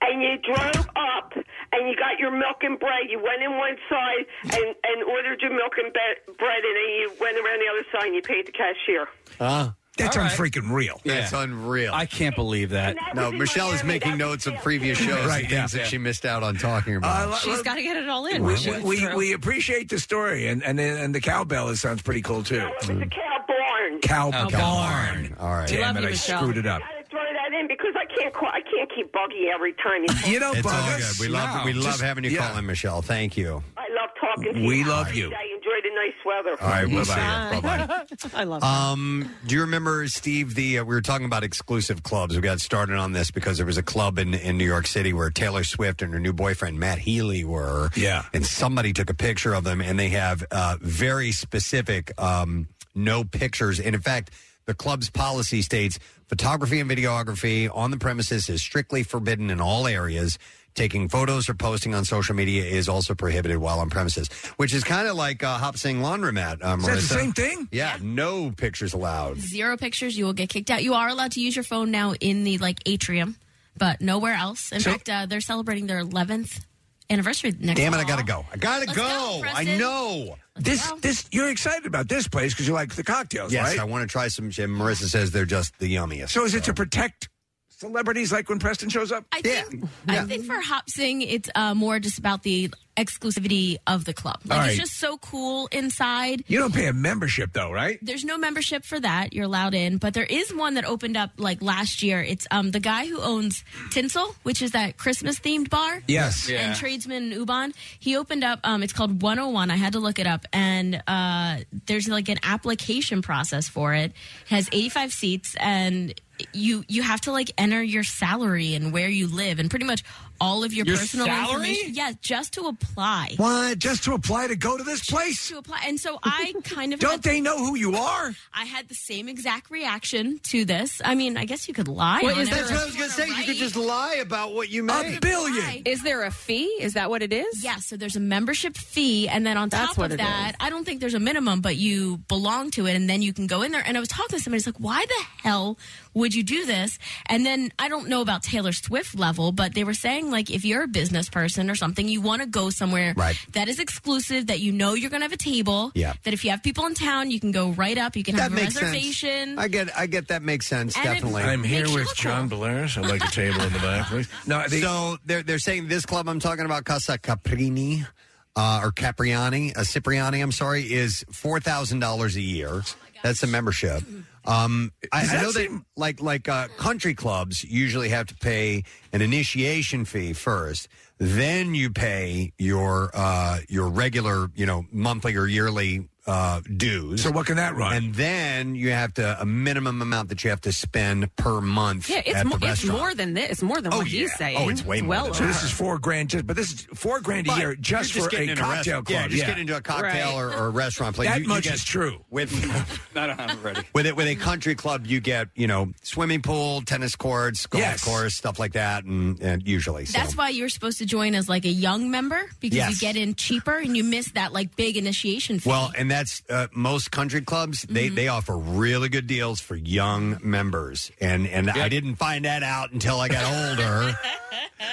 And you drove up, and you got your milk and bread. You went in one side and, and ordered your milk and be- bread, and then you went around the other side and you paid the cashier.
Huh?
That's
All right.
unfreaking real.
That's unreal. I
can't believe that.
No, Michelle is making notes of previous shows
Right,
and things
yeah.
that she missed out on talking
Uh,
about.
She's
got to get it all in.
We,
She
we,
went
we,
through.
we appreciate the story, and, and and the cowbell it sounds pretty cool too.
The Cow Barn.
Cow
Cow
barn. All right,
We
damn
Oh, love
it,
you,
I
Michelle.
screwed it up.
I gotta throw that in because I can't. Call, I can't keep buggy every time.
*laughs* You know,
It's all
Bug
good.
us.
We love
No,
we love
just-
having you
yeah.
call in, Michelle. Thank you.
I love talking to you.
We love you.
I enjoy the nice weather.
All right, we'll see you. Bye. Bye-bye.
*laughs* I love
Um, do you remember Steve? The uh, we were talking about exclusive clubs. We got started on this because there was a club in in New York City where Taylor Swift and her new boyfriend Matt Healy were.
Yeah,
and somebody took a picture of them, and they have uh, very specific um, no pictures. And in fact, the club's policy states photography and videography on the premises is strictly forbidden in all areas. Taking photos or posting on social media is also prohibited while on premises, which is kind of like uh, Hop Sing Laundromat. Uh,
Is that the
Marissa.
same thing?
Yeah, no pictures allowed.
Zero pictures. You will get kicked out. You are allowed to use your phone now in the like atrium, but nowhere else. In
So-
fact, uh, they're celebrating their 11th anniversary next.
Damn it, I
fall.
gotta go. I gotta
Let's
go. I
Preston.
know.
This this you're excited about this place because you like the cocktails,
Yes,
right?
I want to try some. And Marissa says they're just the yummiest.
So is it to protect celebrities like when Preston shows up?
I think, I think for Hop Sing, it's uh, more just about the exclusivity of the club. Like
All
it's
right.
just so cool inside.
You don't pay a membership though, right?
There's no membership for that. You're allowed in, but there is one that opened up like last year. It's um the guy who owns Tinsel, which is that Christmas themed bar.
Yes. Yeah.
And tradesman Uban. He opened up um it's called 101. I had to look it up and uh there's like an application process for it. It has 85 seats and you you have to like enter your salary and where you live and pretty much all of your,
Your
personal
salary?
information. Yeah, just to apply.
What? Just to apply to go to this place?
To apply. And so I kind of
Don't they know who you are?
I had the same exact reaction to this. I mean, I guess you could lie.
Well,
on
is
it
that's
or
what I was
if
going to
wanna
say. You could
write.
just lie about what you made.
Is there a fee? Is that what it is? Yeah, so there's a membership fee, and then on
That's
top
what
of
it
that, I don't think there's a minimum, but you belong to it, and then you can go in there. And I was talking to somebody, it's like, why the hell would you do this? And then I don't know about Taylor Swift level, but they were saying, like, if you're a business person or something, you want to go somewhere
Right.
that is exclusive, that you know you're going to have a table,
Yeah.
that if you have people in town, you can go right up, you can
That
have a
makes sense.
reservation.
I get, I get that makes sense.
And it
definitely.
I'm here makes you with look
John Belarus. I'd like a table in the
*laughs*
back, please. No, they-
so they're they're saying this club I'm talking about, Casa Caprini. Uh, or Capriani, uh, Cipriani, I'm sorry, is four thousand dollars a year. That's a membership. Um,
Does
I, I
that
know that like like uh, country clubs usually have to pay an initiation fee first, then you pay your uh, your regular you know monthly or yearly uh, dues. So
what can that run?
And then you have to a minimum amount that you have to spend per month.
Yeah, it's,
at
mo-
the
it's
restaurant.
more than this. It's more than
Oh,
what
yeah.
he's saying.
Oh, it's way more
Well,
than
So
over.
this is four grand, just, but this is four grand a
But
year just,
you're
for
getting
a
into
cocktail
restaurant-
club.
Yeah, just get into a cocktail or, or a restaurant place.
That
You- you
much
get-
is true. *laughs*
With *laughs*
I don't have it ready.
with it with a country club, you get you know swimming pool, tennis courts, golf course, stuff like that, and, and usually so.
That's why you're supposed to join as like a young member because
Yes.
you get in cheaper and you miss that like big initiation fee.
Well, and that's uh, most country clubs. They they offer really good deals for young members, and and I didn't find that out until I got
*laughs*
older. Uh,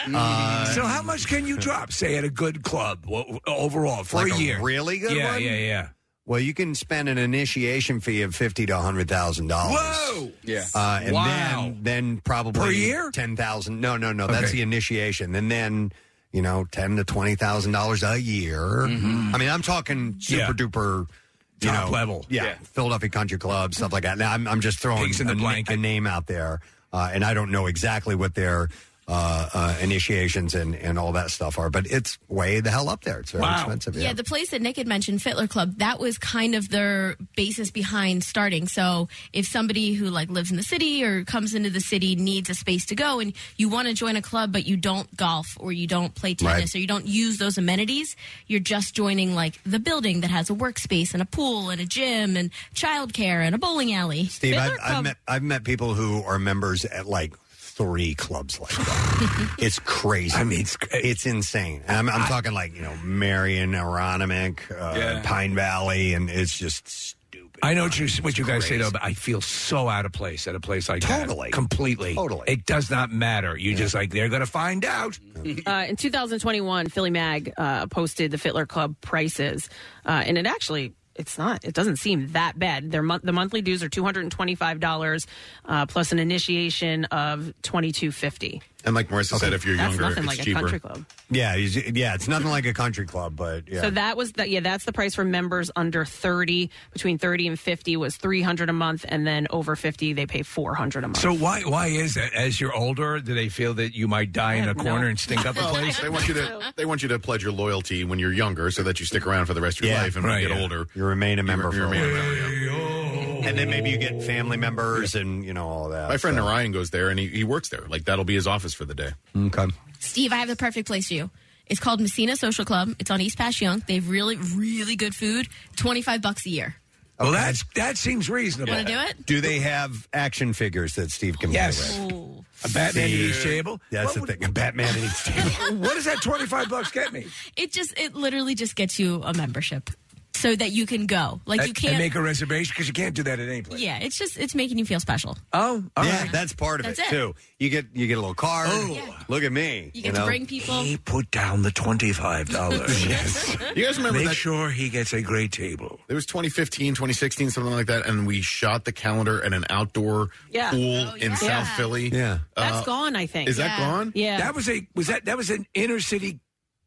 Mm-hmm. so how much can you drop? Say at a good club wo- overall for
Like
a
a
year,
really good
yeah,
one?
Yeah, yeah,
Well, you can spend an initiation fee of fifty to hundred thousand dollars.
Whoa!
Yeah.
Uh, and
Wow.
then then probably
Per year?
ten thousand. No, no, no. That's the initiation. And then you know ten to twenty thousand dollars a year. I mean, I'm talking super
Mm-hmm. Yeah.
duper. You
Top
know,
level.
yeah,
Yeah.
Philadelphia Country Club, stuff like that. Now, I'm, I'm just throwing
Pigs in the
a, na-
blanket.
a name out there, uh, and I don't know exactly what their uh, uh, initiations and, and all that stuff are, but it's way the hell up there. It's very expensive.
Yeah. the place that Nick had mentioned, Fitler Club, that was kind of their basis behind starting. So if somebody who like lives in the city or comes into the city needs a space to go and you want to join a club but you don't golf or you don't play tennis
Right.
or you don't use those amenities, you're just joining like the building that has a workspace and a pool and a gym and childcare and a bowling alley.
Steve,
Fitler
I've, I've
Club-
met I've met people who are members at like three clubs like
*laughs*
that. it's crazy. I mean, it's it's insane. And I'm, I'm talking like you know Marion, Aronimic, uh,
Yeah.
Pine Valley, and it's just
I know what you, what you guys say though, but I feel so out of place at a place like that. Totally, completely, totally. It does not matter. You just like they're going to find out.
*laughs* Uh, in 2021, Philly Mag uh, posted the Fitler Club prices, uh, and it actually it's not it doesn't seem that bad. Their mon- the monthly dues are two hundred and twenty five dollars uh, plus an initiation of twenty two fifty.
*laughs* and like Marissa
said, if you're
That's
younger,
nothing
it's
like a
cheaper.
country club.
yeah, it's- yeah. It's nothing like a country club, but yeah.
So that was the yeah that's the price for members under thirty. Between thirty and fifty was three hundred a month, and then over fifty they pay four hundred a month.
So why why is that? As you're older, do they feel that you might die in a corner and stink up
*laughs*
the
Well,
place?
They want you to they want you to pledge your loyalty when you're younger, so that you stick around for the rest of your
Yeah,
life. And when
right,
you get
yeah.
older,
you remain a member.
You,
for a
remain a
while.
member.
And then maybe you get family members and you know all that.
My friend
so.
Narayan goes there, and he, he works there. Like that'll be his office for the day.
Okay.
Steve, I have the perfect place for you. It's called Messina Social Club. It's on East Passyunk. They have really, really good food. Twenty five bucks a year.
Well, that's that seems reasonable.
Wanna do it?
Do they have action figures that Steve can
Yes.
play with?
A Batman at each
See?
table.
That's the thing. A Batman
*laughs*
at each table.
*laughs* what does that twenty five bucks get me?
It just, it literally just gets you a membership, so that you can go. Like
and, Uh,
you
and
can't
make a reservation because you can't do that at any place.
Yeah, it's just, it's making you feel special.
Oh,
yeah, that's part of
That's
it,
it.
too. You get you get a little card.
Oh. Yeah.
Look at me.
You get to
know?
bring people.
He put down the
*laughs*
twenty five dollars. yes.
You guys remember
Make
that?
sure he gets a great table.
It was 2015, 2016, something like that, and we shot the calendar at an outdoor
Yeah.
pool
Oh,
in
yeah.
South
Yeah.
Philly. Uh,
Yeah,
That's gone, I think.
Is that
Yeah.
gone?
Yeah.
That was a was that that was an inner city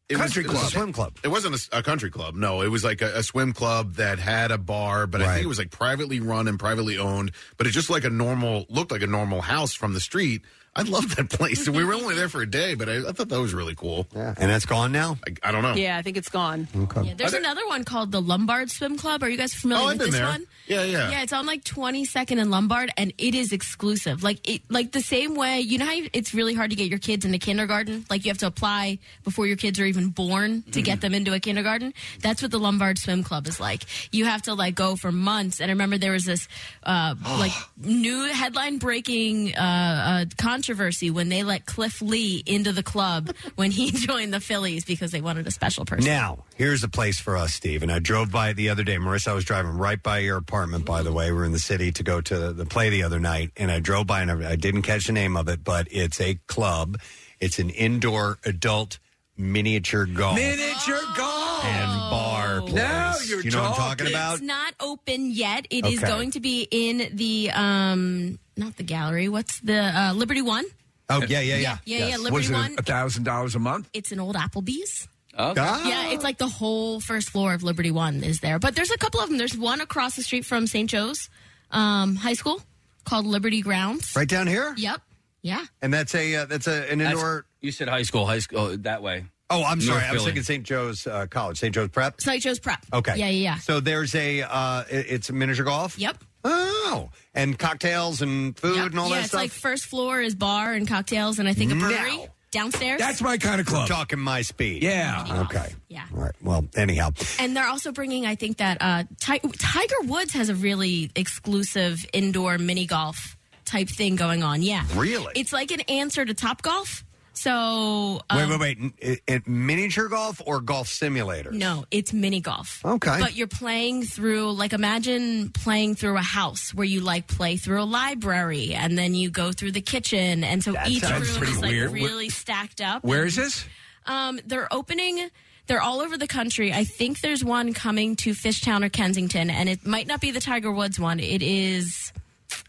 Country club. Swim club.
It wasn't a s- a, country club. No, it was like a, a swim club that had a bar, but I think it was like privately run and privately owned. But it just like a normal looked like a normal house from the street. I love that place. we were only there for a day, but I, I thought that was really cool. Yeah.
And that's gone now.
I, I don't know.
Yeah, I think it's gone.
Okay.
There's another one called the Lombard Swim Club. Are you guys familiar
Oh, I've
with
been
this
there.
one?
Yeah, yeah.
Yeah, it's on like 22nd and Lombard, and it is exclusive. Like it, like the same way. You know how you- it's really hard to get your kids into kindergarten. Like you have to apply before your kids are even born to
Mm-hmm.
get them into a kindergarten. That's what the Lombard Swim Club is like. You have to like go for months. And I remember there was this
*gasps*
uh, like new headline breaking uh, uh, controversy when they let Cliff Lee into the club when he joined the Phillies because they wanted a special person.
Now, here's a place for us, Steve. And I drove by it the other day. Marissa, I was driving right by your apartment, by the way. We were in the city to go to the, the play the other night. And I drove by and I, I didn't catch the name of it, but it's a club. It's an indoor adult miniature golf
Miniature
Oh.
golf.
and bar place.
Now you're
you know what I'm talking about?
It's not open yet. It is
Okay.
going to be in the um not the gallery. What's the uh, Liberty One?
Oh, yeah, yeah, yeah.
Yeah, yeah, Yes. Liberty One.
A thousand dollars a month.
It's an old Applebee's.
Oh. Ah.
Yeah, it's like the whole first floor of Liberty One is there. But there's a couple of them. There's one across the street from St. Joe's um, High School called Liberty Grounds.
Right down here?
Yep. Yeah.
And that's a uh, that's a an
That's-
indoor.
you said high school, high school that way.
Oh, I'm sorry.
North
I was
Philly.
thinking St. Joe's uh, College, St. Joe's Prep.
St. Joe's Prep.
Okay.
Yeah, yeah, yeah.
So there's a uh, it- it's a miniature golf.
Yep.
Oh, and cocktails and food and all
yeah,
that
it's
stuff.
like first floor is bar and cocktails and I think a brewery
Now.
downstairs.
We're talking my speed.
Yeah.
Okay.
Yeah.
All right. Well, anyhow,
And they're also bringing, I think that uh, Ti- Tiger Woods has a really exclusive indoor mini golf type thing going on. Yeah,
Really?
It's like an answer to Top Golf. So um,
wait, wait, wait. N- It, it- miniature golf or golf simulator?
No, it's mini golf.
Okay.
But you're playing through, like, imagine playing through a house where you, like, play through a library and then you go through the kitchen. And so each
sounds
room
pretty
is, like,
weird. Wh-
really stacked up.
Where is this?
Um, they're opening. They're all over the country. I think there's one coming to Fishtown or Kensington, and it might not be the Tiger Woods one. It is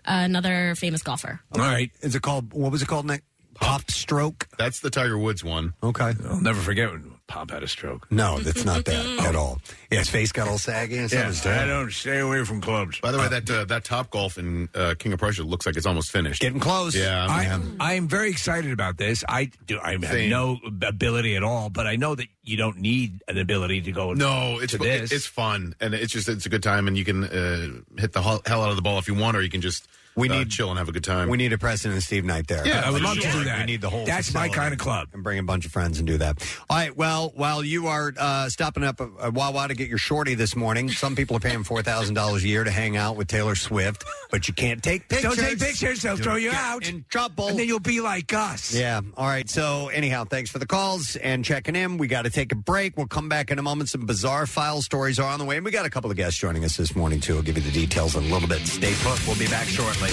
another famous golfer.
All right.
Is it called? What was it called, Nick? Pop stroke.
That's the Tiger Woods one.
Okay.
I'll never forget when Pop had a stroke.
*laughs* No, that's not
*laughs*
that at all. Yeah, his face got all saggy and stuff.
Yeah,
It's terrible.
I
don't stay away from clubs.
By the way, that uh, that Top Golf in uh, King of Prussia looks like it's almost finished.
Getting close.
Yeah,
I,
man.
I am very excited about this. I do. I have
Same.
no ability at all, but I know that you don't need an ability to go.
No, it's
to
fu-
this.
it's fun, and it's just it's a good time, and you can uh, hit the hell hell out of the ball if you want, or you can just
We
uh,
need-
chill and have a good time.
We need a Preston and Steve night there.
Yeah, I would
For
love to do that.
We need the whole.
That's my
facility.
kind of club.
And bring a bunch of friends and do that. All right. Well, while you are uh, stopping up at at Wawa to get your shorty this morning, some people are paying four thousand dollars a year to hang out with Taylor Swift, but you can't take pictures.
Don't take pictures; they'll
You'll
throw you
get
out
in *laughs* trouble,
and then you'll be like us.
Yeah. All right. So, anyhow, thanks for the calls and checking in. We got to take a break. We'll come back in a moment. Some bizarre file stories are on the way. And we got a couple of guests joining us this morning, too. I'll give you the details in a little bit. Stay put. We'll be back shortly.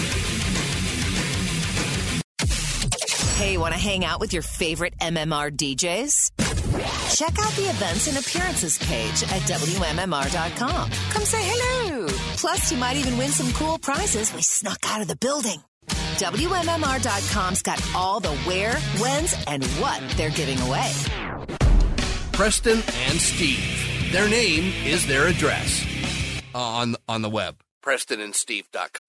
Hey, want to hang out with your favorite MMR DJs? Check out the events and appearances page at WMMR.com. Come say hello. Plus, you might even win some cool prizes we snuck out of the building. WMMR.com's got all the where, whens, and what they're giving away.
Preston and Steve. Their name is their address uh, on on the web. PrestonandSteve.com.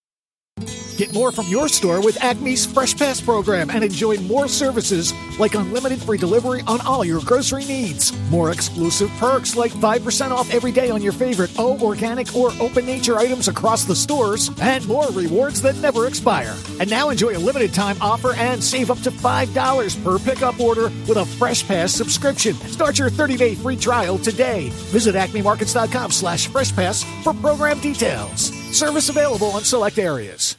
Get more from your store with Acme's Fresh Pass program and enjoy more services like unlimited free delivery on all your grocery needs. More exclusive perks like 5% off every day on your favorite O organic or open nature items across the stores and more rewards that never expire. And now enjoy a limited time offer and save up to $5 per pickup order with a Fresh Pass subscription. Start your 30-day free trial today. Visit acmemarkets.com slash fresh pass for program details. Service available in select areas.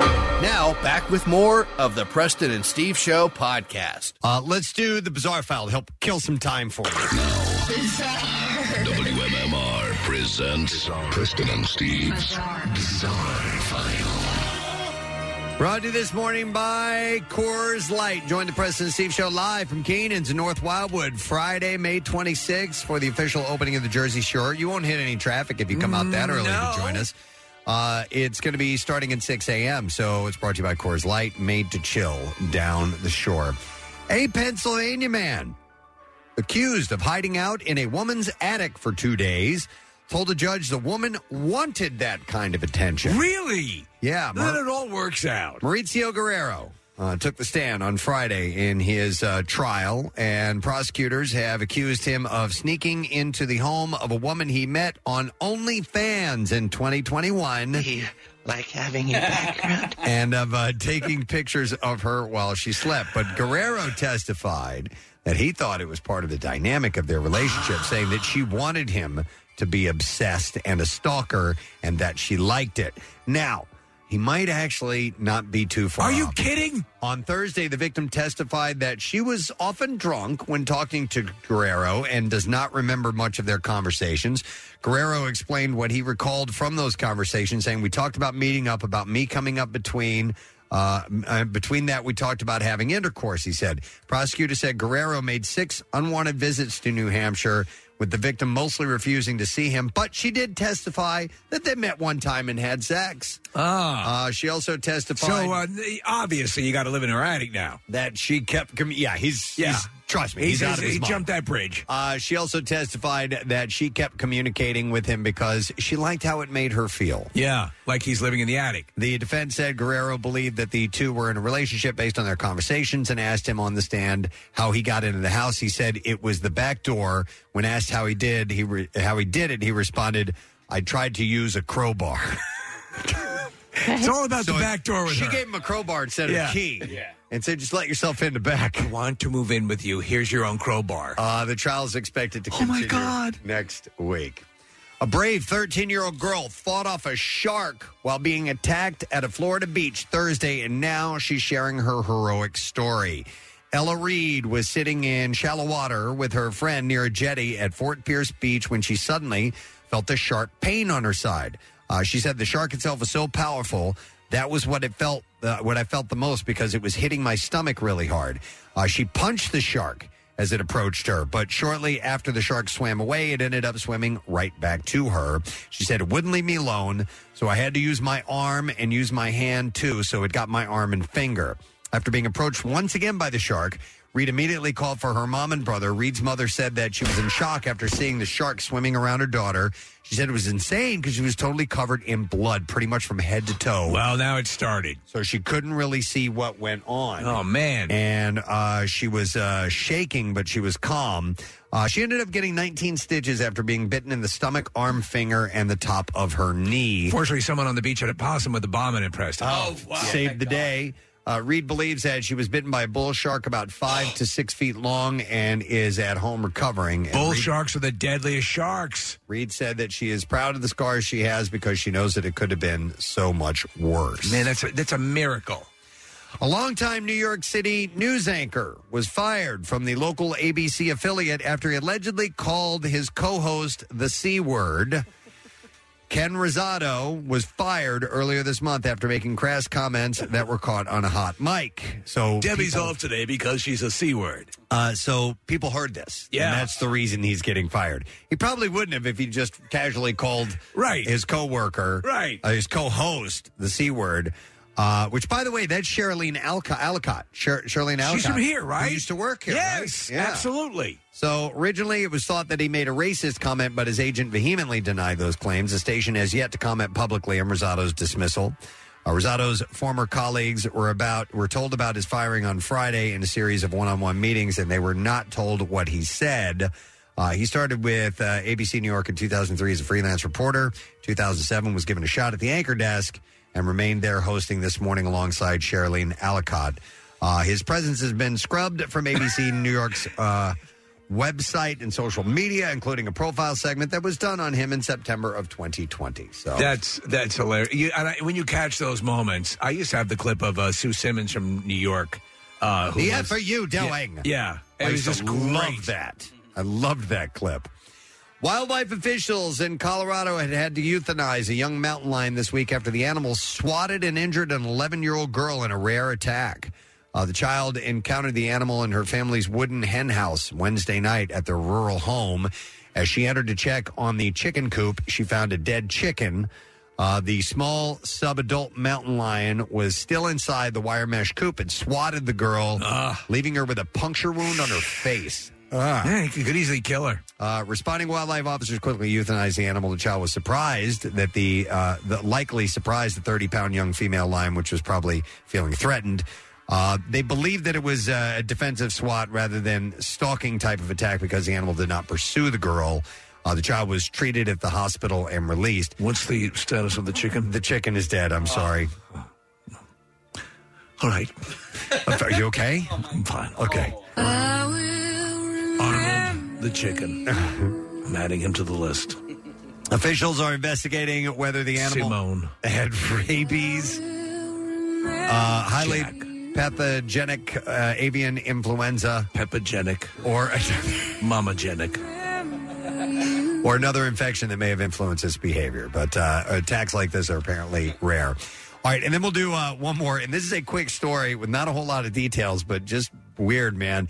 Now
Back with more of the Preston and Steve Show podcast.
Uh, let's do the bizarre file to help kill some time for you.
WMMR presents Preston and Steve's Bizarre, File.
Brought to you this morning by Coors Light. Join the President Steve Show live from Keenan's in North Wildwood Friday, May 26th for the official opening of the Jersey Shore. You won't hit any traffic if you come out that early to join us. Uh, it's going to be starting at 6 a.m., so it's brought to you by Coors Light, made to chill down the shore. A Pennsylvania man accused of hiding out in a woman's attic for two days told a judge the woman wanted that kind of attention.
Really?
Yeah.
Then it all works out.
Maurizio Guerrero uh, took the stand on Friday in his uh, trial, and prosecutors have accused him of sneaking into the home of a woman he met on OnlyFans in 2021.
Like having you back.
*laughs* and of uh, taking pictures of her while she slept. But Guerrero testified that he thought it was part of the dynamic of their *gasps* relationship, saying that she wanted him to be obsessed and a stalker and that she liked it. Now, he might actually not be too far. Are you
kidding?
On Thursday, the victim testified that she was often drunk when talking to Guerrero and does not remember much of their conversations. Guerrero explained what he recalled from those conversations, saying, "We talked about meeting up, about me coming up between." Uh, m- uh, between that, we talked about having intercourse. He said. Prosecutor said Guerrero made six unwanted visits to New Hampshire, with the victim mostly refusing to see him, but she did testify that they met one time and had sex. Ah. Uh, she also testified.
So uh, obviously, you got to live in her attic now.
That she kept. Com- yeah, he's.
Yeah.
he's- trust me,
He's-
he's, out of
he's-
his
he
mind.
jumped that bridge.
Uh, she also testified that she kept communicating with him because she liked how it made her feel.
Yeah, like he's living in the attic.
The defense said Guerrero believed that the two were in a relationship based on their conversations and asked him on the stand how he got into the house. He said it was the back door. When asked how he did, he re- how he did it, he responded, "I tried to use a crowbar." *laughs*
It's all about the back door with
she
her.
gave him a crowbar instead
Yeah.
of a key.
Yeah.
And said, just let yourself in the back. I
want to move in with you. Here's your own crowbar.
Uh, the trial is expected to
Oh, my
continue
God.
next week. A brave 13 year old girl fought off a shark while being attacked at a Florida beach Thursday, and now she's sharing her heroic story. Ella Reed was sitting in shallow water with her friend near a jetty at Fort Pierce Beach when she suddenly felt a sharp pain on her side. Uh, she said the shark itself was so powerful that was what it felt, uh, what I felt the most because it was hitting my stomach really hard. Uh, she punched the shark as it approached her. But shortly after the shark swam away, it ended up swimming right back to her. She said it wouldn't leave me alone, so I had to use my arm and use my hand too, so it got my arm and finger. After being approached once again by the shark, Reed immediately called for her mom and brother. Reed's mother said that she was in shock after seeing the shark swimming around her daughter. She said it was insane because she was totally covered in blood, pretty much from head to toe.
Well, now it started.
So she couldn't really see what went on.
Oh, man.
And uh, she was uh, shaking, but she was calm. Uh, she ended up getting 19 stitches after being bitten in the stomach, arm, finger, and the top of her knee.
Fortunately, someone on the beach had a possum with a bomb and impressed.
Oh, saved the day. Uh, Reed believes that she was bitten by a bull shark about five to six feet long and is at home recovering. And
Bull
Reed-
sharks are the deadliest sharks.
Reed said that she is proud of the scars she has because she knows that it could have been so much worse.
Man, that's a, that's a miracle.
A longtime New York City news anchor was fired from the local ABC affiliate after he allegedly called his co host the C word. Ken Rosado was fired earlier this month after making crass comments that were caught on a hot mic. So
Debbie's
people-
off today because she's a C word.
Uh, so people heard this.
Yeah.
And that's the reason he's getting fired. He probably wouldn't have if he just casually called
Right.
his coworker,
Right.
uh, his co-host, the C word. Uh, which, by the way, that's Sherilyn Alcott. Alcott. Sher- Sherilyn Alcott.
She's from here,
who
right?
used to work here.
Yes,
right? Yeah.
absolutely.
So originally, it was thought that he made a racist comment, but his agent vehemently denied those claims. The station has yet to comment publicly on Rosado's dismissal. Uh, Rosado's former colleagues were about were told about his firing on Friday in a series of one-on-one meetings, and they were not told what he said. Uh, he started with uh, ABC New York in 2003 as a freelance reporter. 2007 was given a shot at the anchor desk and remained there hosting this morning alongside Sherilyn Alcott. Uh, his presence has been scrubbed from ABC New York's uh, website and social media, including a profile segment that was done on him in September of 2020. So
That's that's hilarious. You, and I, when you catch those moments, I used to have the clip of uh, Sue Simmons from New York. Uh, who
Yeah,
was-
for you, Delling.
Yeah, yeah.
I
it was
used to
just great.
love that. I loved that clip. Wildlife officials in Colorado had had to euthanize a young mountain lion this week after the animal swatted and injured an 11 year old girl in a rare attack. Uh, the child encountered the animal in her family's wooden hen house Wednesday night at their rural home. As she entered to check on the chicken coop, she found a dead chicken. Uh, the small sub-adult mountain lion was still inside the wire mesh coop and swatted the girl, leaving her with a puncture wound on her face.
Yeah, he could easily kill her.
Uh, responding wildlife officers quickly euthanized the animal. The child was surprised that the, uh, the likely surprised the 30 pound young female lion, which was probably feeling threatened. Uh, they believed that it was uh, a defensive SWAT rather than stalking type of attack because the animal did not pursue the girl. Uh, the child was treated at the hospital and released.
What's the status of the chicken? Oh.
The chicken is dead. I'm sorry.
All right.
Are you okay?
I'm fine. Okay. Arnold the chicken. I'm adding him to the list.
Officials are investigating whether the animal
Simone.
had rabies, uh, highly pathogenic uh, avian influenza,
pepogenic,
or
mamagenic,
or another infection that may have influenced its behavior. But uh, attacks like this are apparently rare. All right, and then we'll do uh, one more. And this is a quick story with not a whole lot of details, but just weird, man.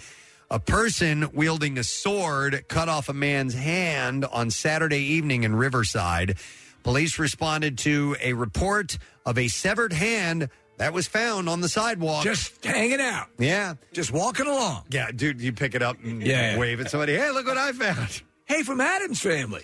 A person wielding a sword cut off a man's hand on Saturday evening in Riverside. Police responded to a report of a severed hand that was found on the sidewalk.
Just hanging out.
Yeah.
Just walking along.
Yeah, dude, you pick it up and
Yeah.
wave at somebody. Hey, look what I found.
Hey, from Adam's family.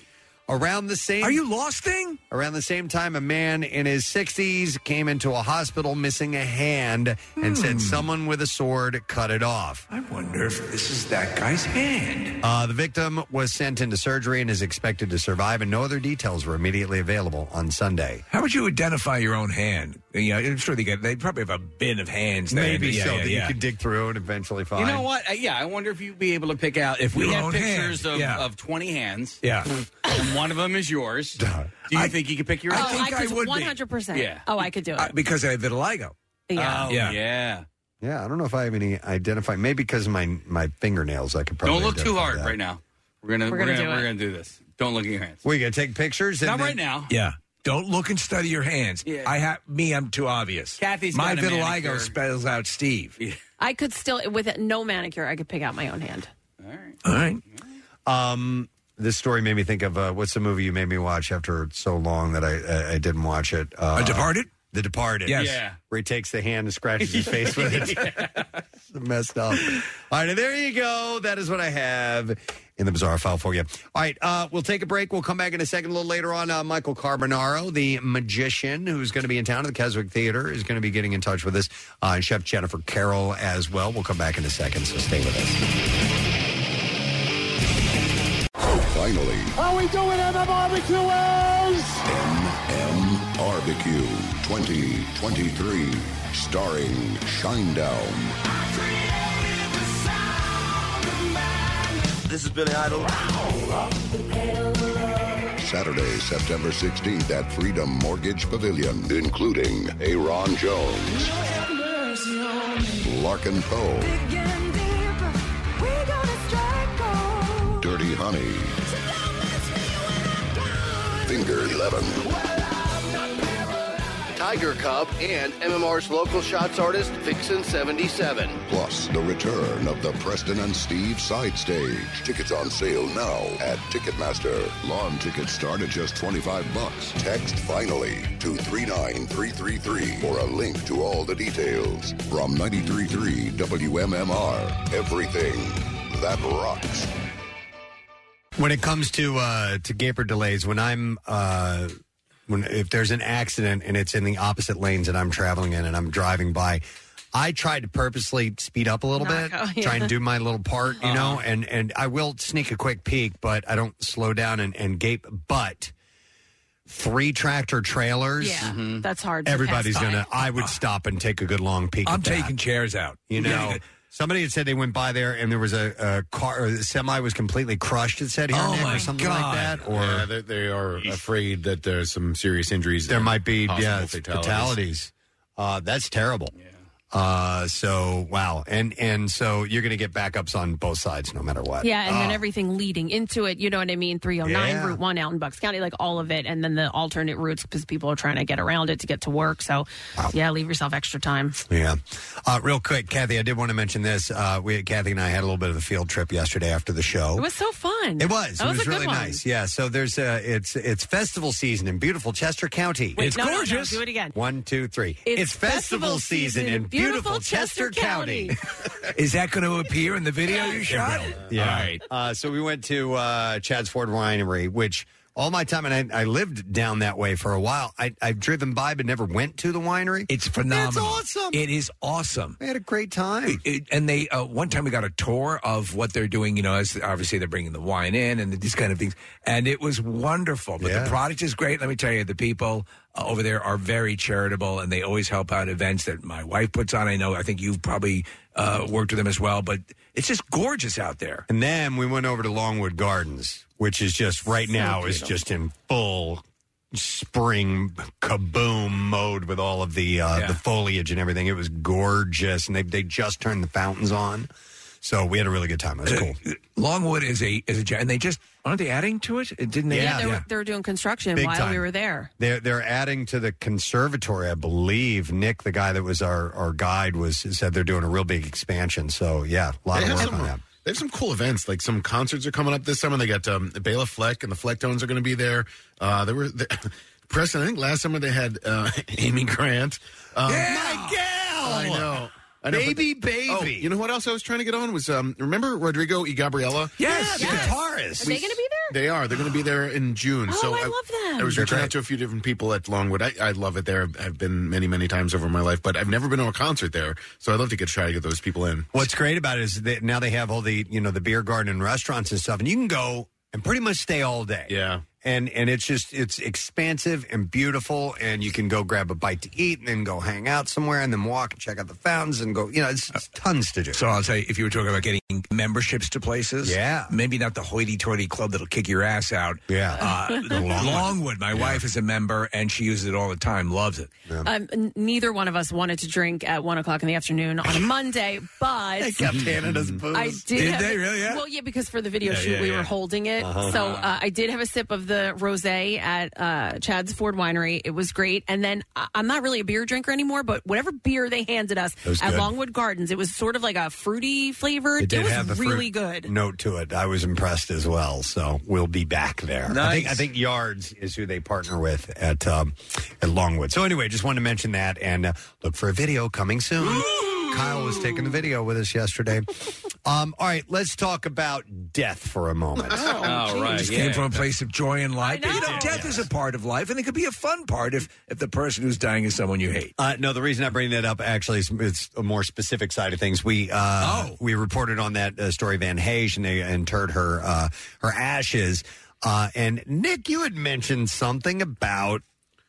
Around the same.
Are you lost thing?
Around the same time, a man in his 60s came into a hospital missing a hand and said someone with a sword cut it off.
Hmm. I wonder if this is that guy's hand.
Uh, the victim was sent into surgery and is expected to survive, and no other details were immediately available on Sunday.
How would you identify your own hand? Yeah, I'm sure they get. They probably have a bin of hands. there.
Maybe
Yeah,
so
yeah,
that
yeah.
you could dig through and eventually find.
You know what? Uh, yeah, I wonder if you'd be able to pick out if we
Your
have
own
pictures
hand,
of,
yeah.
of twenty hands.
Yeah.
and one of them
*laughs*
is yours. Do you think you could pick your?
oh,
own?
I, could
would be.
100%.
Yeah.
Oh, I could do it.
because I have vitiligo.
yeah.
Oh,
yeah. yeah.
Yeah, I don't know if I have any identify. Maybe because of my my fingernails, I could probably
Don't look too
identify
hard
that.
right now. We're gonna
We're
we're
gonna
gonna,
do
we're
it.
gonna do this. Don't look at your hands.
We're gonna take pictures. and
Not
then-
right now.
Yeah. Don't look and study your hands.
Yeah.
I have me. I'm too obvious.
Kathy's
my
got a
vitiligo
manicure.
spells out Steve.
I could still, with no manicure, I could pick out my own hand.
All right.
Um, this story made me think of uh, what's the movie you made me watch after so long that I I, I didn't watch it. Uh,
Departed?
The Departed.
Yes. Yeah.
Where he takes the hand and scratches
*laughs*
his face with it. *laughs* Messed up. All right, and there you go. That is what I have in the bizarre file for you. All right, uh, we'll take a break. We'll come back in a second. A little later on, uh, Michael Carbonaro, the magician who's going to be in town at the Keswick Theater, is going to be getting in touch with us. Uh, and Chef Jennifer Carroll as well. We'll come back in a second, so stay with us.
Finally,
*laughs* Are we doing MMR barbecue is?
MM Barbecue 2023, starring Shinedown,
This is Billy Idol.
Saturday, September 16th at Freedom Mortgage Pavilion, including Aaron Jones, Larkin Poe, Dirty Honey, Finger 11,
Tiger Cub and MMR's local shots artist, Vixen77.
plus the return of the Preston and Steve side stage. Tickets on sale now at Ticketmaster. Lawn tickets start at just 25 bucks. Text finally to 39333 for a link to all the details. From 933 WMMR, everything that rocks.
When it comes to uh, to Gaper delays, when I'm uh, when if there's an accident and it's in the opposite lanes that I'm traveling in and I'm driving by, I try to purposely speed up a little bit,
*laughs*
Knock out, yeah.
try and do my little part, you know,
Uh-huh.
and and I will sneak a quick peek, but I don't slow down and, and gape. But three tractor trailers,
Yeah.
Mm-hmm.
That's hard. to pass
everybody's
by.
gonna. I would stop and take a good long peek.
I'm
at that.
taking chairs out.
You know,
Yeah.
Somebody had said they went by there and there was a, a car, or the semi was completely crushed. It said here
Oh,
Nick,
my
or something
God.
like that, or
Yeah, they, they are afraid that there's some serious injuries.
there might be
possible
yeah fatalities. Uh, that's terrible. Uh, so wow, and and so you're going to get backups on both sides no matter what.
Yeah, and then
Ah.
everything leading into it, you know what I mean? 309,
Yeah.
Route 1 out in Bucks County, like all of it, and then the alternate routes because people are trying to get around it to get to work. So, yeah, leave yourself extra time.
Yeah. Uh, real quick, Kathy, I did want to mention this. Uh, we, Kathy and I had a little bit of a field trip yesterday after the show.
It was so fun.
It was.
That
it
was,
was,
a good
really
one.
nice. Yeah. So there's uh it's it's festival season in beautiful Chester County.
Wait, It's no, no, no, gorgeous. do it again.
One, two, three. It's, festival season in beautiful Chester County.
Is that going to appear in the video you shot?
Yeah. Uh, so we went to uh, Chad's Ford Winery, which all my time, and I, I lived down that way for a while. I, I've driven by but never went to the winery.
It's phenomenal. It's awesome. It is awesome.
We had a great time.
and they uh, one time we got a tour of what they're doing. You know, as obviously they're bringing the wine in and these kind of things, and it was wonderful. But
Yeah.
the product is great. Let me tell you, the people uh, over there are very charitable, and they always help out events that my wife puts on. I know. I think you've probably uh, worked with them as well, but it's just gorgeous out there.
And then we went over to Longwood Gardens, which is just right now is just in full spring kaboom mode with all of the uh, the foliage and everything. It was gorgeous, and they they just turned the fountains on, so we had a really good time. It was cool.
*clears throat* Longwood is a is a gi- and they just aren't they adding to it? It Didn't they?
Yeah, they, Were, they were doing construction
Big
while we
time.
were there.
They're they're adding to the conservatory, I believe. Nick, the guy that was our, our guide, was said they're doing a real big expansion. So yeah, a lot
They have
of work
some-
on that.
They have some cool events, like some concerts are coming up this summer. They got um, Bela Fleck and the Flecktones are going to be there. Uh, there were the, *laughs* Preston. I think last summer they had uh, *laughs* Amy Grant. Um,
yeah,
I
Oh.
know. I know, but-
Baby, baby.
Oh, you know what else I was trying to get on was um, remember Rodrigo y Gabriela?
Yes,
the
guitarist.
Are they going to be there?
They are. They're going to be there in June.
Oh,
so
I love them.
I was
They're
reaching
great.
out to a few different people at Longwood. I, I love it there. I've- I've been many, many times over my life, but I've never been to a concert there. So I'd love to get try to get those people in.
What's great about it is that now they have all the you know the beer garden and restaurants and stuff, and you can go and pretty much stay all day.
Yeah.
And and it's just it's expansive and beautiful, and you can go grab a bite to eat, and then go hang out somewhere, and then walk and check out the fountains, and go. You know, it's, it's tons to do.
So I'll tell you, if you were talking about getting memberships to places,
Yeah.
maybe not the hoity-toity club that'll kick your ass out.
Yeah,
uh,
*laughs*
the Longwood. My wife is a member, and she uses it all the time. Loves it.
Um, n- neither one of us wanted to drink at one o'clock in the afternoon on a Monday, but
They kept handing
Mm-hmm.
us booze.
I did.
Did
have-
they really? Yeah.
Well, yeah, because for the video
Yeah,
shoot,
yeah,
we
yeah.
were holding it.
Uh-huh.
So uh, I did have a sip of the rosé at uh, Chad's Ford Winery. It was great. And then I- I'm not really a beer drinker anymore, but whatever beer they handed us
was
at
good.
Longwood Gardens, it was sort of like a fruity flavored.
It did
was
have the fruit
really good.
note to it. I was impressed as well. So we'll be back there. I think I think Yards is who they partner with at um, at Longwood. So anyway, just wanted to mention that and uh, look for a video coming soon. Kyle was taking the video with us yesterday. um, all right, let's talk about death for a moment. Oh,
Oh,
All right, just came from a place of joy and life. But, You know, death is a part of life, and it could be a fun part if if the person who's dying is someone you hate.
Uh, no, the reason I bring that up actually is it's a more specific side of things. We uh, we reported on that uh, story Van Hage and they interred her uh, her ashes. Uh, and Nick, you had mentioned something about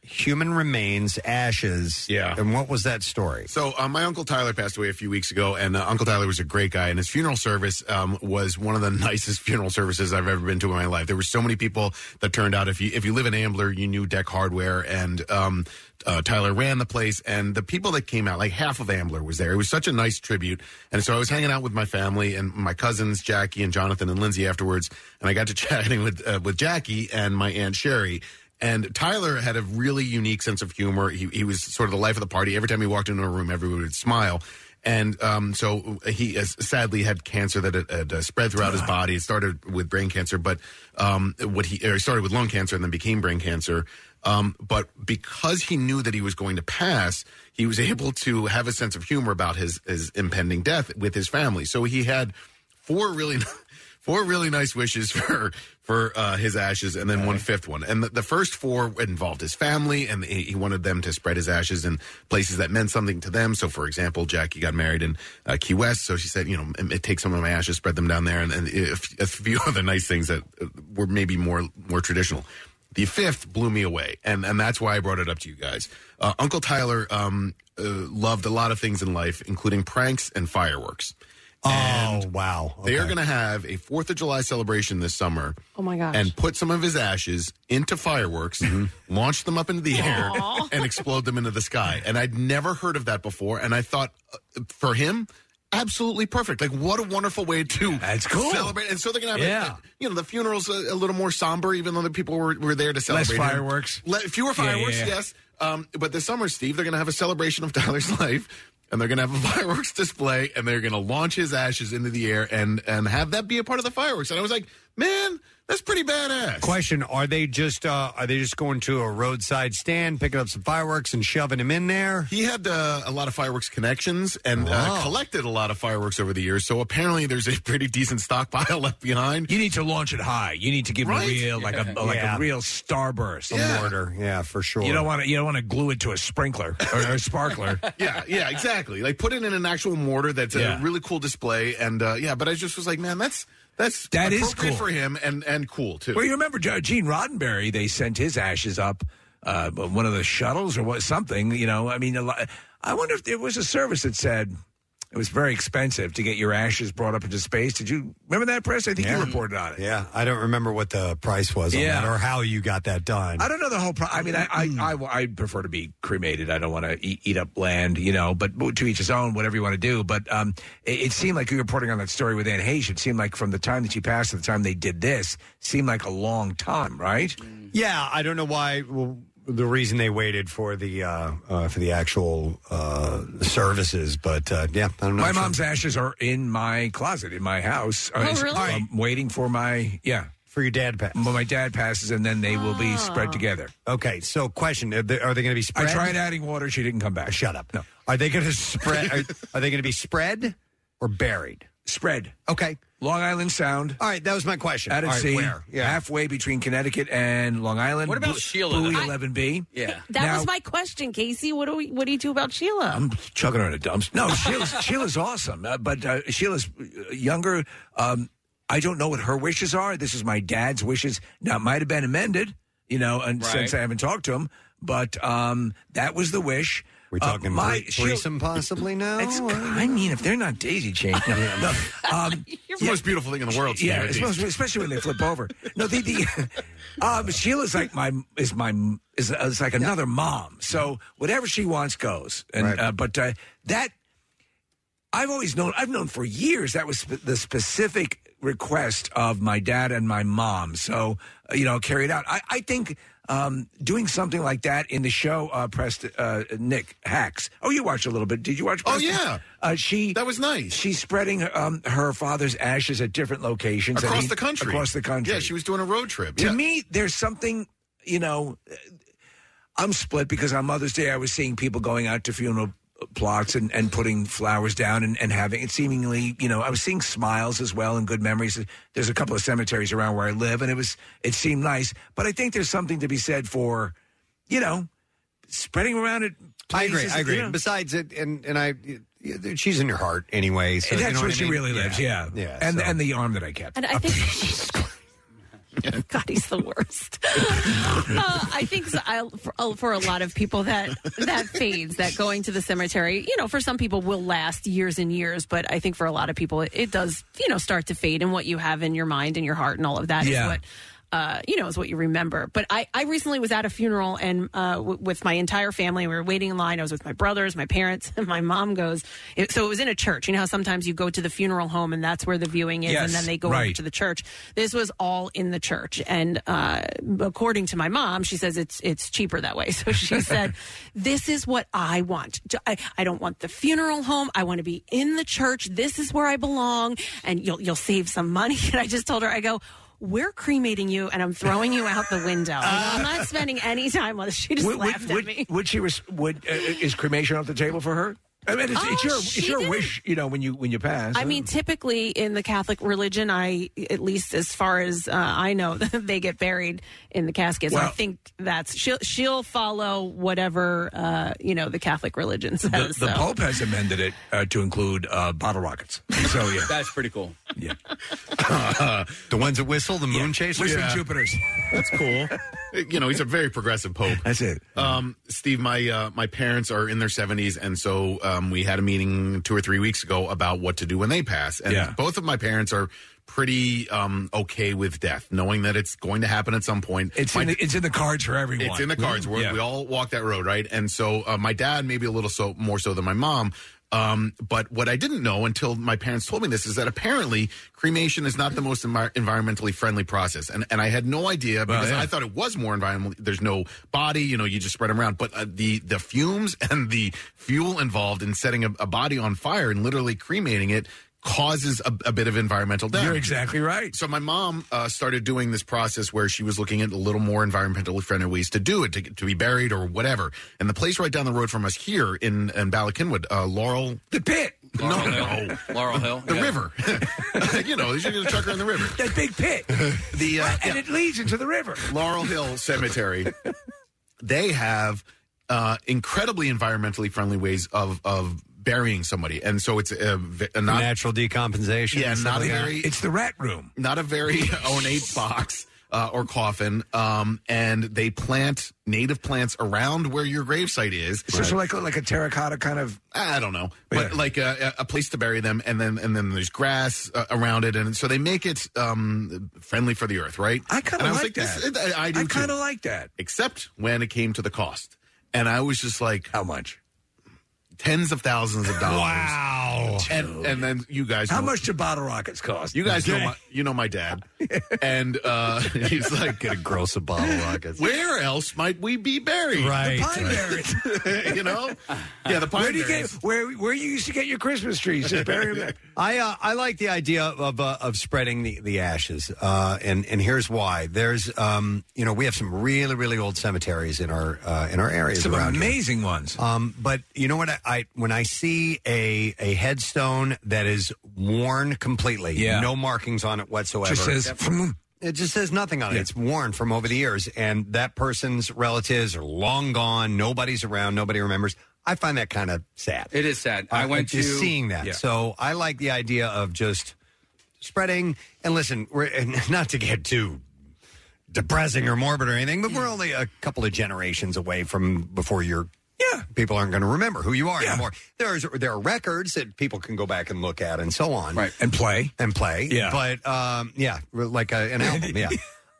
human remains ashes. Yeah, and what was that story?
So uh, my uncle Tyler passed away a few weeks ago, and uh, Uncle Tyler was a great guy, and his funeral service um, was one of the *laughs* nicest funeral services I've ever been to in my life. There were so many people that turned out. If you if you live in Ambler, you knew Deck Hardware, and um, uh, Tyler ran the place, and the people that came out, like half of Ambler was there. It was such a nice tribute, and so I was hanging out with my family and my cousins Jackie and Jonathan and Lindsay afterwards, and I got to *laughs* chatting with uh, with Jackie and my aunt Sherry. And Tyler had a really unique sense of humor. He, he was sort of the life of the party. Every time he walked into a room, everyone would smile. And um, so he uh, sadly had cancer that had, had uh, spread throughout his body. It started with brain cancer, but um, what he or it started with lung cancer and then became brain cancer. Um, but because he knew that he was going to pass, he was *laughs* able to have a sense of humor about his his impending death with his family. So he had four really *laughs* four really nice wishes for for uh, his ashes, and then one fifth one. And the, the first four involved his family, and he, he wanted them to spread his ashes in places that meant something to them. So, for example, Jackie got married in uh, Key West, so she said, you know, "Um, take some of my ashes, *laughs* spread them down there, and, and a f- a few other nice things that uh, were maybe more more traditional. The fifth blew me away, and and that's why I brought it up to you guys. Uh, Uncle Tyler um, uh, loved a lot of things in life, including pranks and fireworks. Oh
wow!
They are going to have a Fourth of July celebration this summer
Oh my gosh.
and put some of his ashes into fireworks, launch them up into the air,
Aw.
*laughs* and explode them into the sky. And I'd never heard of that before. And I thought, uh, for him, absolutely perfect. Like, what a wonderful way to That's
cool.
celebrate. And so they're going to have,
Yeah.
a, you know, the funeral's a, a little more somber, even though the people were, were there to celebrate. him.
fireworks.
Le- fewer
Yeah, yeah,
fireworks,
yeah.
yes. Um, but this summer, Steve, they're going to have a celebration of Tyler's *laughs* life. And they're going to have a fireworks display, and they're going to launch his ashes into the air, and and have that be a part of the fireworks. And I was like, man, that's pretty badass.
Question: Are they just uh, are they just going to a roadside stand, picking up some fireworks and shoving them in there? Oh.
He had uh, a lot of fireworks connections and uh, collected a lot of fireworks over the years. So apparently, there's a pretty decent stockpile *laughs* left behind.
You need to launch it high. You need to give
Right?
a real like a like
Yeah.
a real starburst.
Some mortar, yeah, for sure.
You don't want to you don't want to glue it to a sprinkler or, or a sparkler.
*laughs* yeah, yeah, exactly. Like put it in an actual mortar. That's
Yeah.
a really cool display. And uh, yeah, but I just was like, man, that's that's
That is
appropriate
cool.
for him and and cool too.
Well, you remember Jo- Gene Roddenberry? They sent his ashes up uh, on one of the shuttles or what? Something, you know. I mean, a lot, I wonder if there was a service that said it was very expensive to get your ashes brought up into space. Did you remember that press? I think you reported on it.
Yeah, I don't remember what the price was
Yeah.
on that or how you got that done.
I don't know the whole. Pro- I mean, I I, I I prefer to be cremated. I don't want to eat, eat up land, you know. But to each his own. Whatever you want to do. But um, it, it seemed like you were reporting on that story with Anne Hayes. It seemed like from the time that she passed to the time they did this seemed like a long time, right?
Yeah, I don't know why. Well, the reason they waited for the uh, uh, for the actual uh, services, but uh, yeah, I don't know.
my mom's ashes are in my closet in my house.
Oh,
It's-
really?
I'm waiting for my yeah
for your dad pass.
When my dad passes, and then they will be spread together.
Okay, so question: Are they, are they going to be spread?
I tried adding water. She didn't come back.
Shut up. No. Are they going to
*laughs*
spread? *laughs* Are, are they going to be spread or buried?
Spread.
Okay.
Long Island Sound.
All right, that was my question.
Out
All
of
right,
sea,
where?
halfway between Connecticut and Long Island.
What about
Bu-
Sheila?
Buoy
I-
11B. Yeah.
That was my question, Casey. What do we? What do you do about Sheila?
I'm chugging her in a dumpster. No, Sheila's, *laughs* Sheila's awesome, uh, but uh, Sheila's uh, younger. Um, I don't know what her wishes are. This is my dad's wishes. Now, it might have been amended, you know, and
Right.
since I haven't talked to him, but um, that was the wish. Uh,
We're talking
my
thre- threesome possibly now?
It's, I mean, if they're not daisy chained,
*laughs*
no, no.
*laughs*
Um,
It's the most beautiful thing in the world. Steve,
yeah,
I think.
especially, especially when they flip over. No, the, the um, Sheila's like my is my is, is like another mom. So whatever she wants goes. And uh, but uh, that I've always known. I've known for years that was sp- the specific request of my dad and my mom. So uh, you know, carry it out. I, I think. Um, doing something like that in the show, uh, Preston, uh, Nick Hacks. Oh, you watched a little bit. Did you watch?
Oh,
Preston?
yeah.
Uh, she that was nice. She's spreading um, her father's ashes at different locations and
across
he-
the country,
Across the country.
Yeah, she was doing a road trip.
To
yeah.
me, there's something you know. uh, I'm split because on Mother's Day I was seeing people going out to funeral plots and, and putting flowers down and, and having it seemingly you know I was seeing smiles as well and good memories. There's a couple of cemeteries around where I live and it was it seemed nice, but I think there's something to be said for you know spreading around it.
I agree. I agree. Besides it, and and I, she's in your heart anyway. So
that's
you know
where
what I
she
mean?
really lives. Yeah,
yeah.
and and the arm that
*laughs*
I kept.
And I think Jesus Christ. God, he's the worst. uh, I think so, I, for, uh, for a lot of people that that fades. That going to the cemetery, you know, for some people will last years and years, but I think for a lot of people, it, it does, you know, start to fade. And what you have in your mind and your heart and all of that is
Yeah.
what. Uh, you know, is what you remember. But I, I recently was at a funeral and uh, w- with my entire family, we were waiting in line. I was with my brothers, my parents, *laughs* and my mom goes. It, so it was in a church. You know how sometimes you go to the funeral home and that's where the viewing is, and
Yes,
then they go over
right.
to the church. This was all in the church, and uh, according to my mom, she says it's it's cheaper that way. *laughs* So she said, "This is what I want. I, I don't want the funeral home. I want to be in the church. This is where I belong, and you'll you'll save some money." *laughs* And I just told her, I go. We're cremating you, and I'm throwing you out the window. I'm not spending any time on this. She just
would, would-
laughed at
would-
me.
would she? Res- would uh, is cremation off the table for her? I mean, it's, it's
Oh,
your
she
it's your wish, you know, when you when you pass.
I mean, typically in the Catholic religion, I at least as far as uh, I know, *laughs* they get buried in the casket. So I
Well-
think that's she'll she'll follow whatever uh, you know the Catholic religion says.
the, the
so.
Pope has amended it uh, to include uh, bottle rockets. So *laughs* yeah,
that's pretty cool.
Yeah, *laughs*
the ones that whistle, the moon chasers,
Whistling Jupiters.
That's cool. you know, he's a very progressive pope.
That's it.
Um, Steve, my uh, my parents are in their seventies, and so um, we had a meeting two or three weeks ago about what to do when they pass. And
Yeah.
both of my parents are pretty um, okay with death, knowing that it's going to happen at some point.
It's
My-
in the, it's in the cards for everyone.
It's in the cards. We're,
Yeah.
We all walk that road, right? And so uh, my dad, maybe a little so more so than my mom. Um, but what I didn't know until my parents told me this is that apparently cremation is not the most envi- environmentally friendly process, and and I had no idea because
yeah.
I thought it was more environmentally. There's no body, you know, you just spread them around. But uh, the the fumes *laughs* and the fuel involved in setting a, a body on fire and literally cremating it causes a, a bit of environmental damage.
You're exactly right.
So my mom uh, started doing this process where she was looking at a little more environmentally friendly ways to do it, to, to be buried or whatever. And the place right down the road from us here in, in Ballackinwood, uh, Laurel.
The pit.
No,
Laurel Hill.
no.
Laurel Hill.
The river.
*laughs*
you know, you should get a trucker in the river.
That big pit.
*laughs* The uh,
and it leads into the river.
Laurel Hill
*laughs*
Cemetery. they have uh, incredibly environmentally friendly ways of of burying somebody, and so it's a, v- a not,
Natural decompensation.
Yeah,
and stuff
not a
like that.
very.
It's the rat room.
Not a very ornate box. Uh, or coffin, um, and they plant native plants around where your gravesite is.
So, so like like a terracotta kind of.
I don't know, but like a, a place to bury them, and then and then there's grass uh, around it, and so they make it um, friendly for the earth, right? I
kinda like that.
I, do
I kinda
too.
like that,
except when it came to the cost, and I was just like,
how much?
Tens of thousands of dollars.
Wow!
And, and then you guys,
How
know-
much do bottle rockets cost?
You guys know, my, you know my
*laughs*
dad, and uh, he's like,
Get a gross of bottle
*laughs*
rockets.
Where else might we be buried? *laughs*
Right.
The pine
berries. you know? Yeah, the pine
where do you get
berries.
where where you used to get your Christmas trees? Just bury them there.
I uh, I like the idea of uh, of spreading the the ashes, uh, and and here's why. There's um you know we have some really really old cemeteries in our uh, in our areas
Some
around here.
amazing ones.
Um, but you know what? I, I when I see a a headstone that is worn completely,
Yeah.
no markings on it whatsoever.
Just says, "Vroom."
it just says nothing on it. It's worn from over the years, and that person's relatives are long gone. Nobody's around. Nobody remembers. I find that kind of sad.
It is sad. I
Uh,
went
just
to
seeing that.
Yeah.
So I like the idea of just spreading. And listen, we're and *laughs* not to get too depressing or morbid or anything, but we're only a couple of generations away from before your yeah people aren't going to remember who you are anymore. There's there are records that people can go back and look at and so on. Right
and play
and play.
Yeah.
but um, yeah, like a, an album.
*laughs*
Yeah.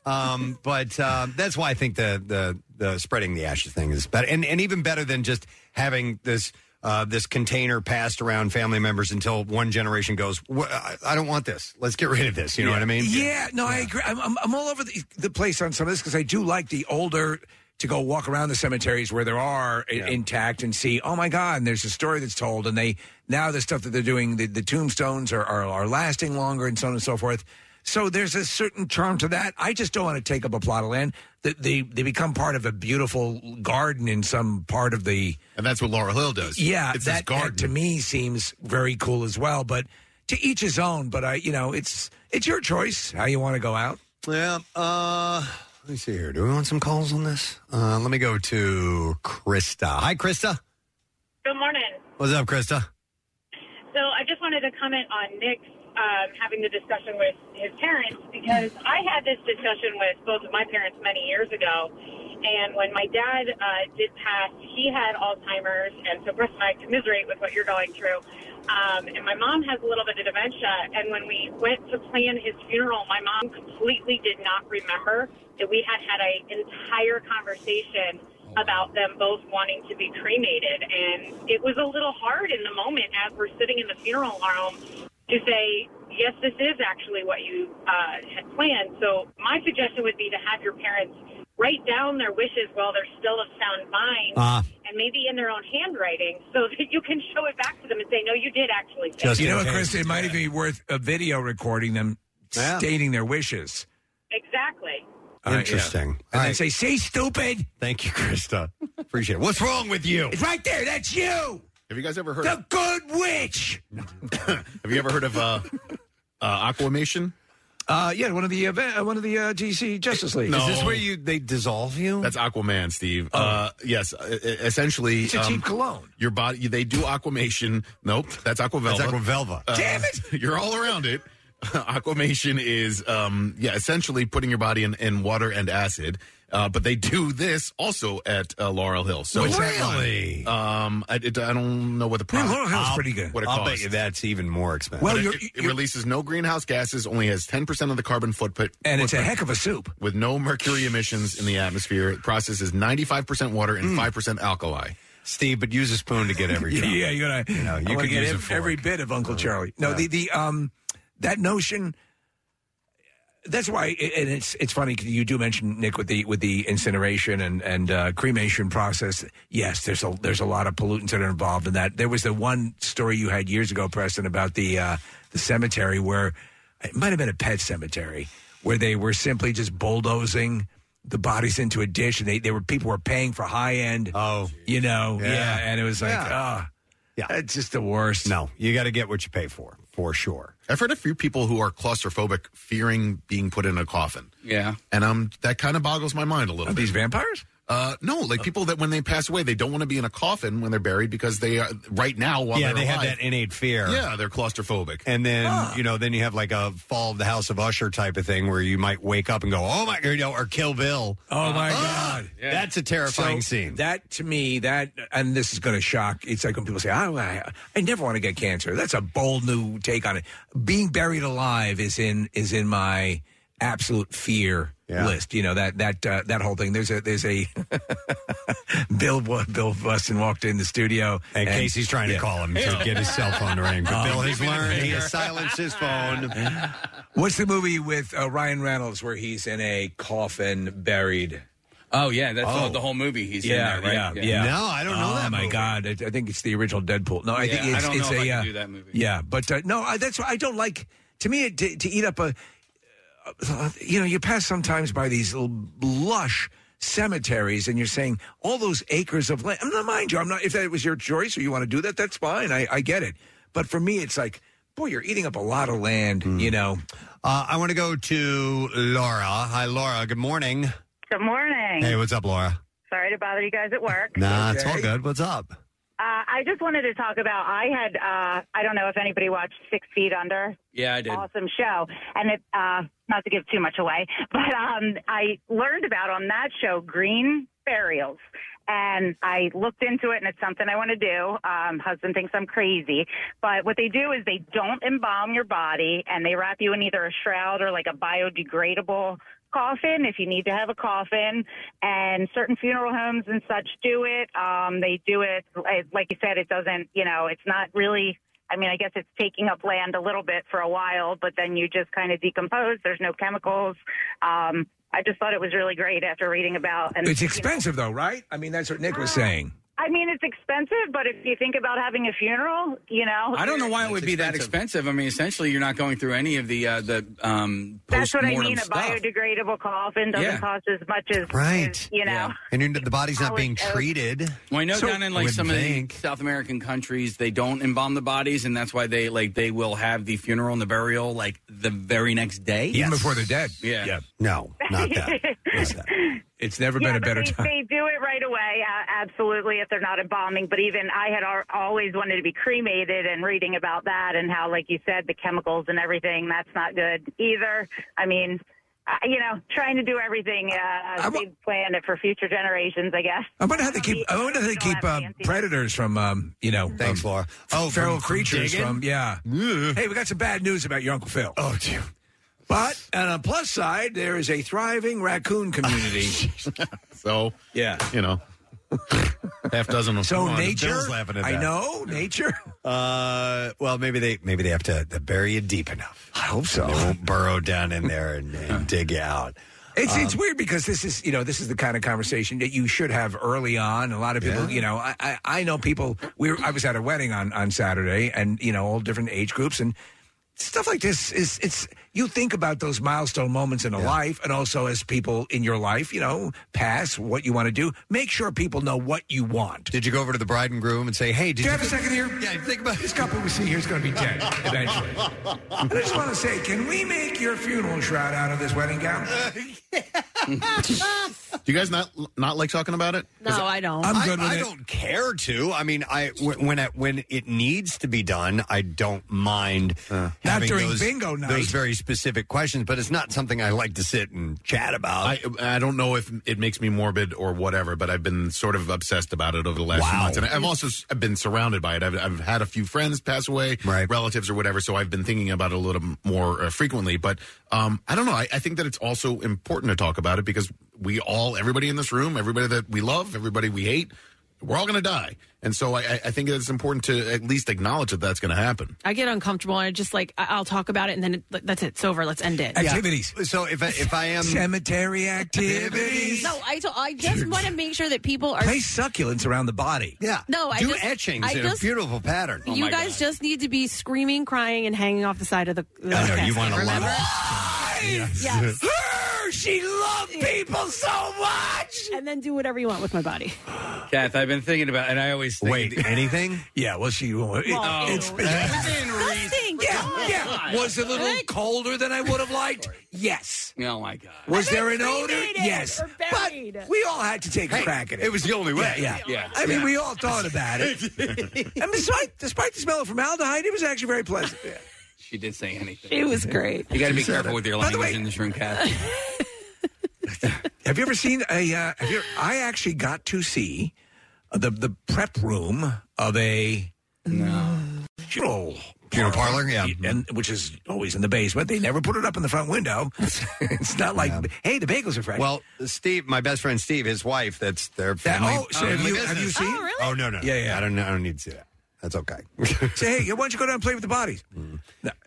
Um, but um, that's why I think the, the the spreading the ashes thing is better, and and even better than just having this uh, this container passed around family members until one generation goes, "Wha- I I don't want this. Let's get rid of this. You know what I mean?
Yeah, no, I agree. I'm, I'm, I'm all over the, the place on some of this because I do like the older to go walk around the cemeteries where there are i- intact and see. Oh my God! And there's a story that's told, and they now the stuff that they're doing, the, the tombstones are, are are lasting longer, and so on and so forth. So there's a certain charm to that. I just don't want to take up a plot of land. That they they become part of a beautiful garden in some part of the.
And that's what Laurel Hill does.
Yeah,
It's this
Uh, that, that
garden.
to me seems very cool as well. But to each his own. But I, you know, it's it's your choice how you want to go out.
Yeah. Uh, let me see here. Do we want some calls on this? Uh, let me go to Krista. Hi, Krista.
Good morning.
What's up, Krista?
So I just wanted to comment on Nick's um, having the discussion with his parents because I had this discussion with both of my parents many years ago. And when my dad uh, did pass, he had Alzheimer's. And so, Chris and I commiserate with what you're going through. Um, and my mom has a little bit of dementia. And when we went to plan his funeral, my mom completely did not remember that we had had an entire conversation about them both wanting to be cremated. And it was a little hard in the moment as we're sitting in the funeral home to say, yes, this is actually what you uh, had planned. So my suggestion would be to have your parents write down their wishes while they're still of sound mind.
Ah.
And maybe in their own handwriting, so that you can show it back to them and say, "No, you did actually." say
you know what,
that."
Krista? It might even be worth a video recording them
Yeah.
stating their wishes.
Exactly.
All right,
Interesting.
yeah. And then say, "Say stupid."
Thank you, Krista. Appreciate it. What's wrong with you?
It's right there. That's you.
Have you guys ever heard
the Good Witch?
Have you ever heard of uh, uh, Aquamation?
Uh, yeah, one of the event, uh, one of the uh, GC Justice League.
No.
you they dissolve you? Oh.
That's Aquaman, Steve. Uh, yes, e- e- essentially,
It's a cheap cologne.
Your body, they do aquamation. Nope, that's aquavelva.
That's Aquavelva.
Damn it! *laughs* You're all around it. aquamation is, um, yeah, essentially putting your body in, in water and acid. Uh, but they do this also at uh, Laurel Hill. So
What's that line? Really?
Um, I, it- I don't know what the
Yeah,
price.
Laurel Hill's pretty good.
What it
I'll bet
costs.
you
that's even more expensive.
Well,
Well, you're-
Uh, it, it releases no greenhouse gases, only has ten percent of the carbon footprint,
And it's a
footprint.
heck of a soup
with no mercury emissions in the atmosphere. It processes ninety-five percent water
Hmm.
and five percent alkali.
Steve, but use a
*laughs*
spoon to get every
*laughs* Yeah, yeah, you're gonna.
You know, you
I wanna
could
get
use a
ev-
fork. Uh,
every bit of Uncle Charlie. No,
Yeah.
the the um that notion. That's why, and it's it's funny 'cause you do mention Nick with the with the incineration and and uh, cremation process. Yes, there's a there's a lot of pollutants that are involved in that. There was the one story you had years ago, Preston, about the uh, the cemetery where it might have been a pet cemetery where they were simply just bulldozing the bodies into a dish, and they, they were people were paying for high end. Oh, you know, yeah.
Yeah.
and it was like,
Yeah.
ah, yeah, it's just the worst.
No, you got to get what you pay for, for sure.
I've heard a few people who are claustrophobic fearing being put in a coffin.
Yeah.
And um, that kind of boggles my mind a little bit.
These vampires? Oh.
Uh, no, like people that when they pass away, they don't want to be in a coffin when they're buried because they are right now while
yeah,
they're
they
alive,
have that innate fear.
Yeah, they're claustrophobic.
And then you know, then you have like a fall of the House of Usher type of thing where you might wake up and go, "Oh my," you know, or Kill Bill. Ah,
Oh my God,
that's a terrifying scene.
That to me, that and this is going to shock. It's like when people say, "Oh, I, I never want to get cancer." That's a bold new take on it. Being buried alive is in is in my absolute fear list. You know that that uh, that whole thing. There's a there's a *laughs* Bill Wa- Bill Buston walked in the studio,
And Casey's trying to call him to get his cell phone to ring, but
Oh.
Bill has learned he has silenced his phone.
*laughs* What's the movie with uh, Ryan Reynolds where he's in a coffin buried?
Oh yeah, that's the- the whole movie he's in
yeah,
there, right?
Yeah,
Yeah.
yeah.
No, I don't know
oh,
that
my
movie.
god, I, I think it's the original Deadpool. No, I
Yeah,
think
I
it's,
don't
it's
know
a
if I can
uh,
do that movie.
Yeah, but uh, no, I, that's why I don't like. To me, it, to, to eat up a, uh, you know, you pass sometimes by these l- lush cemeteries, and you're saying all those acres of land. I'm not mind you. I'm not. If that was your choice or you want to do that, that's fine. I, I get it. But for me, it's like, boy, you're eating up a lot of land.
Hmm.
You know.
Uh, I want to go to Laura. Hi, Laura. Good morning.
Good morning.
Hey, what's up, Laura?
Sorry to bother you guys at work.
Nah, it's all good. What's up?
Uh, I just wanted to talk about. I had. Uh, I don't know if anybody watched Six Feet Under.
Yeah, I did.
Awesome show, and it. Uh, not to give too much away, *laughs* but um, I learned about on that show green burials, and I looked into it, and it's something I want to do. Um, husband thinks I'm crazy, but what they do is they don't embalm your body, and they wrap you in either a shroud or like a biodegradable coffin if you need to have a coffin and certain funeral homes and such do it um they do it like- like you said it doesn't you know it's not really i mean i guess it's taking up land a little bit for a while but then you just kind of decompose there's no chemicals um i just thought it was really great after reading about and
it's
you know,
expensive though, right? I mean, that's what Nick was saying.
i mean it's expensive but if you think about having a funeral you know
I don't know why it would be that expensive. I mean, essentially, you're not going through any of the uh, the um,
that's what i
post-mortem
mean a
stuff.
biodegradable coffin doesn't
Yeah.
cost as much as
Right.
as, you know
And you're, the body's not being
Alex, Eric.
treated.
Well, I know
So-
down in like
Wouldn't
some
think.
of the South American countries, they don't embalm the bodies, and that's why they like they will have the funeral and the burial like the very next day,
Even before they're dead.
Yeah.
No,
*laughs*
It's never
yeah,
been a
but
better
they,
time.
They do it right away, uh, absolutely, if they're not embalming. But even I had al always wanted to be cremated and reading about that and how, like you said, the chemicals and everything, that's not good either. I mean, uh, you know, trying to do everything, uh, we plan it for future generations, I guess.
I wonder how they keep. I wonder how they keep uh, predators from. Um, you know, thanks,
um, Laura. Oh,
feral
from- from
creatures
digging?
from. Yeah. Hey, we got some bad news about your uncle Phil.
Oh, dear.
But on a plus side, there is a thriving raccoon *laughs* community.
so
yeah,
you know, half dozen.
*laughs*
Of
so
come on,
nature.
Bill's laughing at
I
that.
know nature.
Uh, well, maybe they maybe they have to bury it deep enough. I
hope so.
They won't burrow down in there
*laughs*
and, and dig you out.
It's
Um,
it's weird because this is you know this is the kind of conversation that you should have early on. A lot of people, you know, I, I I know people. We were, I was at a wedding on on Saturday, and you know all different age groups and stuff like this is it's you think about those milestone moments in a life and also as people in your life you know pass what you want to do make sure people know what you want
did you go over to the bride and groom and say hey
do
did
you
you
have a
think-
second here yeah think about this couple we see here is going to
*laughs*
be dead eventually and i just want to say can we make your funeral shroud out of this wedding gown
Um,
Do you guys not not like talking about it?
*laughs* No, I don't.
I don't care to. I mean, I wh- when it, when it needs to be done, I don't mind having
during
those,
bingo night.
those very specific questions. But it's not something I like to sit and chat about.
I I don't know if it makes me morbid or whatever, but I've been sort of obsessed about it over the last few
Wow.
months, and I've also s- I've been surrounded by it. I've I've had a few friends pass away, relatives or whatever, so I've been thinking about it a little m- more uh, frequently. But um, I don't know. I, I think that it's also important to talk about it because we all, everybody in this room, everybody that we love, everybody we hate, we're all going to die, and so I, I I think that it's important to at least acknowledge that that's going to happen.
I get uncomfortable and I just like I- I'll talk about it and then it, that's it. It's over. Let's end it.
So if I, if I am
cemetery activities,
No, I, to- I just want to make sure that people are.
place succulents around the body. Oh
Yeah.
No, I
do
just-
etchings
I
in
just-
a beautiful
pattern. Oh
you guys just need to be screaming, crying, and hanging off the side of the. the
I know you want a lot
remember?
of.
*laughs*
Yes.
she loved people so much.
And then do whatever you want with my body.
Kath, I've been thinking about, and I always think *laughs* Oh,
Wait,
anything?
yeah, well, she won't.
Well,
it's, *laughs*
Nothing.
yeah, yeah. Was it a little colder than I would have liked? Yes.
Oh my God.
Was
And
there
they
an odor?
cremated
Yes.
or
But we all had to take a
Hey,
crack at it.
it was the only way.
Yeah. yeah.
Yeah.
I mean,
Yeah.
we all thought about
*laughs*
it. and despite, despite the smell of formaldehyde, it was actually very pleasant. Yeah.
She did say anything.
It was great.
You got to be
She said
careful
it.
with your
By the
language in this room, Kath.
Have you ever seen a? Uh, have you, I actually got to see the the prep room of a no. funeral funeral parlor, yeah, and which is always in the basement. They never put it up in the
*laughs*
front window. it's not like, hey, the bagels are fresh.
Well, Steve, my best friend Steve, his wife, that's their family.
oh, so have
family
you- have you
business.
seen? Oh, really?
Oh, no, no. Yeah, yeah. I don't, I don't need to see that. That's okay. Mm.
say, hey, why don't you go down and play with the bodies?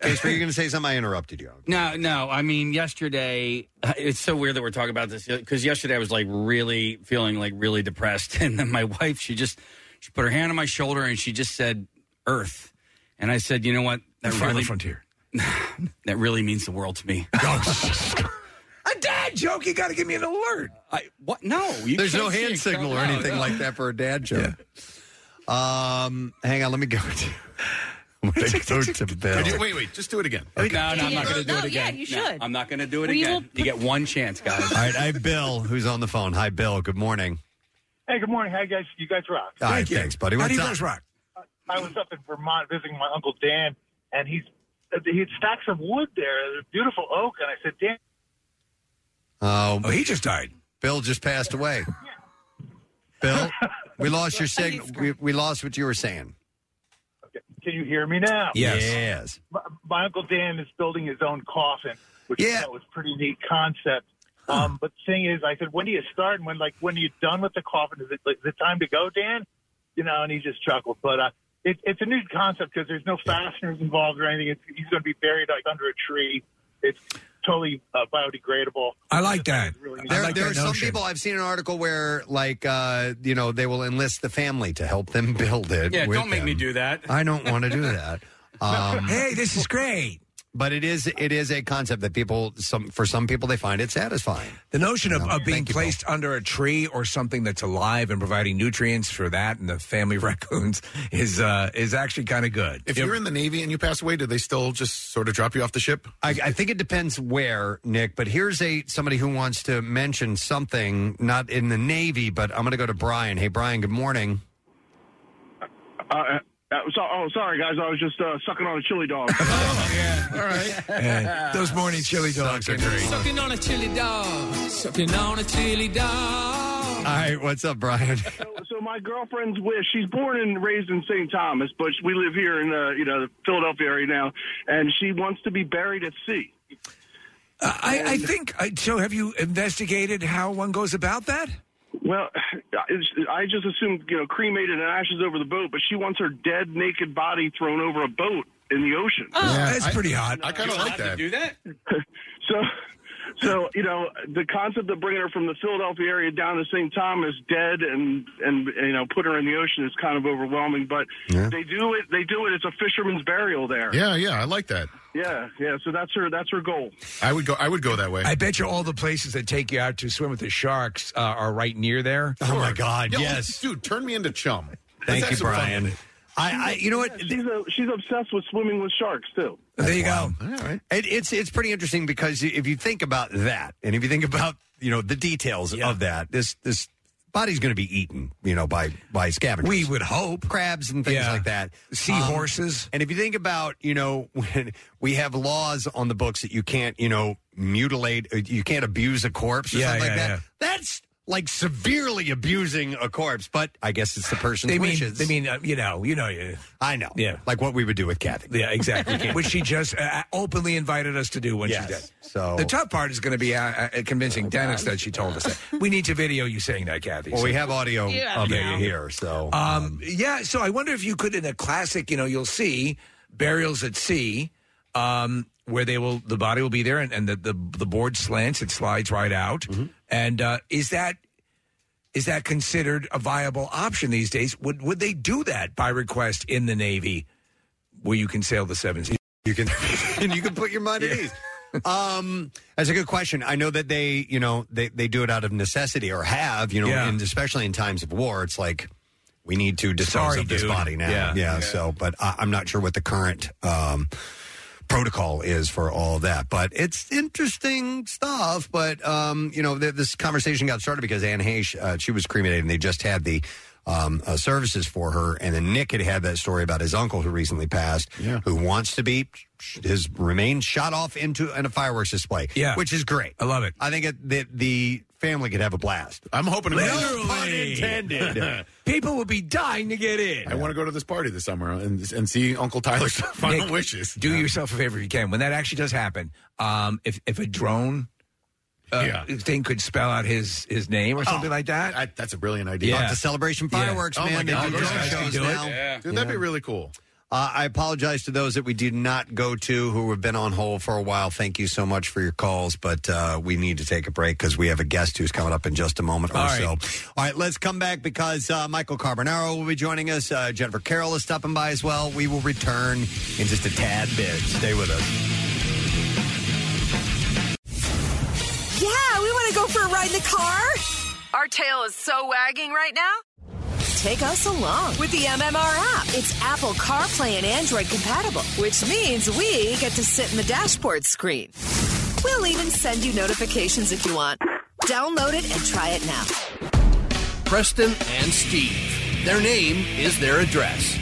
Casper, you're going to say something? I interrupted you.
*laughs* No, no. I mean, yesterday, uh, it's so weird that we're talking about this because yesterday I was like really feeling like really depressed. *laughs* And then my wife, she just, she put her hand on my shoulder and she just said, Earth. And I said, you know what?
The final frontier.
*laughs* that really means the world to *laughs* me.
A dad joke? You got to give me an alert.
I what? No, you
There's
can't
no
see
hand
it
signal or
coming. No,
anything
no.
like that for a dad joke. Um, hang on, let me go *laughs* to. I'm going to go to Bill.
Could you- wait, wait, just do it again.
No, no, I'm not going to do
No,
it
yeah,
again.
you
No,
should.
I'm not going to do it
We will
again. You get one chance, guys.
All right, I have Bill who's on the phone. Hi, Bill. Good morning.
Hey, good morning. How you guys? You guys rock.
All right, thanks, buddy. What's up?
I was up in Vermont visiting my uncle Dan, and he's he had stacks of wood there, They're beautiful oak. And I said, Dan,
Um,
oh, he just died.
Bill just passed
*laughs*
away. Bill, we lost your signal. We, we lost what you were saying.
can you hear me now?
Yes. Yes.
My, my uncle Dan is building his own coffin, which I thought was a pretty neat concept. Um, but the thing is, I said, when do you start? And when like when are you done with the coffin? Is it like, is it time to go, Dan? You know, and he just chuckled. But uh, it, it's a new concept because there's no fasteners involved or anything. It's, he's going to be buried like under a tree. It's totally uh, biodegradable.
I like that.
There, there are some people I've seen an article where, like, uh, you know, they will enlist the family to help them *laughs* build it.
Yeah,
with
don't make me
them.
do that.
I don't want to do that. Um,
hey, this is great.
But it is it is a concept that people some for some people they find it satisfying.
The notion of, of being placed under a tree or something that's alive and providing nutrients for that and the family *laughs* of raccoons is uh, is actually kind of good.
If you're in the Navy and you pass away, do they still just sort of drop you off the ship?
I, I think it depends where, Nick. But here's a somebody who wants to mention something not in the Navy, but I'm going to go to Brian. Hey, Brian. Good morning.
Uh, uh, so, oh, sorry, guys. I was just uh, sucking on a chili dog.
All right. those morning chili dogs are
*laughs*
great.
Sucking on a chili dog. Sucking on a chili dog.
All right, what's up, Brian?
so my girlfriend's wish. She's born and raised in St. Thomas, but we live here in uh, you know the Philadelphia area now, and she wants to be buried at sea.
I, I think. I, so, have you investigated how one goes about that?
Well, it's- I just assumed you know cremated and ashes over the boat, but she wants her dead, naked body thrown over a boat in the ocean.
Oh.
that's pretty hot.
I
kinda like that.
Do that?
so, so you know, the concept of bringing her from the Philadelphia area down to St. Thomas, dead, and and you know, put her in the ocean is kind of overwhelming. But they do it. They do it. It's a fisherman's burial there.
Yeah, yeah, I like that.
yeah, yeah. So that's her. That's her goal.
I would go. I would go that way.
I bet you all the places that take you out to swim with the sharks uh, are right near there.
Oh my God!
Yeah,
yes,
dude, turn me into chum.
Thank
Let's
you,
have some fun.
Brian. I, I, you know what?
She's a, she's obsessed with swimming with sharks too.
There you
go. All right. It, it's it's pretty interesting because if you think *laughs* about that, and if you think about you know the details of that. This this body's going to be eaten, you know, by by scavengers. We would hope crabs and things
Yeah.
like that,
Seahorses.
Um, and if you think about, you know, *laughs* when we have laws on the books that you can't, you know, mutilate, uh, you can't abuse a corpse or
Yeah,
something like
yeah,
that.
yeah.
That's like severely abusing a corpse, but I guess it's the person's
They mean-
wishes.
they mean, uh, you know, you know, you.
I know. Yeah, like what we would do with Kathy.
Yeah,
*laughs*
exactly. Which she just uh, openly invited us to do when
Yes.
she did.
So-
the tough part is going to be uh, uh, convincing Dennis that she told us
*laughs*
that. We need to video you saying that, Kathy.
Oh, Well,
So-
we have audio of it here, so
Um, yeah, so I wonder if you could, in a classic, you know, you'll see burials at sea, um, where they will the body will be there, and, and the, the the board slants, it slides right out,
Mm-hmm.
and uh, is that is that considered a viable option these days? Would would they do that by request in the Navy, where you can sail the seven seas?
You can *laughs* and you can put your mind at ease. Um, that's a good question. I know that they, you know, they, they do it out of necessity or have, you know,
Yeah.
and especially in times of war, it's like we need to dispose
Sorry,
of this
dude.
body now.
Yeah. Yeah.
So, but I, I'm not sure what the current um, protocol is for all of that. But it's interesting stuff. But um, you know, th- this conversation got started because Anne Heche, uh, she was cremated, and they just had the. Um, uh, services for her, and then Nick had had that story about his uncle who recently passed, who wants to be his remains shot off into in a fireworks display,
Yeah.
which is great. I
love it.
I think it, the the family could have a blast.
I'm hoping to go-
no
*laughs*
pun *laughs* intended. Uh,
People will be dying to get in.
I want to go to this party this summer and and see Uncle Tyler's *laughs* final
Nick,
wishes.
Do yourself a favor if you can. When that actually does happen, um, if if a drone uh, thing could spell out his his name or something like that,
Oh, that's a brilliant idea. Oh
Not the celebration fireworks, man. They do drone shows now.
Dude, that'd be really cool.
Uh, I apologize to those that we did not go to who have been on hold for a while. Thank you so much for your calls, but uh, we need to take a break because we have a guest who's coming up in just a moment or
All right.
so. All right, let's come back because uh, Michael Carbonaro will be joining us. Uh, Jennifer Carroll is stopping by as well. We will return in just a tad bit. Stay with us.
Yeah, we want to go for a ride in the car.
Our tail is so wagging right now. Take us along with the MMR app. It's Apple CarPlay and Android compatible, which means we get to sit in the dashboard screen. We'll even send you notifications if you want. Download it and try it now.
Preston and Steve. Their name is their address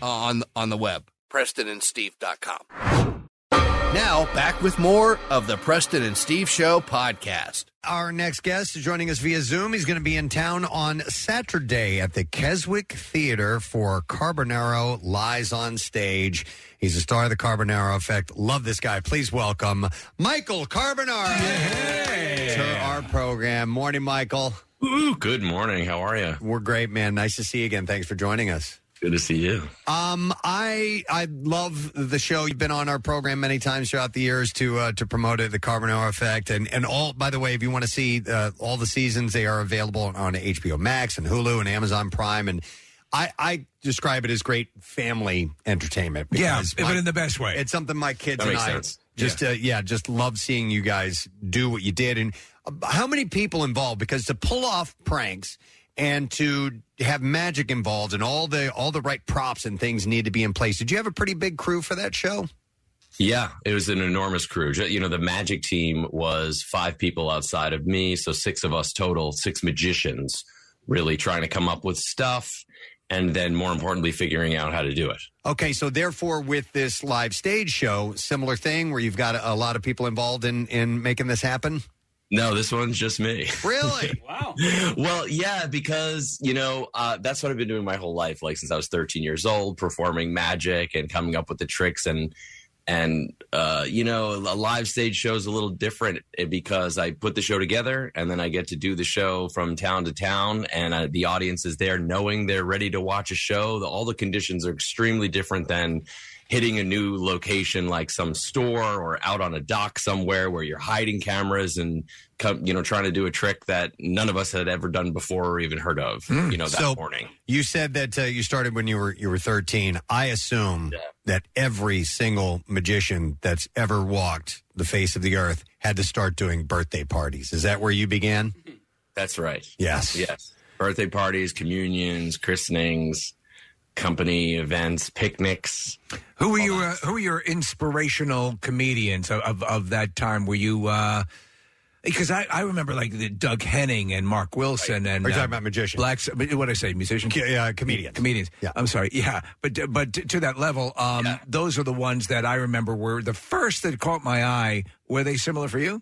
uh, on on the web. PrestonandSteve.com. *laughs* Now back with more of the Preston and Steve Show
*laughs*
podcast.
Our next guest is joining us via Zoom. He's going to be in town on Saturday at the Keswick Theater for Carbonaro Lies on Stage. He's a star of the Carbonaro Effect. Love this guy. Please welcome Michael Carbonaro to our program. Morning, Michael.
Ooh, good morning. How are you?
We're great, man. Nice to see you again. Thanks for joining us.
Good to see you.
Um, I I love the show. You've been on our program many times throughout the years to uh, to promote it, the Carbonaro Effect, and and all. By the way, if you want to see uh, all the seasons, they are available on HBO Max and Hulu and Amazon Prime. And I I describe it as great family entertainment.
yeah,
because
but
my-
in the best way.
It's something my kids
That
and
makes
I
sense.
just yeah. Uh, yeah just love seeing you guys do what you did and uh, how many people involved because to pull off pranks and to have magic involved and all the all the right props and things need to be in place. Did you have a pretty big crew for that show?
Yeah, it was an enormous crew. Ju- You know, the magic team was five people outside of me, so six of us total, six magicians really trying to come up with stuff and then more importantly figuring out how to do it.
Okay, so therefore with this live stage show, similar thing where you've got a, a lot of people involved in in making this happen?
No, this one's just me.
Really?
*laughs* wow. Well, yeah, because, you know, uh, that's what I've been doing my whole life, like since I was 13 years old, performing magic and coming up with the tricks and, and, uh, you know, a live stage show is a little different eh, because I put the show together and then I get to do the show from town to town and uh, the audience is there knowing they're ready to watch a show. The, all the conditions are extremely different than, hitting a new location like some store or out on a dock somewhere where you're hiding cameras and come, you know trying to do a trick that none of us had ever done before or even heard of you know that
Hmm, Mm, So-
morning
You said that uh, you started when you were you were 13. I assume that every single magician that's ever walked the face of the earth had to start doing birthday parties. Is that where you
*laughs*
began?
that's right
Yes.
yes birthday parties communions christenings company events picnics
Who were you? Uh, who were your inspirational comedians of, of, of that time? Were you? Uh, Because I, I remember like the Doug Henning and Mark Wilson and
Are you
uh,
talking about magicians?
Blacks. but What did I say? Musicians?
Yeah, uh, comedians.
Comedians. Yeah. I'm sorry. *laughs* Yeah, but but to that level, um, those are the ones that I remember were the first that caught my eye. Were they similar for you?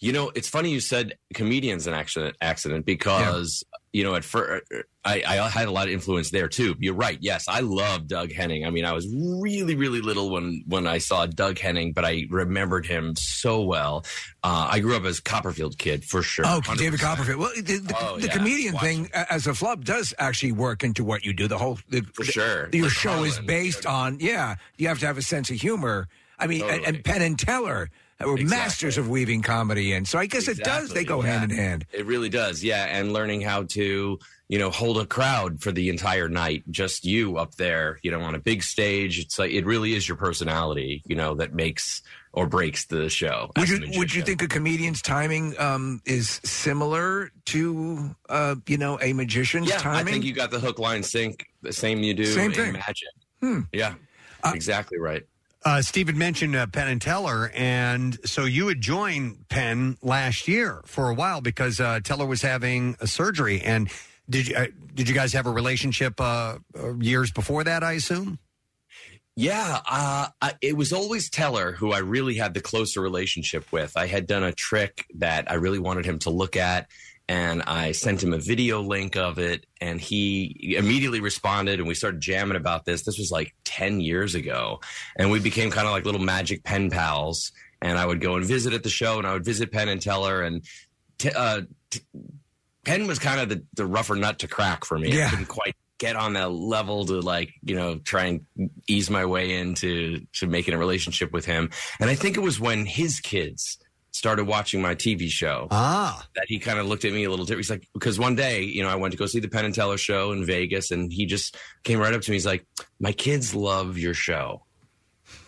You know, it's funny you said comedians an accident accident because you know at first I, I had a lot of influence there too. You're right. Yes, I love Doug Henning. I mean, I was really really little when when I saw Doug Henning, but I remembered him so well. Uh, I grew up as a Copperfield kid for sure.
Oh, David Copperfield. Well, the, the,
Oh,
the
yeah.
comedian thing a- as a flub does actually work into what you do. The whole the,
For sure.
your
Like
show is
Carlin.
based on yeah. You have to have a sense of humor. I mean, and, and Penn and Teller uh, were masters of weaving comedy in. So I guess it does. They go hand in hand.
It really does. Yeah, and learning how to, you know, hold a crowd for the entire night, just you up there, you know, on a big stage. It's like it really is your personality, you know, that makes or breaks the show.
Would you would you think a comedian's timing um, is similar to uh, you know a magician's
Yeah,
timing?
I think you got the hook, line, sink. The same you do
Same
in
thing.
magic.
Hmm.
Yeah, exactly right.
Uh, Steve had mentioned uh, Penn and Teller, and so you had joined Penn last year for a while because uh, Teller was having a surgery. And did you, uh, did you guys have a relationship uh, uh, years before that? I assume.
Yeah, uh, I, it was always Teller who I really had the closer relationship with. I had done a trick that I really wanted him to look at, and I sent him a video link of it, and he immediately responded, and we started jamming about this. This was like 10 years ago, and we became kind of like little magic pen pals. And I would go and visit at the show, and I would visit Penn and Teller, and t- uh, t- Penn was kind of the, the rougher nut to crack for me.
Yeah.
I couldn't quite get on that level to like, you know, try and ease my way into to making a relationship with him. And I think it was when his kids started watching my TV show.
Ah.
That he kind of looked at me a little different. He's like, because one day, you know, I went to go see the Penn and Teller show in Vegas and he just came right up to me. He's like, My kids love your show.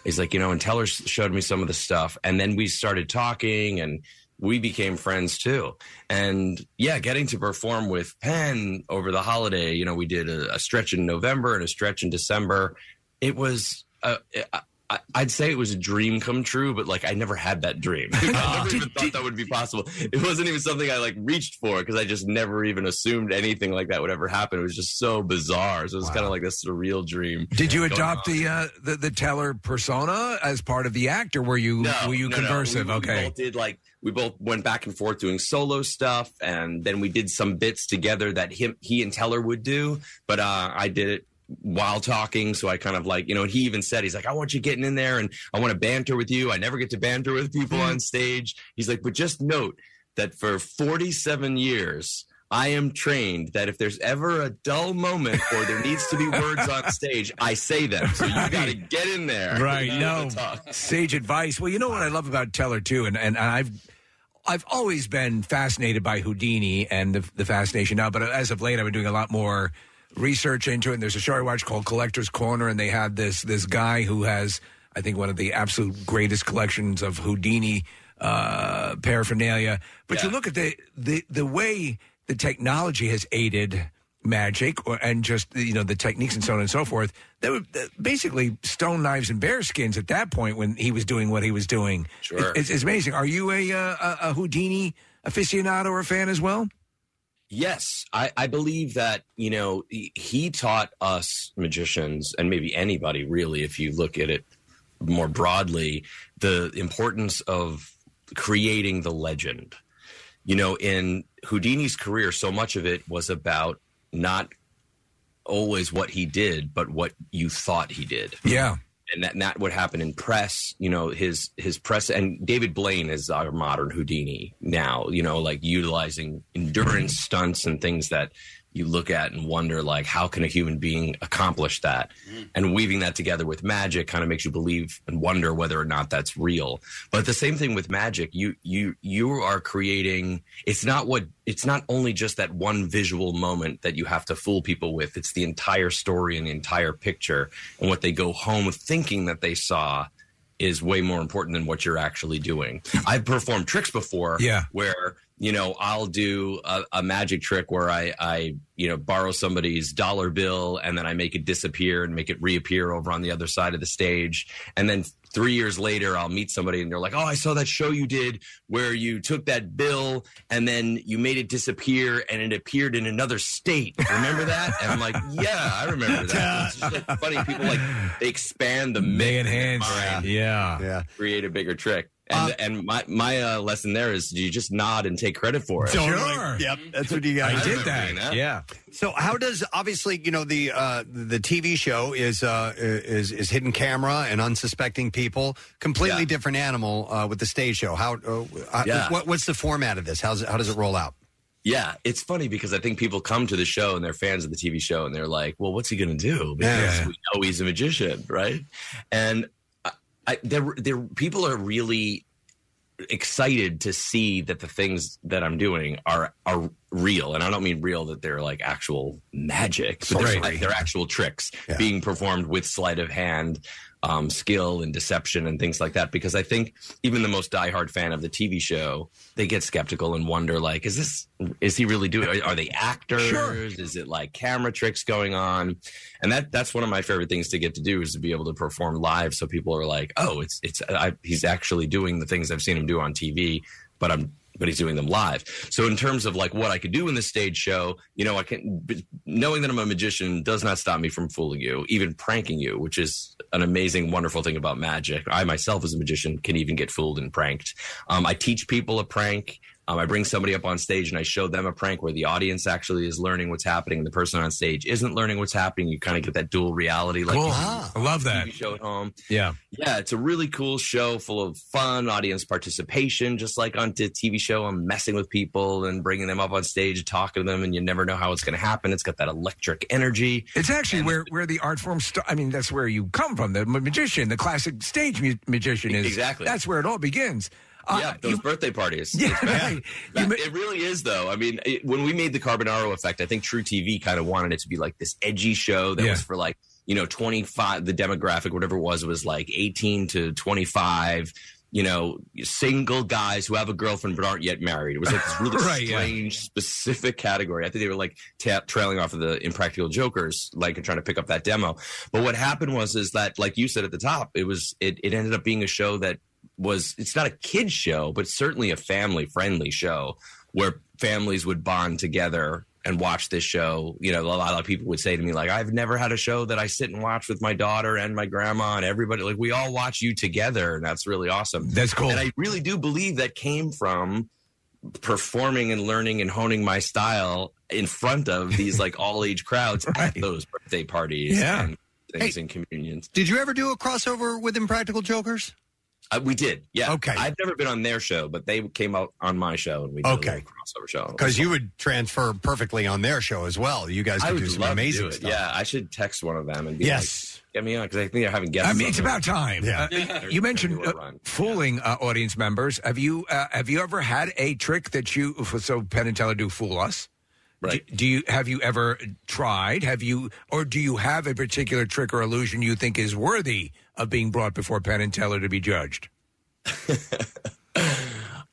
He's like, you know, and Teller s- showed me some of the stuff. And then we started talking and we became friends too. And yeah, getting to perform with Penn over the holiday, you know, we did a, a stretch in November and a stretch in December. It was, uh, I- I, I'd say it was a dream come true, but like I never had that dream. *laughs*
*laughs*
I never even thought that would be possible. It wasn't even something I like reached for because I just never even assumed anything like that would ever happen. It was just so bizarre. So it was kind of like this surreal dream.
Did you
going
adopt the, uh, the the Teller persona as part of the act, or were you were you
no, no.
conversive?
We- we
okay,
both did like we both went back and forth doing solo stuff, and then we did some bits together that him he and Teller would do. But uh, I did it while talking, so I kind of like you know. And he even said he's like, I want you getting in there, and I want to banter with you. I never get to banter with people
Hmm.
on stage. He's like, but just note that for forty seven years. I am trained that if there's ever a dull moment or there needs to be words
*laughs*
on stage, I say them. So you got to get in there. *laughs*
Right.
You
No.
gotta talk.
Sage advice. Well, you know what I love about Teller too, and, and I've I've always been fascinated by Houdini and the, the fascination now, but as of late, I've been doing a lot more research into it. And there's a show I watch called Collector's Corner, and they had this this guy who has I think one of the absolute greatest collections of Houdini uh, paraphernalia. But you look at the, the the way the technology has aided magic or, and just you know the techniques and so on and so forth. They were uh, basically stone knives and bear skins at that point when he was doing what he was doing.
Sure.
it's, it's amazing. Are you a, uh, a a Houdini aficionado or a fan as well?
Yes, I, I believe that you know he- he taught us magicians and maybe anybody really, if you look at it more broadly, the importance of creating the legend. You know, in Houdini's career, so much of it was about not always what he did, but what you thought he did
Yeah.
and that not what happened in press. You know, his his press and David Blaine is our modern Houdini now. You know, like utilizing endurance stunts and things that you look at and wonder like how can a human being accomplish that and weaving that together with magic kind of makes you believe and wonder whether or not that's real but the same thing with magic you you you are creating it's not what it's not only just that one visual moment that you have to fool people with it's the entire story and the entire picture and what they go home thinking that they saw is way more important than what you're actually doing. I've performed tricks before
Yeah.
where you know I'll do a, a magic trick where I, I you know borrow somebody's dollar bill and then I make it disappear and make it reappear over on the other side of the stage and then three years later, I'll meet somebody and they're like, "Oh, I saw that show you did where you took that bill and then you made it disappear and it appeared in another state. Remember that?" And I'm like, "Yeah, I remember that." It's just like funny people like they expand the mix, enhance,
yeah,
yeah, create a bigger trick. And, and my my uh, lesson there is you just nod and take credit for it.
yep, that's what you got.
Mm-hmm. I did that, yeah.
So how does obviously you know the uh, the TV show is uh, is is hidden camera and unsuspecting people, completely different animal uh, with the stage show. How uh, uh,
Yeah.
what, what's the format of this? How's it, how does it roll out?
Yeah, it's funny because I think people come to the show and they're fans of the TV show and they're like, "Well, what's he going to do?" Because we know he's a magician, right? And I, I, there, there, people are really excited to see that the things that I'm doing are are real, and I don't mean real that they're like actual magic, but they're,
Sorcery.
they're actual tricks being performed with sleight of hand, um, skill, and deception, and things like that. Because I think even the most diehard fan of the TV show, they get skeptical and wonder, like, is this is he really doing? Are, are they actors? Is it like camera tricks going on? And that that's one of my favorite things to get to do is to be able to perform live, so people are like, oh, it's it's I, he's actually doing the things I've seen him do on TV, but I'm but he's doing them live. So in terms of like what I could do in the stage show, you know, I can b- knowing that I'm a magician does not stop me from fooling you, even pranking you, which is an amazing, wonderful thing about magic. I myself, as a magician, can even get fooled and pranked. Um, I teach people a prank. Um, I bring somebody up on stage and I show them a prank where the audience actually is learning what's happening. and The person on stage isn't learning what's happening. You kind of get that dual reality. Like
Cool.
you-
I love that.
TV show at home.
Yeah.
Yeah, it's a really cool show full of fun, audience participation. Just like on the TV show, I'm messing with people and bringing them up on stage, talking to them, and you never know how it's going to happen. It's got that electric energy.
It's actually where, where the art form. St- I mean, that's where you come from. The ma- magician, the classic stage mu- magician is
Exactly.
That's where it all begins. Uh,
yeah, those
*laughs*
birthday parties. It's bad. That- it really is, though. I mean, it, when we made the Carbonaro effect, I think True TV kind of wanted it to be like this edgy show that
Yeah.
was for like, you know, 25, the demographic, whatever it was, it was like 18 to 25, you know, single guys who have a girlfriend but aren't yet married. It was like
*laughs*
this really
Right, yeah.
strange, specific category. I think they were like ta- trailing off of the Impractical Jokers, like and trying to pick up that demo. But what happened was, is that, like you said at the top, it was, it, it ended up being a show that was it's not a kids show, but certainly a family friendly show where families would bond together and watch this show. You know, a lot of people would say to me like, "I've never had a show that I sit and watch with my daughter and my grandma and everybody. Like, we all watch you together, and that's really awesome.
That's cool.
And I really do believe that came from performing and learning and honing my style in front of these like all age crowds at those birthday parties
Yeah.
and things
Hey.
and communions.
Did you ever do a crossover with Impractical Jokers?
Uh, we did, yeah. Okay. I've never been on their show, but they came out on my show, and we did a
Okay.
little crossover show.
Because you would transfer perfectly on their show as well. You guys
I
could
would
do some
love to
amazing
do it.
stuff.
Yeah, I should text one of them and be
Yes.
like, "Get me on," because I think they're having guests.
I mean,
on
it's
there.
about time. Uh, you mentioned
Everywhere
uh,
around.
fooling uh, audience members. Have you uh, have you ever had a trick that you so Penn and Teller do fool us?
Right.
Do, do you have you ever tried? Have you or do you have a particular trick or illusion you think is worthy of being brought before Penn and Teller to be judged?
*laughs*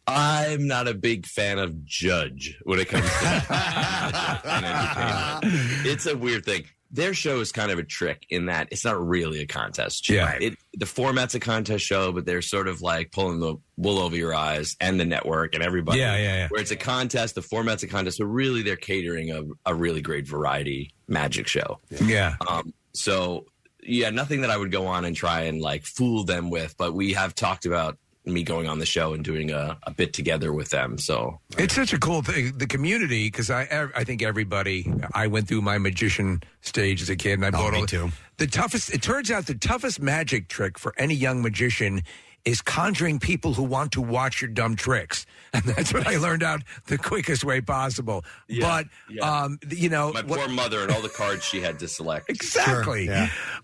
I'm not a big fan of Judge when it
*laughs*
comes to *laughs* and entertainment. It's a weird thing. Their show is kind of a trick in that it's not really a contest show.
Yeah.
It, the format's a contest show, but they're sort of like pulling the wool over your eyes and the network and everybody.
Yeah, yeah, yeah.
Where it's a contest, the format's a contest, but really they're catering a, a really great variety magic show.
Yeah.
Um, so yeah, nothing that I would go on and try and like fool them with, but we have talked about me going on the show and doing a, a bit together with them. So
It's such a cool thing. The community, because I, I think everybody. I went through my magician stage as a kid, and
Oh,
I bought
me
all
too.
the toughest. It turns out the toughest magic trick for any young magician is conjuring people who want to watch your dumb tricks, *laughs* and that's what
*laughs*
I learned out the quickest way possible. but um, th- you know,
my poor mother and all the cards she had to select.
Exactly.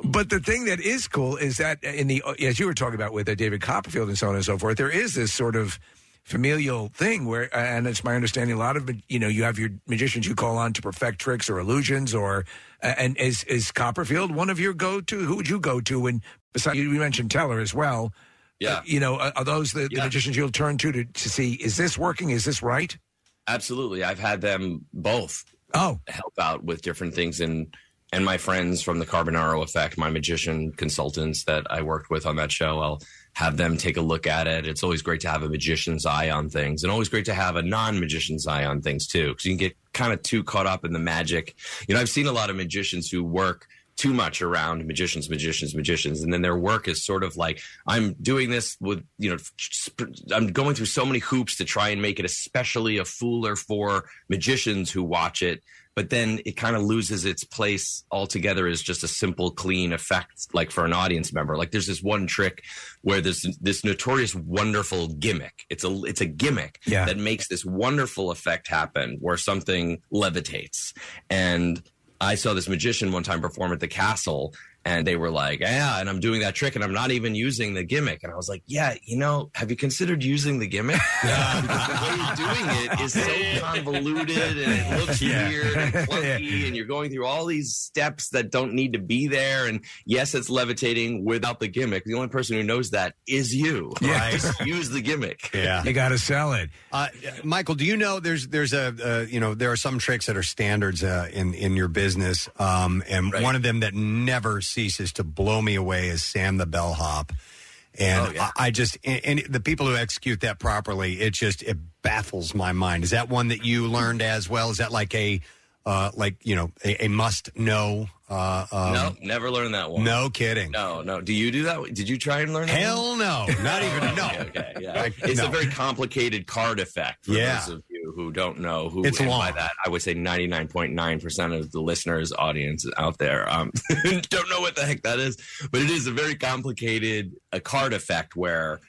But the thing that is cool is that in the as you were talking about with uh, David Copperfield and so on and so forth, there is this sort of familial thing where, uh, and it's my understanding, a lot of you know you have your magicians you call on to perfect tricks or illusions, or uh, and is is Copperfield one of your go to? Who would you go to? And besides, you mentioned Teller as well.
Yeah.
Uh, you know, are are those the, the magicians you'll turn to, to to see is this working? Is this right?
Absolutely. I've had them both
oh.
help out with different things and and my friends from the Carbonaro Effect, my magician consultants that I worked with on that show, I'll have them take a look at it. It's always great to have a magician's eye on things, and always great to have a non-magician's eye on things too, because you can get kind of too caught up in the magic. You know, I've seen a lot of magicians who work too much around magicians, magicians, magicians, and then their work is sort of like I'm doing this with you know sp- I'm going through so many hoops to try and make it especially a fooler for magicians who watch it, but then it kind of loses its place altogether as just a simple clean effect like for an audience member. Like there's this one trick where there's this notorious wonderful gimmick. It's a it's a gimmick
Yeah.
that makes this wonderful effect happen where something levitates and I saw this magician one time perform at the castle and they were like, yeah, and I'm doing that trick and I'm not even using the gimmick. And I was like, yeah, you know, have you considered using
*laughs*
the gimmick? Yeah. Because the way you're doing it is so convoluted and it looks
Yeah.
weird and clunky and you're going through all these steps that don't need to be there. And yes, it's levitating without the gimmick. The only person who knows that is you.
Yeah.
Right? Just use the gimmick.
Yeah.
You got to sell it.
Uh, Michael, do you know there's there's a uh, you know there are some tricks that are standards uh, in in your business, um, and one of them that never ceases to blow me away is Sam the bellhop, and I, I just and, and the people who execute that properly, it just it baffles my mind. Is that one that you learned as well? Is that like a uh, like you know a, a must know? Uh, um,
no, never learned that one.
No kidding.
No, no. Do you do that? Did you try and learn? that
Hell
one?
no. Not even- no.
*laughs* Okay, okay, yeah. It's
no.
a very complicated card effect. For
Yeah.
Those of you who don't know who
It's
and by
long.
that, I would say ninety nine point nine percent of the listeners' audience out there um, *laughs* don't know what the heck that is. But it is a very complicated a card effect where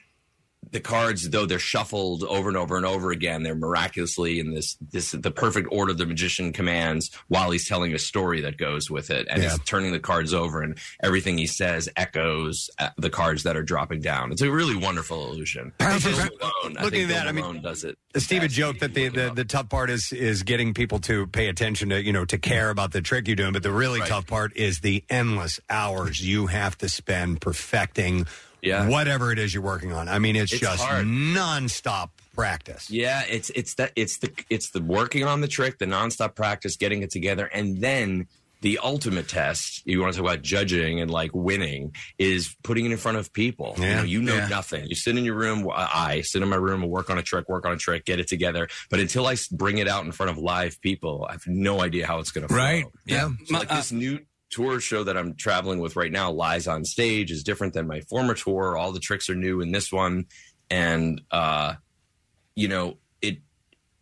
the cards, though they're shuffled over and over and over again, they're miraculously in this this the perfect order the magician commands while he's telling a story that goes with it, and
Yeah.
he's turning the cards over, and everything he says echoes uh, the cards that are dropping down. It's a really wonderful illusion. I think Bill Malone- I
looking at
think
that,
Bill
I mean,
Malone does it.
Steve, a joke that the, the, the tough part is is getting people to pay attention to you know to
Mm-hmm.
care about the trick you're doing, but the really tough part is the endless hours you have to spend perfecting whatever it is you're working on. I mean, it's,
It's
just
hard.
nonstop practice.
Yeah, it's it's that it's the it's the working on the trick, the nonstop practice, getting it together, and then the ultimate test. You want to talk about judging and like winning is putting it in front of people. You
Yeah.
know, you know
Yeah.
nothing. You sit in your room. I I sit in my room and work on a trick, work on a trick, get it together. But until I s- bring it out in front of live people, I have no idea how it's going to
Right.
*laughs* yeah. like
Uh,
this new tour show that I'm traveling with right now, Lies on Stage, is different than my former tour. All the tricks are new in this one. And, uh, you know, it,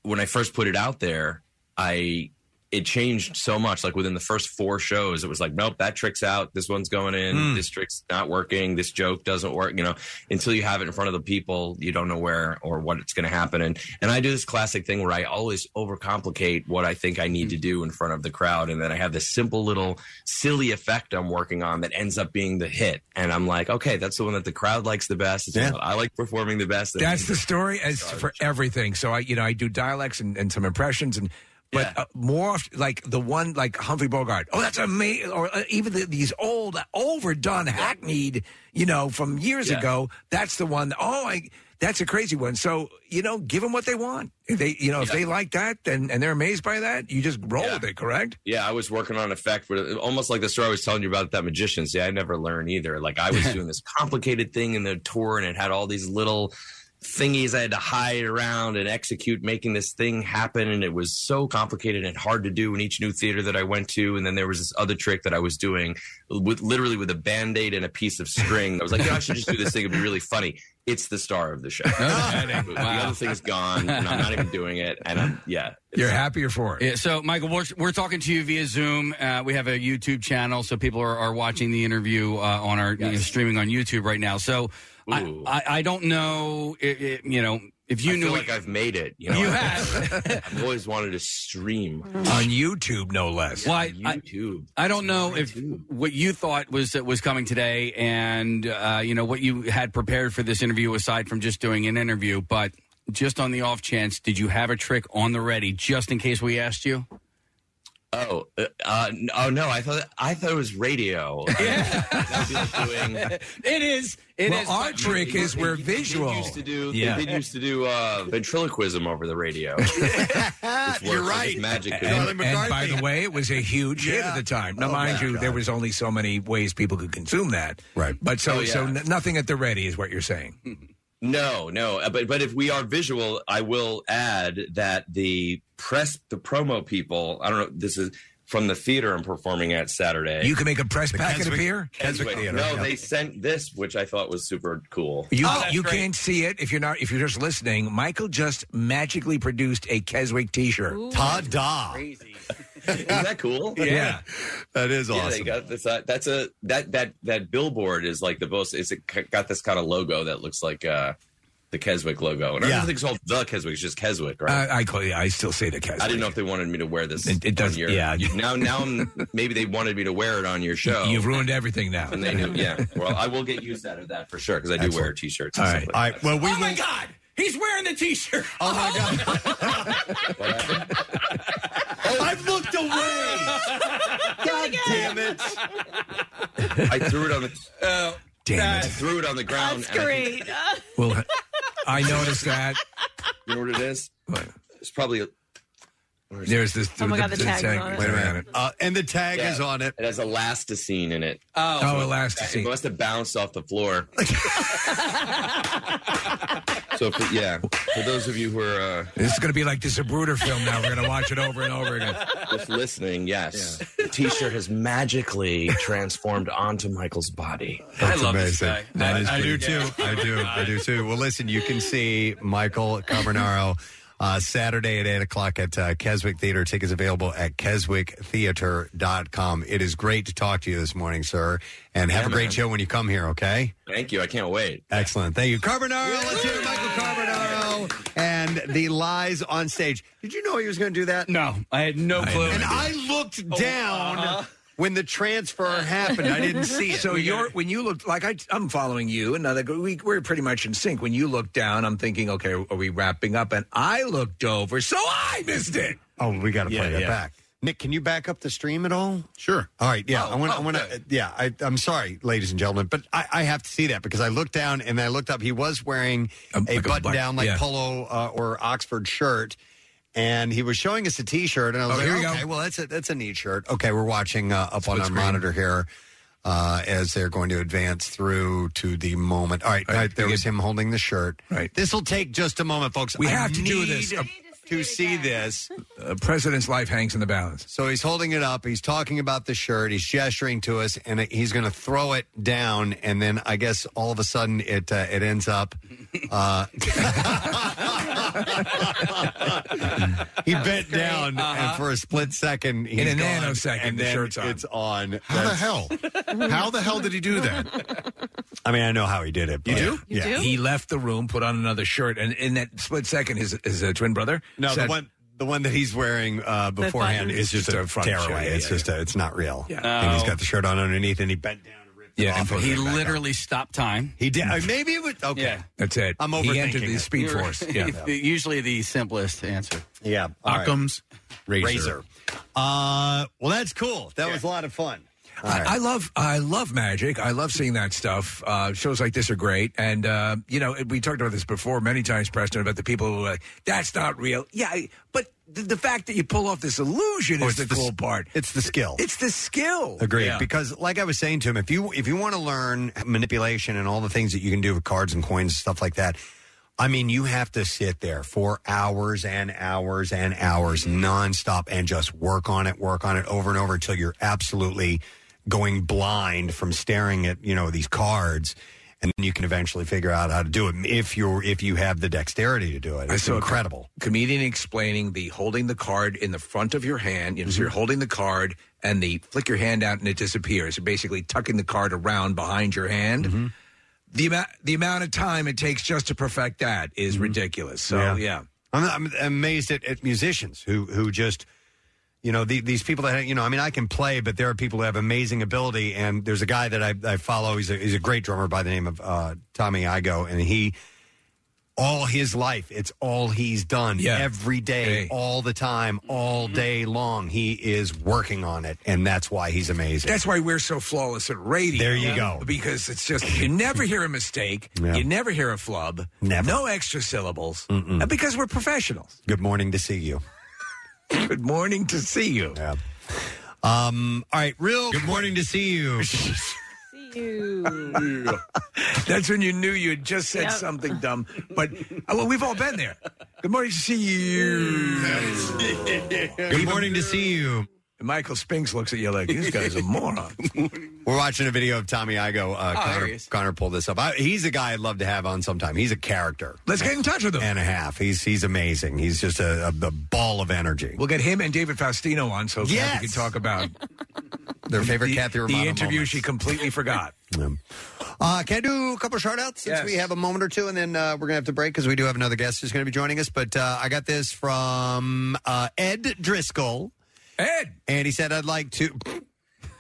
when I first put it out there, I, it changed so much. Like within the first four shows, it was like, nope, that trick's out. This one's going in.
Hmm.
This trick's not working. This joke doesn't work. You know, until you have it in front of the people, you don't know where or what it's going to happen. And and I do this classic thing where I always overcomplicate what I think I need to do in front of the crowd, and then I have this simple little silly effect I'm working on that ends up being the hit. And I'm like, okay, that's the one that the crowd likes the best. It's the
Yeah.
one I like performing the best. And
That's the story as for everything. So I, you know, I do dialects and, and some impressions, and but uh, more of, like the one like Humphrey Bogart. Oh, that's amazing! Or uh, even the, these old, overdone, hackneyed, you know, from years
Yeah.
ago. That's the one. Oh, I. That's a crazy one. So you know, give them what they want. If they, you know, if
Yeah.
they like that, then and they're amazed by that, you just roll
Yeah.
with it. Correct?
Yeah, I was working on effect, but almost like the story I was telling you about that magician. See, I never learn either. Like I was doing this complicated thing in the tour, and it had all these little thingies I had to hide around and execute, making this thing happen. And it was so complicated and hard to do in each new theater that I went to. And then there was this other trick that I was doing with literally with a band aid and a piece of string. I was like, you know, I should just do this thing; it'd be really funny. It's the star of the show. the other thing's gone, and I'm not even doing it. And I'm yeah,
You're happier for it.
Yeah, so, Michael, we're, we're talking to you via Zoom. Uh, we have a YouTube channel, so people are, are watching the interview uh, on our you know, streaming on YouTube right now. So, I, I, I don't know, i i you know, if you
I
knew
feel
what-
like I've made it. You, know, *laughs*
You
have. I've always wanted to stream
on YouTube, no less.
Well, I,
YouTube.
I, I don't know if what you thought was that was coming today, and uh, you know what you had prepared for this interview, aside from just doing an interview. But just on the off chance, did you have a trick on the ready, just in case we asked you?
Oh, uh, uh, n- oh no! I thought I thought it was radio.
*laughs* it is. It is.
Well, our
but-
trick is we're
They did
visual.
used to do-
Yeah.
they
They
did used
used to do uh, ventriloquism over the *laughs* radio. Which works. It's Magic.
And, and by the way, it was a huge hit at the time. Now,
Oh,
mind
my
you, there was only so many ways people could consume that. Right. But so,
Oh, yeah.
so n- nothing at the ready is what you're saying.
No, no, uh, but but if we are visual, I will add that the press, the promo people. I don't know. This is from the theater I'm performing at Saturday.
You can make a press packet appear.
Keswick. No, they Oh, sent this, which I thought was super cool.
You, you can't see it if you're not if you're just listening. Michael just magically produced a Keswick T-shirt.
Ta-da. *laughs* Is that cool?
Yeah.
that is Yeah, they
awesome.
got this, uh, that's a that that that billboard is like the most. It's a, got this kind of logo that looks like uh, the Keswick logo, and I
Yeah.
don't think it's called the Keswick. It's just Keswick, right?
Uh, I call, yeah, I still say the Keswick.
I didn't know if they wanted me to wear this.
It- it does-
on your,
yeah.
you- Now, now I'm, maybe they wanted me to wear it on your show.
You've ruined everything now.
And they knew, yeah. Well, I will get used out of that for sure because I do wear t-shirts.
All
and
right.
stuff
All right. Well, we
oh my God, he's wearing the *laughs* T-shirt. Oh my
*laughs*
God.
I've looked away.
God
damn it!
I threw it on the.
Damn
Uh, I threw it on the ground. and I think-
Well, I noticed that.
You know what it is? It's probably. A,
There's this.
Oh my God, the tag's
tag-
on it.
Wait a minute.
uh, and the tag
is
on it. It has elasticine in it.
Oh. Oh, elasticine.
It must have bounced off the floor. so for, yeah, for those of you who are uh,
This is going to be like the Zabruder film. Now we're going to watch it over and over again.
just listening, yes, the T-shirt has magically transformed onto Michael's body.
That's amazing. That is pretty- I do. I do too. Well, listen, you can see Michael Carbonaro uh, Saturday at 8 o'clock at uh, Keswick Theater. Tickets available at keswicktheater.com. It is great to talk to you this morning, sir. And have
Yeah,
a great
man.
show when you come here, okay?
Thank you. I can't wait.
Excellent. Thank you. Carbonaro, let's hear Michael Carbonaro. And the lies on stage. Did you know he was going to do that?
No, I had no clue.
And I looked
Oh,
down
uh-huh.
when the transfer happened. I *laughs* didn't see it.
So you're when you look like I, I'm following you, and I- we, we're pretty much in sync. When you look down, I'm thinking, okay, are we wrapping up? And I looked over, so I missed it.
Oh, we got to
Yeah,
play that
yeah.
back. Nick, can you back up the stream at all? Sure. All right. Yeah.
Oh,
I want. I want to. Yeah. I, I'm sorry, ladies and gentlemen, but I, I have to see that because I looked down and I looked up. He was wearing a, button-down like
yeah.
polo uh, or Oxford shirt, and he was showing us a T-shirt, and I was
Oh,
like,
here we go.
okay, well, that's a that's a neat shirt. Okay, we're watching uh, up on
Split
our
screen.
monitor here. Uh, as they're going to advance through to the moment. All right,
All right,
right, there
we
was
get-
him holding the shirt. Right. This will take just a moment, folks.
We
I
have to do
need
this. Uh,
to see this. *laughs*
The uh, president's life hangs in the balance.
So he's holding it up. He's talking about the shirt. He's gesturing to us, and he's going to throw it down. And then I guess all of a sudden it uh, it ends up. Uh, *laughs* he bent down, and for a split second,
Uh-huh. In
he's
a
gone,
nanosecond,
and
the
then
shirt's on.
it's on.
How the
That's-
hell? How the hell did he do that?
I mean, I know how he did it.
You
but-
do?
Yeah.
He left the room, put on another shirt, and in that split second, his his uh, twin brother.
No, the
said-
one the one that he's wearing uh,
The
beforehand
button.
is just,
Just
a,
a front
tearaway.
shirt, yeah,
it's
yeah,
just a, it's not real.
Yeah.
And he's
No.
got the shirt on underneath, and he bent down. and ripped it
Yeah, and
off
put
and
it
put it back on.
literally stopped time.
He did. uh, Maybe it was okay.
That's it.
I'm
He
overthinking
entered the
it.
Speed
*laughs*
Force. *laughs* Yeah.
Usually the simplest answer.
Yeah. all right.
Occam's razor.
Razor. Uh, well, that's cool. That was a lot of fun.
I, I love I love magic. I love seeing that stuff. Uh, shows like this are great, and uh, you know we talked about this before many times, Preston, about the people who are like, "That's not real." Yeah, I- but the, the fact that you pull off this illusion
Oh,
is
it's
the,
the s-
cool part.
It's the skill.
It's the skill.
Agreed.
Oh, Yeah.
Because, like I was saying to him, if you if you want to learn manipulation and all the things that you can do with cards and coins and stuff like that, I mean, you have to sit there for hours and hours and hours nonstop and just work on it, work on it over and over until you're absolutely going blind from staring at you know these cards. And then you can eventually figure out how to do it if you're if you have the dexterity to do it.
I
It's
saw a
incredible.
comedian explaining the holding the card in the front of your hand. You know,
Mm-hmm.
so you're holding the card and the flick your hand out and it disappears. You're basically tucking the card around behind your hand.
Mm-hmm.
The amount the amount of time it takes just to perfect that is
Mm-hmm.
ridiculous. So yeah.
I'm, I'm amazed at, at musicians who who just you know the, these people that you know. I mean, I can play, but there are people who have amazing ability. And there's a guy that I, I follow. He's a he's a great drummer by the name of uh, Tommy Igo, and he all his life. It's all he's done
Yeah.
every day,
Hey. Mm-hmm.
all the time, all day long. He is working on it, and that's why he's amazing.
That's why we're so flawless at radio.
There you go.
Because it's just you never hear a mistake.
Yeah.
You never hear a flub.
Never.
No extra syllables.
Mm-mm.
And because we're professionals.
Good morning to see you.
*laughs* Good morning to see you.
Yeah. Um. All right. Real. Good morning to see you.
*laughs* That's when you knew you had just said
Yep.
something dumb. But uh, well, we've all been there. Good morning to see you.
*laughs* Good morning to see you.
Michael Spinks looks at you like this guy's Oh, a moron.
*laughs* We're watching a video of Tommy Igo. Uh, Connor, Connor pulled this up. I, he's a guy I'd love to have on sometime. He's a character.
Let's get in touch with him.
And a half. He's he's amazing. He's just a, a, a ball of energy.
We'll get him and David Faustino on so we can talk about
Their favorite
the,
Kathy
the
Romano
interview
moments.
she
*laughs*
completely forgot.
Uh, can I do a couple shout outs since
Yes.
we have a moment or two and then uh, we're going to have to break because we do have another guest who's going to be joining us. But uh, I got this from uh, Ed Driscoll.
Ed!
And he said, I'd like to.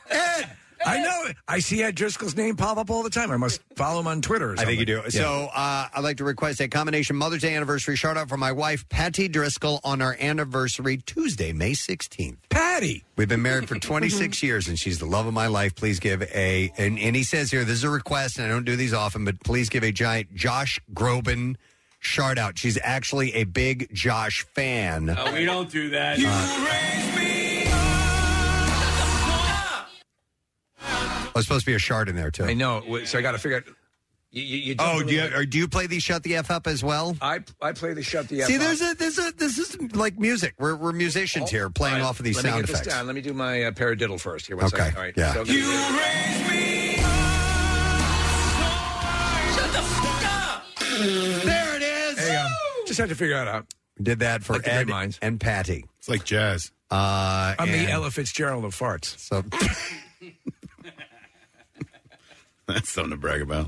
Ed! I know it. I see Ed Driscoll's name pop up all the time. I must follow him on Twitter. Or
I think you do.
something. Yeah.
So uh, I'd like to request a combination Mother's Day anniversary shout out for my wife, Patty Driscoll, on our anniversary Tuesday, May 16th.
Patty!
We've been married
*laughs*
for 26 years, and she's the love of my life. Please give a, and, and he says here, this is a request, and I don't do these often, but please give a giant Josh Groban shout out. She's actually a big Josh fan.
Uh,
Oh, we don't do that.
uh, There's Oh, supposed to be a shard in there, too.
I know. Wait, So I got to figure out. You, you, you
Oh, do you, or do you play the Shut the F Up as well?
I, I play the shut the F
See,
up.
there's a, there's a, this is like music. We're, we're musicians here playing
Oh. All right,
off of these
Let me
sound
get
effects.
This down. Let me do my uh, paradiddle first. Here, one second. All right.
yeah.
So I'm gonna do-
Shut the fuck up!
There it is.
There you go. Just had to figure that out.
We Did that for Ed and Patty. It's
like jazz.
Uh,
I'm
and-
the Ella Fitzgerald of farts.
So
That's something to brag about.
All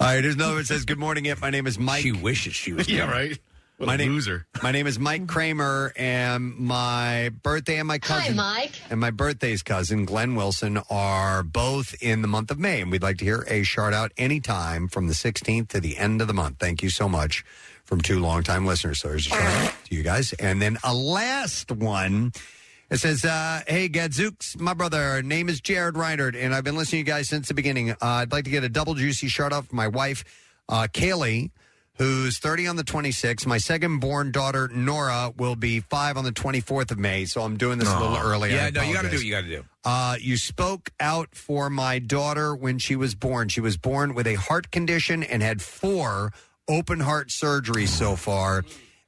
right, there's another one that says, Good morning, It. My name is Mike. She
wishes
*laughs*
she
was Yeah, there. right. What
my
a
name,
loser.
My name is Mike Kramer, and my birthday and my cousin.
Mike.
And my birthday's cousin, Glenn Wilson, are both in the month of May. And we'd like to hear a shout out anytime from the 16th to the end of the month. Thank you so much from two longtime listeners. So there's a shout out to you guys. And then a last one. It says, uh, Hey, Gadzooks, my brother. Name is Jared Reinert, and I've been listening to you guys since the beginning. Uh, I'd like to get a double juicy shout out for my wife, uh, Kaylee who's 30 on the 26th. My second born daughter, Nora, will be five on the 24th of May. So I'm doing this a little early.
Yeah,
I
no, you got to do
apologize.
what you got to do.
Uh, you spoke out for my daughter when she was born. She was born with a heart condition and had four open heart surgeries so far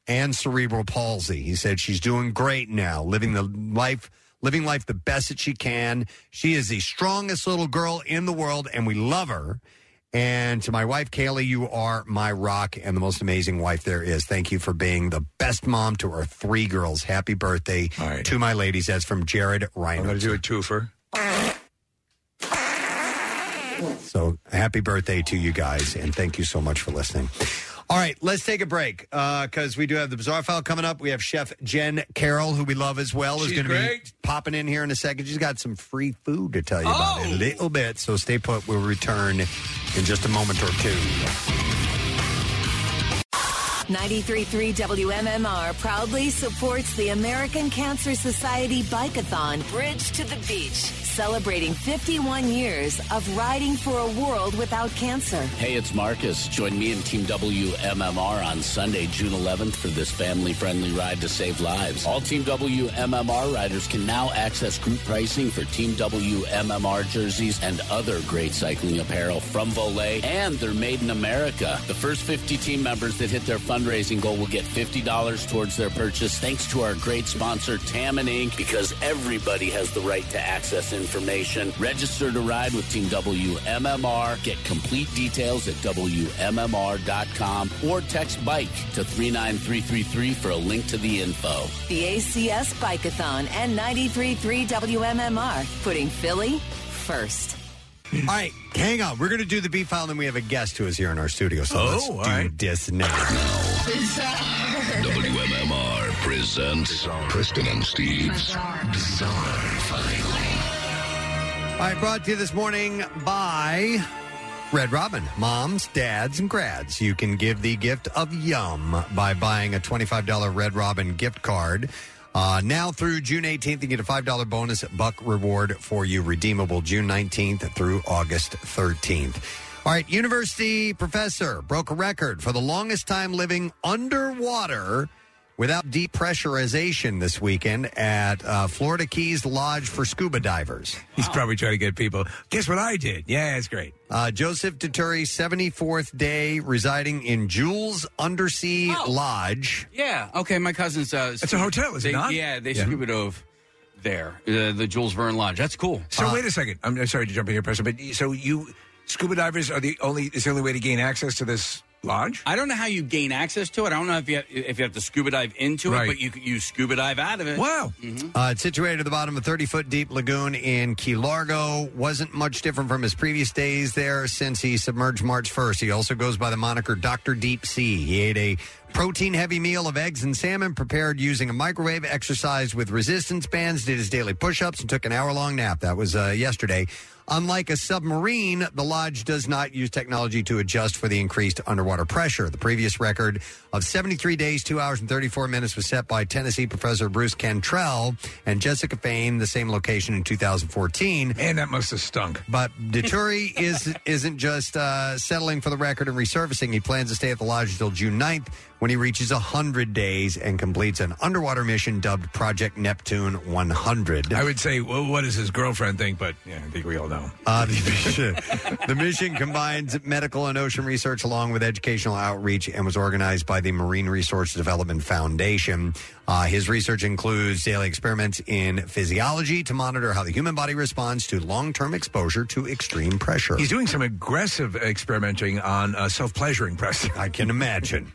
and cerebral palsy. He said she's doing great now, living the life living life the best that she can. She is the strongest little girl in the world and we love her. And to my wife Kaylee, you are my rock and the most amazing wife there is. Thank you for being the best mom to our three girls. Happy birthday to my ladies. That's from Jared Ryan.
I'm going to do a twofer.
So happy birthday to you guys, and thank you so much for listening. All right, let's take a break because we do have the Bizarre File coming up. We have Chef Jen Carroll, who we love as well, is
She's
going to be
great.
popping in here in a second. She's got some free food to tell you about
Oh!
in a little bit. So stay put. We'll return in just a moment or two.
93.3 WMMR proudly supports the American Cancer Society Bikeathon Bridge to the Beach, celebrating 51 years of riding for a world without cancer.
Hey, it's Marcus. Join me and Team WMMR on Sunday, June 11th for this family friendly ride to save lives. All Team WMMR riders can now access group pricing for Team WMMR jerseys and other great cycling apparel from Volet, and they're made in America. The first 50 team members that hit their fundraising goal will get $50 towards their purchase thanks to our great sponsor, Tammin Inc., because everybody has the right to access information. Register to ride with Team WMMR. Get complete details at WMMR.com or text BIKE to 39333 for a link to the info.
The ACS Bikeathon and 93.3 WMMR, putting Philly first. Hmm.
All right, hang on. We're going to do the B file, and then we have a guest who is here in our studio. So
Oh,
let's do
all right.
this now.
uh,
WMMR presents Preston and Steve's Bizarre, File.
All right, brought to you this morning by Red Robin, moms, dads, and grads. You can give the gift of yum by buying a $25 Red Robin gift card. Uh, now through June 18th, you get a $5 bonus buck reward for you, redeemable June 19th through August 13th. All right, university professor broke a record for the longest time living underwater without depressurization this weekend at uh, Florida Keys Lodge for scuba divers.
*laughs* He's probably trying to get people. Guess what I did? Yeah, it's great.
Uh, Joseph Deturi, 74th day, residing in Jules Undersea Lodge.
Yeah. Okay. My cousin's. Uh,
It's a hotel, is it
they-
not?
Yeah, they
Yeah.
scuba dove there. Uh, the Jules Verne Lodge. That's cool. Uh,
So
Uh,
wait a second. I'm I'm sorry to jump in here, Preston, but y- so you scuba divers are the only is the only way to gain access to this lodge.
I don't know how you gain access to it. I don't know if you have, if you have to scuba dive into
Right.
it, but you c- you scuba dive out of it.
Wow.
Uh, it's situated at the bottom of a 30 foot deep lagoon in Key Largo. Wasn't much different from his previous days there since he submerged March 1st. He also goes by the moniker Dr. Deep Sea. He ate a protein heavy meal of eggs and salmon prepared using a microwave, exercised with resistance bands, did his daily push ups, and took an hour long nap. That was uh, yesterday. Unlike a submarine, the lodge does not use technology to adjust for the increased underwater pressure. The previous record of 73 days, 2 hours, and 34 minutes was set by Tennessee professor Bruce Cantrell and Jessica Fain, the same location in 2014.
And that must have stunk. *laughs*
But Deturi is, isn't just uh, settling for the record and resurfacing. He plans to stay at the lodge until June 9th when he reaches 100 days and completes an underwater mission dubbed Project Neptune 100.
I would say, well, what does his girlfriend think? But yeah, I think we all know.
Uh, the, mission, the mission combines medical and ocean research along with educational outreach and was organized by the Marine Resource Development Foundation. Uh, his research includes daily experiments in physiology to monitor how the human body responds to long term exposure to extreme pressure.
He's doing some aggressive experimenting on uh, self pleasuring, Preston.
I can imagine.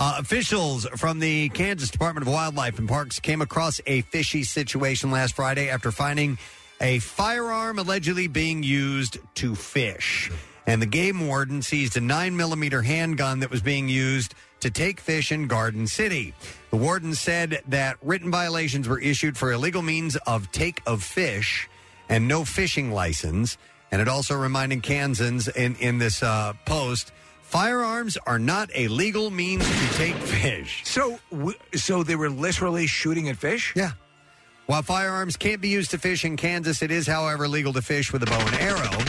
Uh, officials from the Kansas Department of Wildlife and Parks came across a fishy situation last Friday after finding a firearm allegedly being used to fish. And the game warden seized a 9mm handgun that was being used to take fish in Garden City. The warden said that written violations were issued for illegal means of take of fish and no fishing license. And it also reminded Kansans in, in this uh, post firearms are not a legal means to take fish.
So, w- so they were literally shooting at fish?
Yeah. While firearms can't be used to fish in Kansas, it is, however, legal to fish with a bow and arrow.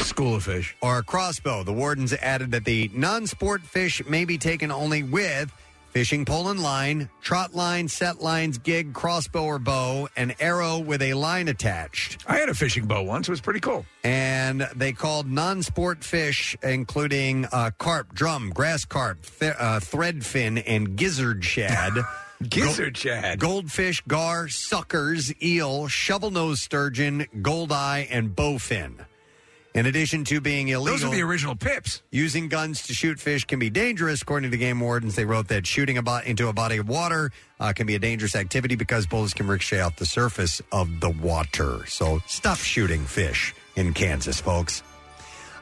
School of fish.
Or a crossbow. The wardens added that the non sport fish may be taken only with fishing pole and line, trot line, set lines, gig, crossbow or bow, and arrow with a line attached.
I had a fishing bow once. It was pretty cool.
And they called non sport fish, including uh, carp, drum, grass carp, th- uh, threadfin, and gizzard shad.
*laughs* Gizzard shad.
Goldfish, gar, suckers, eel, shovel nose sturgeon, gold eye, and bowfin. In addition to being illegal,
*laughs* Those are the original pips.
Using guns to shoot fish can be dangerous, according to game wardens. They wrote that shooting a bo- into a body of water uh, can be a dangerous activity because bullets can ricochet off the surface of the water. So stop shooting fish in Kansas, folks.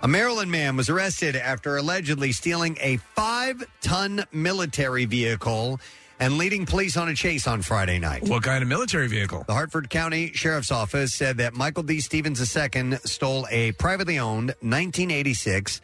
A Maryland man was arrested after allegedly stealing a five ton military vehicle and leading police on a chase on Friday night.
What kind of military vehicle?
The Hartford County Sheriff's Office said that Michael D. Stevens II stole a privately owned 1986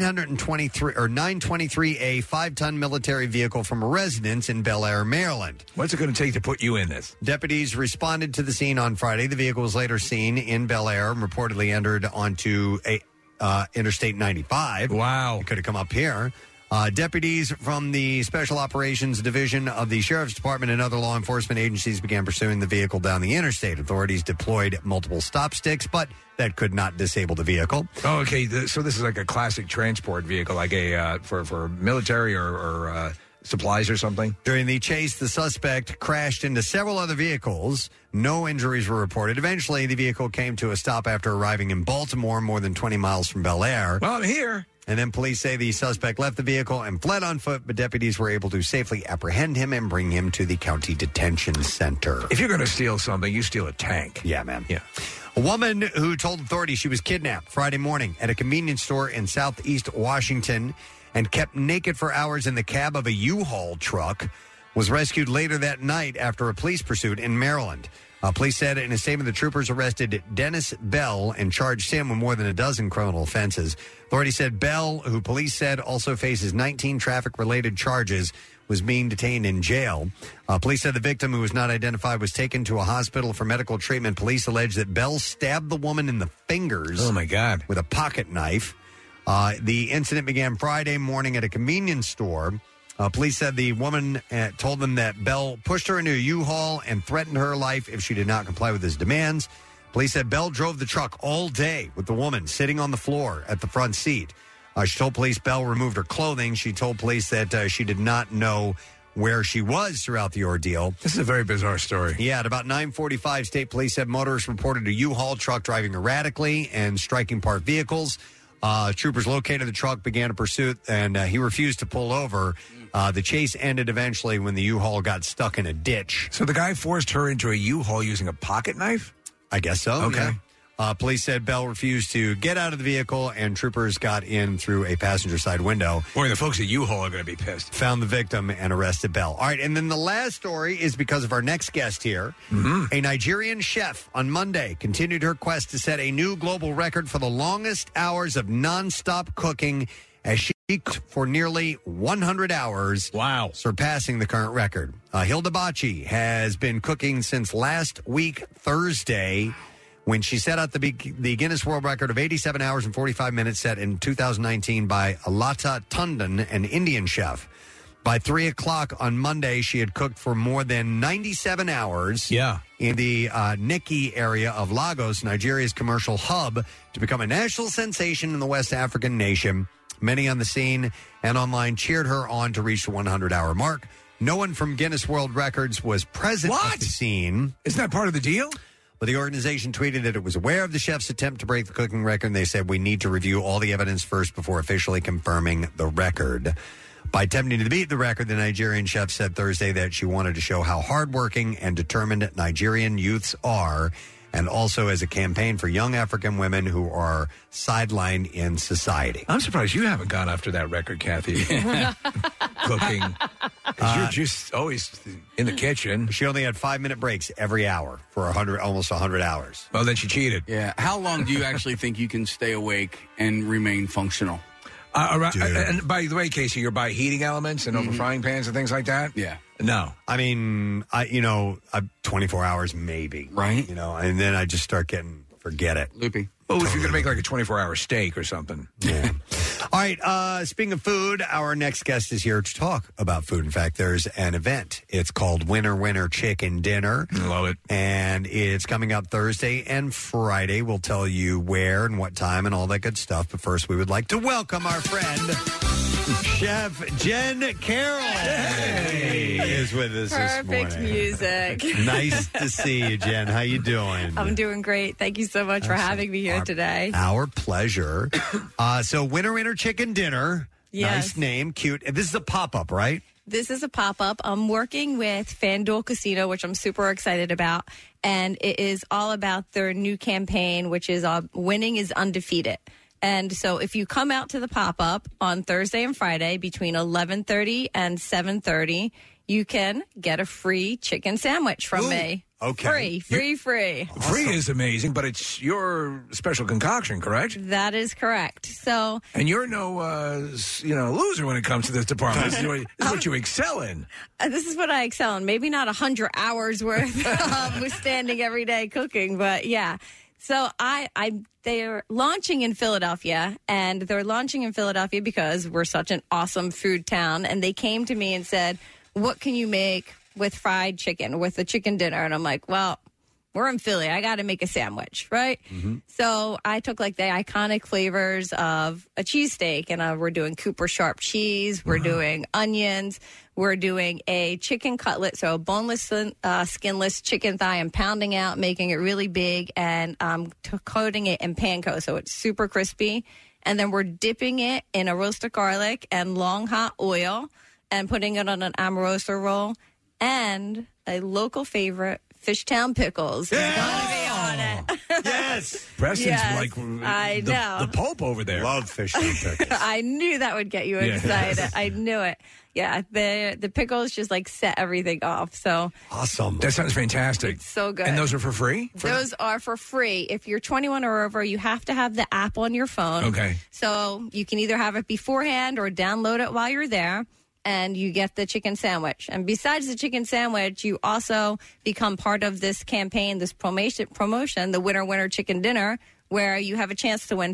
923 or 923A five ton military vehicle from a residence in Bel Air, Maryland.
What's it going to take to put you in this?
Deputies responded to the scene on Friday. The vehicle was later seen in Bel Air and reportedly entered onto a, uh, Interstate 95.
Wow.
It could have come up here. Uh, deputies from the Special Operations Division of the Sheriff's Department and other law enforcement agencies began pursuing the vehicle down the interstate. Authorities deployed multiple stop sticks, but that could not disable the vehicle.
Oh, okay. th- So this is like a classic transport vehicle, like a uh, for for military or, or uh, supplies or something.
During the chase, the suspect crashed into several other vehicles. No injuries were reported. Eventually, the vehicle came to a stop after arriving in Baltimore, more than 20 miles from Bel Air.
Well, I'm here.
And then police say the suspect left the vehicle and fled on foot, but deputies were able to safely apprehend him and bring him to the county detention center.
If you're going to steal something, you steal a tank.
Yeah, man.
Yeah.
A woman who told authorities she was kidnapped Friday morning at a convenience store in southeast Washington and kept naked for hours in the cab of a U Haul truck was rescued later that night after a police pursuit in Maryland. Uh, police said in a statement the troopers arrested Dennis Bell and charged him with more than a dozen criminal offenses. Authorities said Bell, who police said also faces 19 traffic related charges, was being detained in jail. Uh, police said the victim, who was not identified, was taken to a hospital for medical treatment. Police allege that Bell stabbed the woman in the fingers. Oh, my God. With a pocket knife. Uh, the incident began Friday morning at a convenience store. Uh, police said the woman uh, told them that Bell pushed her into a U-Haul and threatened her life if she did not comply with his demands. Police said Bell drove the truck all day with the woman sitting on the floor at the front seat. Uh, she told police Bell removed her clothing. She told police that uh, she did not know where she was throughout the ordeal.
This is a very bizarre story.
Yeah, at about 9:45, state police said motorists reported a U-Haul truck driving erratically and striking parked vehicles. Uh, troopers located the truck, began a pursuit, and uh, he refused to pull over. Uh, the chase ended eventually when the U-Haul got stuck in a ditch.
So the guy forced her into a U-Haul using a pocket knife?
I guess so.
Okay.
yeah. Uh, police said Bell refused to get out of the vehicle, and troopers got in through a passenger side window.
Boy, the folks at U-Haul are going to be pissed.
Found the victim and arrested Bell. All right, and then the last story is because of our next guest here. A Nigerian chef on Monday continued her quest to set a new global record for the longest hours of nonstop cooking as she cooked for nearly 100 hours. Wow. Surpassing the current record. Uh, Hilda Baci has been cooking since last week, Thursday when she set out the, big- the Guinness World Record of 87 hours and 45 minutes set in 2019 by Alata Tundon, an Indian chef. By 3 o'clock on Monday, she had cooked for more than 97 hours
Yeah.
in the uh, Nikki area of Lagos, Nigeria's commercial hub, to become a national sensation in the West African nation. Many on the scene and online cheered her on to reach the 100 hour mark. No one from Guinness World Records was present at the scene.
Isn't that part of the deal?
But the organization tweeted that it was aware of the chef's attempt to break the cooking record. And they said, we need to review all the evidence first before officially confirming the record. By attempting to beat the record, the Nigerian chef said Thursday that she wanted to show how hardworking and determined Nigerian youths are, and also as a campaign for young African women who are sidelined in society.
I'm surprised you haven't gone after that record, Kathy. Cooking. 'Cause you're just always in the kitchen.
Uh, She only had five minute breaks every hour for 100, almost 100 hours.
Well, then she cheated.
Yeah. How long do you actually think you can stay awake and remain functional?
Uh, around, and by the way, Casey, you're by heating elements and
Mm-hmm.
over frying pans and things like that?
Yeah.
No.
I mean, I you know, I, 24 hours maybe. Right. You know, and then I just start getting, forget it.
Loopy.
Oh, if you're going to make like a 24 hour steak or something.
*laughs* All right. Uh, speaking of food, our next guest is here to talk about food. In fact, there's an event. It's called Winner Winner Chicken Dinner.
Love it.
And it's coming up Thursday and Friday. We'll tell you where and what time and all that good stuff. But first, we would like to welcome our friend,
*laughs*
Chef Jen Carroll. is with us
Perfect
this morning. *laughs*
music.
nice to see you, Jen. How you doing?
*laughs* I'm doing great. Thank you so much for having me here today.
Our pleasure. *coughs* Uh, so, Winter Winter Chicken Dinner.
Yes.
Nice name, cute. And This is a pop up, right?
This is a pop up. I'm working with FanDuel Casino, which I'm super excited about. And it is all about their new campaign, which is uh, winning is undefeated. And so if you come out to the pop up on Thursday and Friday between 11:30 and 7:30, you can get a free chicken sandwich from me.
okay.
Free, free, free.
Free is amazing, but it's your special concoction, correct?
That is correct. So
And you're no, uh, s- you know, loser when it comes to this department. This is what, this is what you excel in.
Uh, this is what I excel in. Maybe not 100 hours worth *laughs* um, with standing every day cooking, but yeah. So I, I, they're launching in Philadelphia, and they're launching in Philadelphia because we're such an awesome food town. And they came to me and said, "What can you make with fried chicken with a chicken dinner?" And I'm like, "Well, we're in Philly. I got to make a sandwich, right?" So I took like the iconic flavors of a cheesesteak, and uh, we're doing Cooper Sharp cheese, we're doing onions, we're doing a chicken cutlet, so a boneless, uh, skinless chicken thigh. I'm pounding out, making it really big, and um, t- coating it in panko, so it's super crispy. And then we're dipping it in a roasted garlic and long hot oil, and putting it on an amoroso roll, and a local favorite, Fishtown pickles. It's gonna be on it.
Yes. Preston's
Yes,
like uh,
I
the,
know.
the
*laughs*
Pope over there. Love fish. *laughs*
I knew that would get you
Yeah.
excited.
*laughs*
I knew it. Yeah, the the pickles just like set everything off. So
awesome. That sounds fantastic.
so good.
And those are for free? For-
those are for free. If you're 21 or over, you have to have the app on your phone.
Okay.
So you can either have it beforehand or download it while you're there. And you get the chicken sandwich. And besides the chicken sandwich, you also become part of this campaign, this promotion, promotion, the Winner Winner Chicken Dinner, where you have a chance to win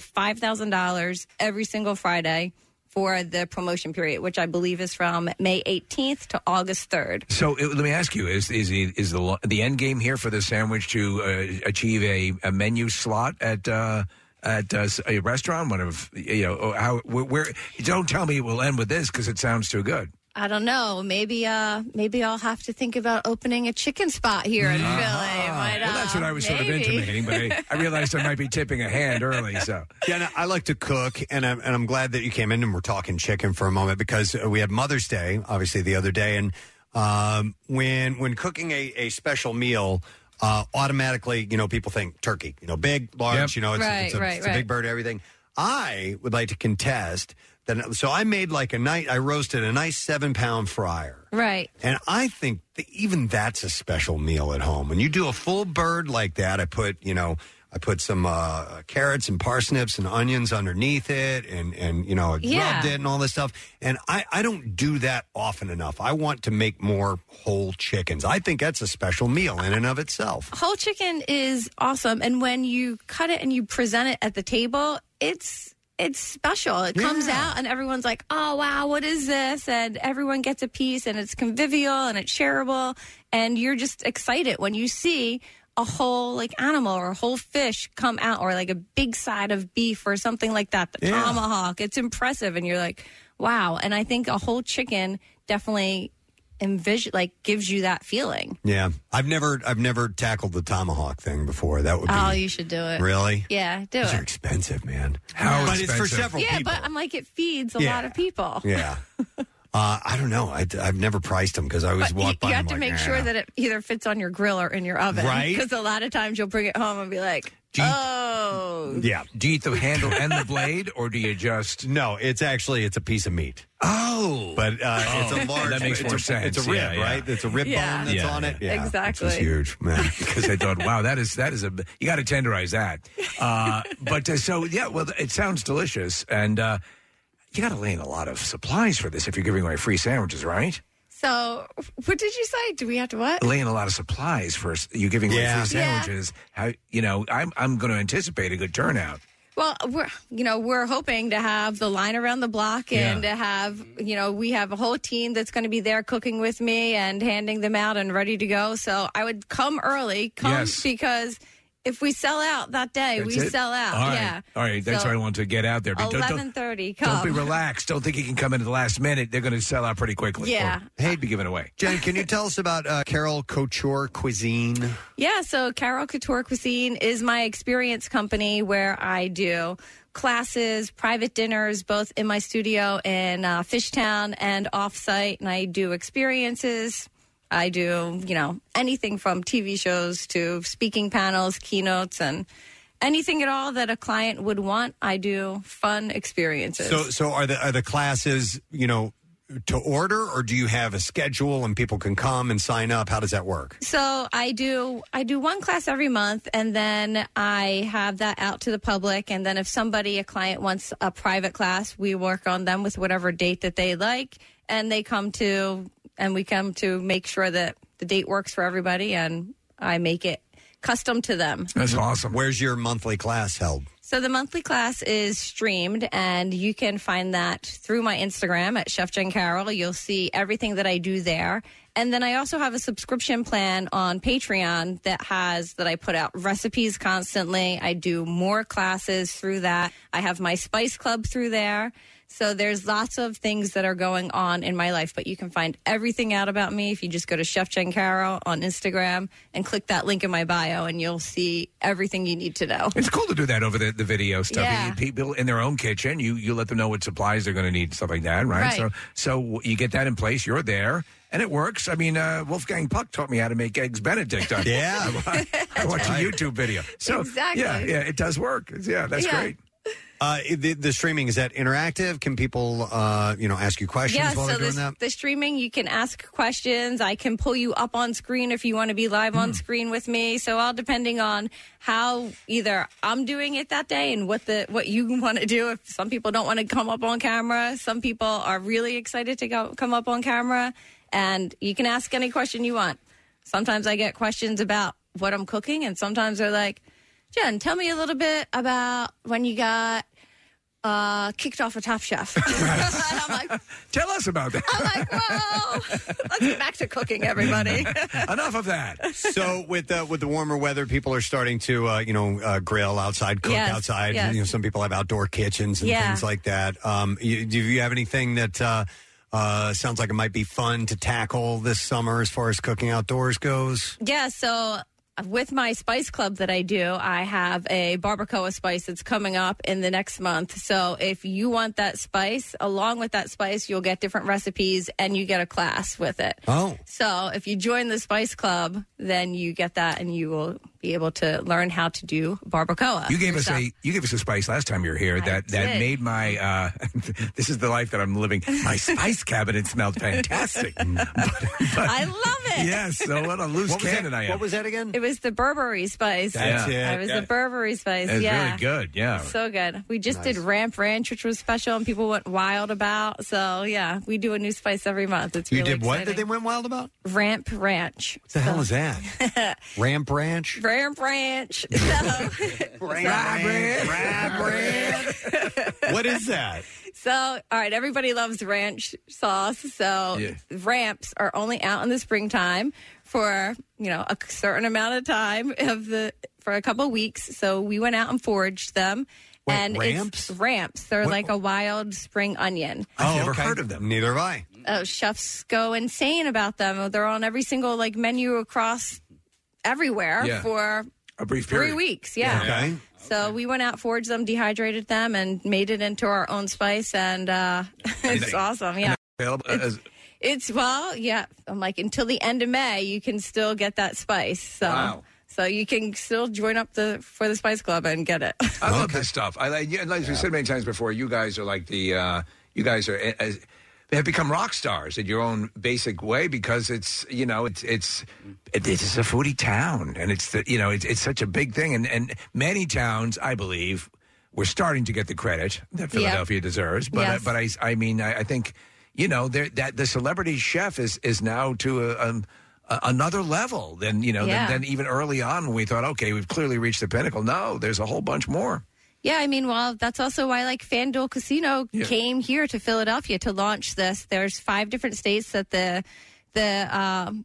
$5,000 every single Friday for the promotion period, which I believe is from May 18th to August 3rd.
So it, let me ask you: Is is the is the lo- the end game here for the sandwich to uh, achieve a, a menu slot at uh, at uh, s- a restaurant? One of you know or how where, where? Don't tell me it will end with this because it sounds too good.
I don't know. Maybe uh maybe I'll have to think about opening a chicken spot here in Philly. Might,
Mm-hmm. Ah. well, that's
uh,
what I was sort of
maybe.
intimating, but I, I realized I might be tipping a hand early. So
Yeah, no, I like to cook, and I'm, and I'm glad that you came in and we're talking chicken for a moment because uh, we had Mother's Day, obviously, the other day. And um, when when cooking a, a special meal, uh, automatically, you know, people think turkey, you know, big, large, you know, it's,
Right,
it's, a,
right,
it's a
right.
big bird, everything. I would like to contest that. So I made like a night, I roasted a nice seven pound fryer.
Right.
And I think that even that's a special meal at home. When you do a full bird like that, I put, you know, I put some uh, carrots and parsnips and onions underneath it and, and you know,
Yeah.
rubbed it and all this stuff. And I, I don't do that often enough. I want to make more whole chickens. I think that's a special meal in and of itself.
Whole chicken is awesome and when you cut it and you present it at the table, it's it's special. It comes out and everyone's like, "Oh wow, what is this?" and everyone gets a piece and it's convivial and it's shareable and you're just excited when you see a whole like animal or a whole fish come out or like a big side of beef or something like that the
Yeah.
tomahawk it's impressive and you're like wow and i think a whole chicken definitely envision like gives you that feeling
Yeah. I've never I've never tackled the tomahawk thing before. That would be
oh you should do it
Really?
yeah do
Those
it
are expensive, man.
How
but it's for
expensive?
several
yeah
people.
but i'm like it feeds a
Yeah.
lot of people
Yeah. Uh, I don't know. I, have never priced them because
*laughs*
I always
But you,
walk by.
you
and
have
I'm
to
like,
make
"Nah."
sure that it either fits on your grill or in your oven
Right?
because a lot of times you'll bring it home and be like oh
Yeah.
Do you eat the handle and the blade, or do you just?
No, it's actually it's a piece of meat.
Oh,
but uh, it's
Oh,
a large.
that makes
it's
more
a,
sense.
It's a rib,
Yeah, yeah.
right? It's a rib
Yeah.
bone that's
Yeah,
on it.
yeah.
exactly
huge, man.
Because I thought, wow, that is that is a you got to tenderize that. Uh, but uh, so yeah, well, it sounds delicious, and uh, you got to lay in a lot of supplies for this if you're giving away free sandwiches, right?
so what did you say do we have to what
Lay in a lot of supplies for s- you giving
Yeah.
away free
Yeah.
sandwiches. How you know? I'm I'm going to anticipate a good turnout.
Well, we're you know we're hoping to have the line around the block and
Yeah.
to have you know we have a whole team that's going to be there cooking with me and handing them out and ready to go. So I would come early, come
Yes.
because if we sell out that day,
That's
we
it?
sell out.
All right.
Yeah,
All right. That's
So-
why I want to get out there. But don't-
eleven
don't-
thirty. Come.
Don't be relaxed. Don't think you can come in at the last minute. They're going to sell out pretty quickly.
Yeah.
Hey, be given away.
Jen, can you tell us about uh, Carol Couture Cuisine?
Yeah, so Carol Couture Cuisine is my experience company where I do classes, private dinners, both in my studio in uh, Fishtown and offsite, and I do experiences. I do, you know, anything from TV shows to speaking panels, keynotes, and anything at all that a client would want. I do fun experiences.
So, so are the are the classes you know to order, or do you have a schedule and people can come and sign up? How does that work?
So I do I do one class every month and then I have that out to the public and then if somebody a client wants a private class, we work on them with whatever date that they like and they come to and we come to make sure that the date works for everybody and I make it custom to them.
That's awesome.
Where's your monthly class held?
So the monthly class is streamed, and you can find that through my Instagram at Chef Jen Carroll. You'll see everything that I do there. And then I also have a subscription plan on Patreon that has that I put out recipes constantly. I do more classes through that. I have my Spice Club through there. So there's lots of things that are going on in my life, but you can find everything out about me if you just go to Chef Giancaro on Instagram and click that link in my bio, and you'll see everything you need to know.
It's cool to do that over the, the video stuff.
Yeah.
You- People in their own kitchen, you, you let them know what supplies they're going to need, stuff like that, right?
Right.
So so you get that in place. You're there, and it works. I mean, uh, Wolfgang Puck taught me how to make
*laughs*
eggs Benedict. I-
Yeah.
I, watched
right.
a YouTube video. So
Exactly.
yeah, yeah, it does work. It's- yeah, that's
Yeah. *laughs*
great.
Uh, the, the streaming is that interactive? Can people, uh, you know, ask you questions
Yeah,
while
so
they're doing
this,
that?
the streaming, you can ask questions. I can pull you up on screen if you want to be live
Hmm.
on screen with me. So all depending on how either I'm doing it that day and what the what you *laughs* want to do. If some people don't want to come up on camera, some people are really excited to go, come up on camera, and you can ask any question you want. Sometimes I get questions about what I'm cooking, and sometimes they're like, "Jen, tell me a little bit about when you got." Uh, kicked off a Top Chef.
Tell us about that.
Let's get back to cooking, everybody. *laughs*
*laughs* Enough of that.
so with the with the warmer weather, people are starting to uh, you know uh, grill outside, cook
Yes,
outside.
yes.
You know, some people have outdoor kitchens and
Yeah.
things like that. Um, you, do you have anything that uh, uh, sounds like it might be fun to tackle this summer as far as cooking outdoors goes?
Yeah, so with my spice club that I do, I have a barbacoa spice that's coming up in the next month. So if you want that spice, along with that spice, you'll get different recipes and you get a class with it.
Oh.
So if you join the spice club, then you get that and you will be able to learn how to do barbacoa.
You gave us
yourself.
a you gave us a spice last time you were here that that
did.
made my uh, *laughs* this is the life that I'm living. My spice cabinet smelled fantastic.
*laughs* I love it.
yes, so what a loose
What was that-
cannon I am.
what was
that again?
It was the Burberry spice.
That's Yeah. it.
I was
Yeah.
the Burberry spice.
It was
yeah.
really good.
Oh.
Yeah.
So good. We just did
Nice.
Ramp Ranch, which was special, and people went wild about. So yeah, we do a new spice every month. It's
You
really
did what that
exciting.
they went wild about?
Ramp Ranch.
What the hell is that? Ram branch.
*laughs* Ramp Ranch. *laughs*
*laughs* What is that?
So, all right, everybody loves ranch sauce. So,
Yeah.
ramps are only out in the springtime for, you know, a certain amount of time of the for a couple weeks. So, we went out and foraged them.
Wait,
and
ramps?
it's ramps. They're like a wild spring onion.
I've never heard of them. Oh, Neither have I.
Uh, chefs go insane about them. They're on every single like menu across everywhere
Yeah.
for
A brief
three
period.
weeks. Yeah.
Okay.
So we went out, foraged them, dehydrated them, and made it into our own spice, and uh, *laughs* it's awesome. Yeah,
Available as-
it's well, yeah. I'm like until the end of May, you can still get that spice. So.
Wow.
So you can still join up the for the Spice Club and get it. *laughs*
I love this stuff. I like, yeah, like we said many times before, you guys are like the uh, you guys are uh, as, they have become rock stars in your own basic way because it's you know it's it's it, it's a foodie town and it's the you know it's, it's such a big thing and and many towns I believe we're starting to get the credit that
Yeah.
Philadelphia deserves but
Yes.
uh, but I I mean I, I think you know there that the celebrity chef is is now to a, um, a, another level than you know
Yeah.
than, than even early on when we thought okay we've clearly reached the pinnacle no there's a whole bunch more.
Yeah, I mean, well, that's also why like FanDuel Casino
Yeah.
came here to Philadelphia to launch this. There's five different states that the the um,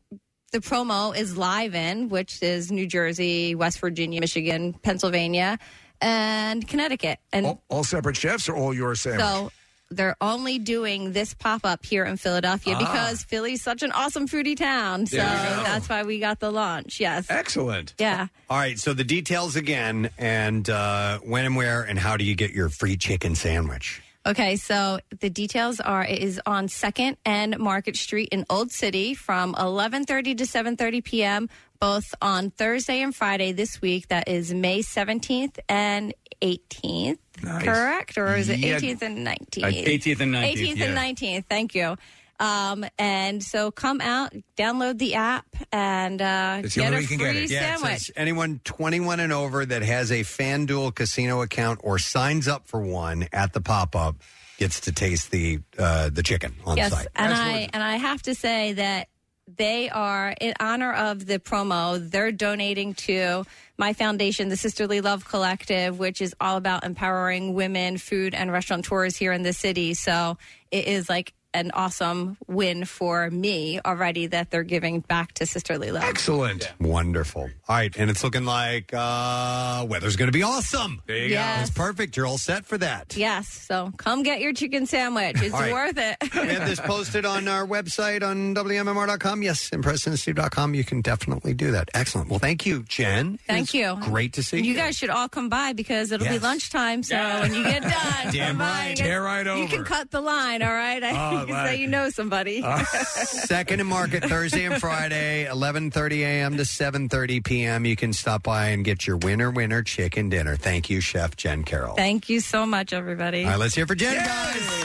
the promo is live in, which is New Jersey, West Virginia, Michigan, Pennsylvania, and Connecticut. And
all, all separate chefs or all your sandwich?
so they're only doing this pop up here in Philadelphia
Ah.
because Philly's such an awesome foodie town. So
There you go.
that's why we got the launch. Yes.
Excellent.
Yeah.
All right, so the details again, and uh, when and where, and how do you get your free chicken sandwich?
Okay, so the details are it is on Second and Market Street in Old City from 11:30 to 7:30 p.m. both on Thursday and Friday this week. That is May 17th and 18th.
Nice.
Correct, or is it
Yeah.
18th and 19th?
Uh, 18th and 19th,
18th and
yeah.
19th. Thank you. Um, and so come out, download the app, and uh,
It's the
get
only
a
way you
free
can get it. Yeah, it
sandwich.
says anyone 21 and over that has a FanDuel casino account or signs up for one at the pop up gets to taste the uh, the chicken on
yes,
site.
and I and I have to say that they are in honor of the promo. They're donating to my foundation, the Sisterly Love Collective, which is all about empowering women, food, and restaurateurs here in the city. So it is like an awesome win for me already that they're giving back to sisterly love.
Excellent.
Wonderful. All right, and it's looking like uh, weather's going to be awesome.
There
you go. Yes.
It's perfect. You're all set for that.
Yes. So come get your chicken sandwich. It's
All right.
worth it.
we have this
*laughs*
posted on our website on WMMR.com. Yes, and PresidentSteve.com. You can definitely do that. Excellent. Well, thank you, Jen.
Thank you.
Great to see you.
You guys should all come by because it'll be
Yes.
lunchtime. So when you get done,
Damn
come by
right.
and
Tear right
You
over.
can cut the line, all right? I
All right.
you can *laughs* say you know somebody.
Uh, Second and Market Thursday and Friday, 11:30 a.m. to 7:30 p.m. You can stop by and get your winner winner chicken dinner. Thank you, Chef Jen Carroll.
*laughs* Thank you so much, everybody.
All right, let's hear for Jen, guys.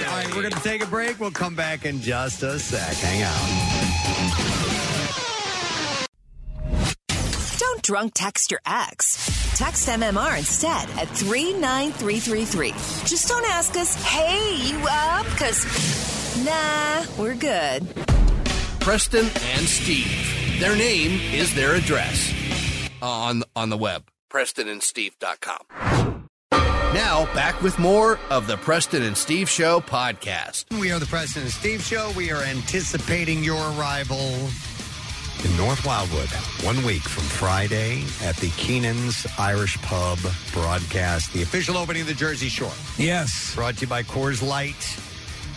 All right, we're going to take a break. We'll come back in just a sec. Hang out.
Don't drunk text your ex. Text MMR instead at 39333. Just don't ask us, hey, you up? Because, nah, we're good.
Preston and Steve. Their name is their address uh, on on the web. PrestonandSteve.com. Now back with more of the Preston and Steve Show podcast.
We are the Preston and Steve Show. We are anticipating your arrival in North Wildwood one week from Friday at the Keenan's Irish Pub broadcast, the official opening of the Jersey Shore.
Yes.
Brought to you by Coors Light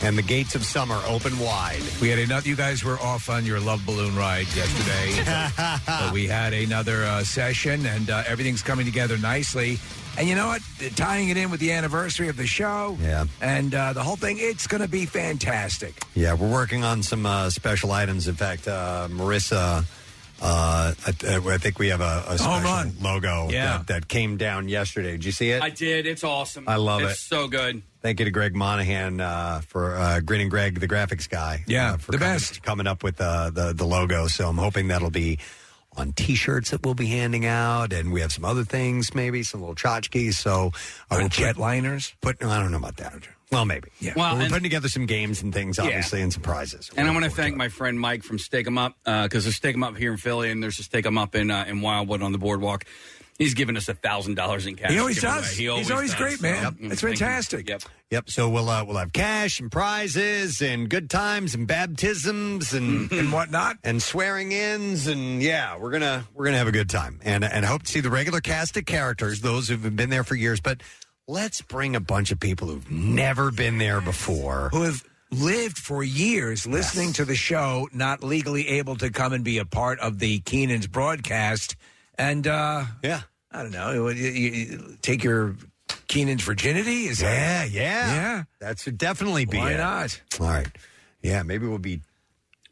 and the gates of summer open wide.
We had another. You guys were off on your love balloon ride yesterday.
*laughs*
but we had another uh, session, and uh, everything's coming together nicely. And you know what? Tying it in with the anniversary of the show,
Yeah.
and uh, the whole thing—it's going to be fantastic.
Yeah, we're working on some uh, special items. In fact, uh, Marissa, uh, I, I think we have a, a
Home
special
Oh, run.
logo
Yeah.
that, that came down yesterday. Did you see it?
I did. It's awesome.
I love
it's
it.
so good.
Thank you to Greg Monahan uh, for uh, Grin and Greg, the graphics guy. Yeah, for the coming, best coming up with uh, the the logo. So I'm hoping that'll be on T-shirts that we'll be handing out, and we have some other things, maybe some little tchotchkes. So uh, we'll jet liners. Put I don't know about that. Well, maybe. Yeah.
Well,
we're
and-
putting together some games and things,
Yeah.
obviously, and some prizes.
And I want to thank my friend Mike from Steak 'Em Up because there's Steak 'Em Up here in Philly, and there's a Steak 'Em Up in uh, in Wildwood on the boardwalk. He's given us a thousand dollars in cash.
He always
to give away.
does.
He
He's
always
always
does.
great, man.
Yep.
It's
Thank you.
fantastic.
Yep.
Yep. So we'll uh, we'll have cash and prizes and good times and baptisms and
*laughs* and whatnot
and swearing ins and yeah, we're gonna we're gonna have a good time and and hope to see the regular cast of characters, those who've been there for years. But let's bring a bunch of people who've never been there before.
Who have lived for years listening to the show, not legally able to come and be a part of the Keenan's broadcast. And uh,
yeah,
I don't know. You, you- you take your Keenan's virginity. Is
Yeah,
that,
yeah,
yeah.
That should definitely be.
Why
it.
not?
uh, All right. Yeah, maybe we'll be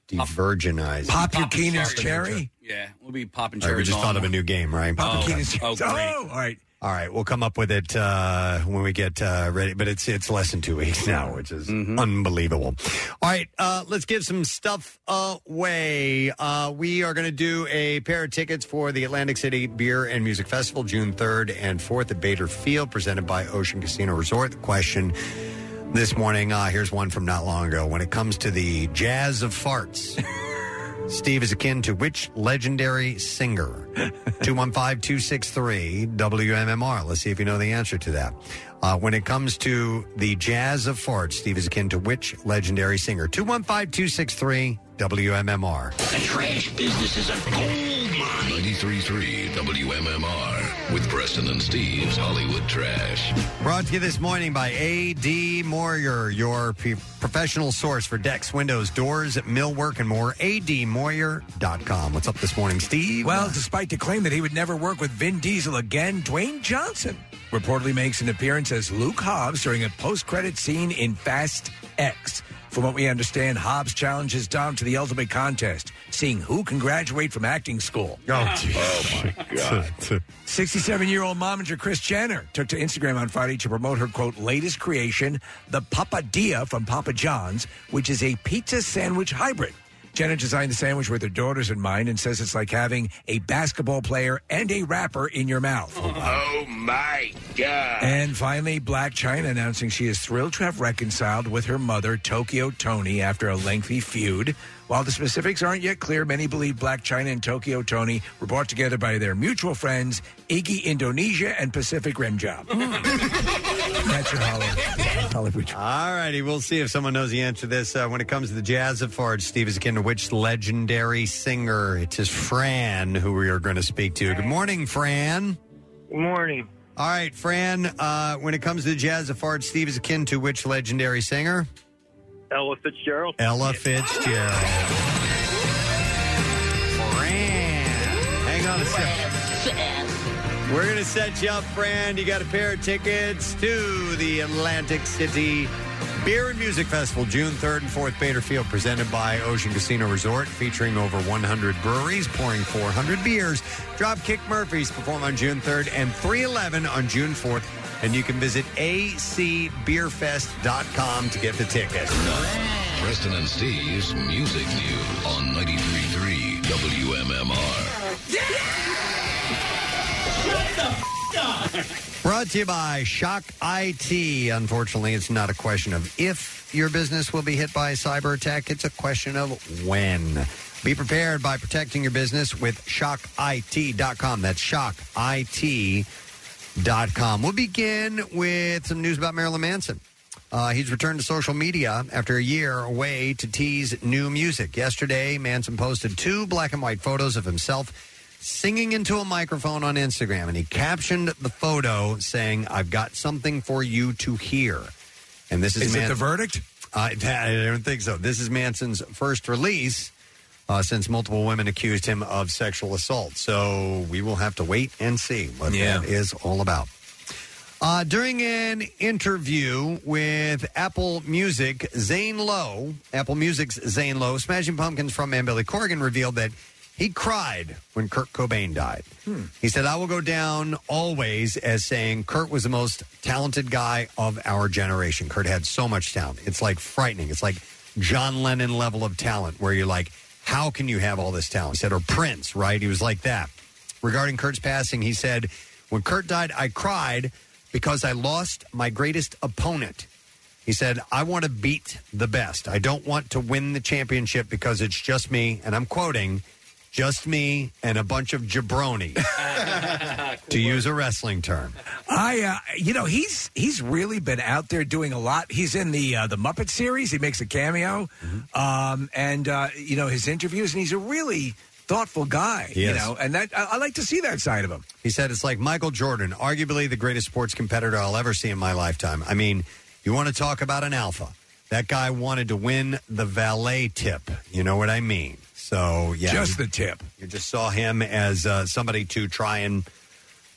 de-virginized.
Pop your Keenan's cherry?
Yeah, we'll be popping
All right,
cherries.
we just
all
thought of a
morning.
new game, right?
Papa
Okay.
Keenan's- Oh, great.
Oh, all right.
All right, we'll come up with it uh, when we get uh, ready. But it's it's less than two weeks *laughs* now, which is unbelievable. All right, uh, let's give some stuff away. Uh, we are going to do a pair of tickets for the Atlantic City Beer and Music Festival, June third and fourth at Bader Field, presented by Ocean Casino Resort. The question this morning. Uh, here's one from not long ago. When it comes to the jazz of farts, Steve is akin to which legendary singer? 215 263 WMMR. Let's see if you know the answer to that. Uh, when it comes to the jazz of farts, Steve is akin to which legendary singer? 215 263 WMMR.
The trash business is a gold mine. 93.3 WMMR with Preston and Steve's Hollywood Trash.
Brought to you this morning by A.D. Moyer, your p- professional source for decks, windows, doors, millwork, and more. ADMoyer.com. What's up this morning, Steve?
Well, despite the claim that he would never work with Vin Diesel again, Dwayne Johnson reportedly makes an appearance as Luke Hobbs during a post-credit scene in Fast X. From what we understand, Hobbs challenges Dom to the ultimate contest, seeing who can graduate from acting school.
Oh, my God.
67 year old momager Chris Jenner took to Instagram on Friday to promote her, quote, latest creation, the Papadilla from Papa John's, which is a pizza sandwich hybrid. Jenna designed the sandwich with her daughters in mind and says it's like having a basketball player and a rapper in your mouth.
Oh my god.
And finally, Black China announcing she is thrilled to have reconciled with her mother, Tokyo Tony, after a lengthy feud. While the specifics aren't yet clear, many believe Black China and Tokyo Tony were brought together by their mutual friends, Iggy Indonesia and Pacific Rimjob. That's your Hollywood. Hollywood.
All righty, we'll see if someone knows the answer to this. Uh, when it comes to the jazz afford, Steve is akin to which legendary singer? It is Fran who we are going to speak to. Good morning, Fran.
Good morning.
All right, Fran. Uh, when it comes to the jazz afford, Steve is akin to which legendary singer?
Ella Fitzgerald.
Ella Fitzgerald. Fran. Hang on a second. We're going to set you up, Fran. You got a pair of tickets to the Atlantic City Beer and Music Festival, June 3rd and 4th, Bader Field, presented by Ocean Casino Resort, featuring over 100 breweries pouring 400 beers. Dropkick Murphys perform on June 3rd and 311 on June 4th. And you can visit acbeerfest.com to get the tickets.
Preston and Steve's Music News on 93.3 WMMR.
*laughs* Brought to you by Shock IT. Unfortunately, it's not a question of if your business will be hit by a cyber attack, it's a question of when. Be prepared by protecting your business with shockit.com. That's shockit.com. We'll begin with some news about Marilyn Manson. Uh, he's returned to social media after a year away to tease new music. Yesterday, Manson posted two black and white photos of himself singing into a microphone on Instagram, and he captioned the photo saying, "I've got something for you to hear." And this is,
Is it the
verdict? *laughs* I, I don't think so. This is Manson's first release uh, since multiple women accused him of sexual assault. So we will have to wait and see what
Yeah.
that is all about. Uh, during an interview with Apple Music, Zane Lowe, Apple Music's Zane Lowe, Smashing Pumpkins frontman Billy Corgan revealed that he cried when Kurt Cobain died. He said, I will go down always as saying Kurt was the most talented guy of our generation. Kurt had so much talent. It's like frightening. It's like John Lennon level of talent where you're like, how can you have all this talent? He said, or Prince, right? He was like that. Regarding Kurt's passing, he said, when Kurt died, I cried because I lost my greatest opponent. He said, I want to beat the best. I don't want to win the championship because it's just me, and I'm quoting, just me and a bunch of jabroni, to use a wrestling term.
I, uh, you know, he's he's really been out there doing a lot. He's in the uh, the Muppet series. He makes a cameo, um, and uh, you know his interviews, and he's a really thoughtful guy.
He
you
is.
know, and that I, I like to see that side of him.
He said, It's like Michael Jordan, arguably the greatest sports competitor I'll ever see in my lifetime. I mean, you want to talk about an alpha. That guy wanted to win the valet tip. You know what I mean? So, yeah.
Just the tip.
You just saw him as uh, somebody to try and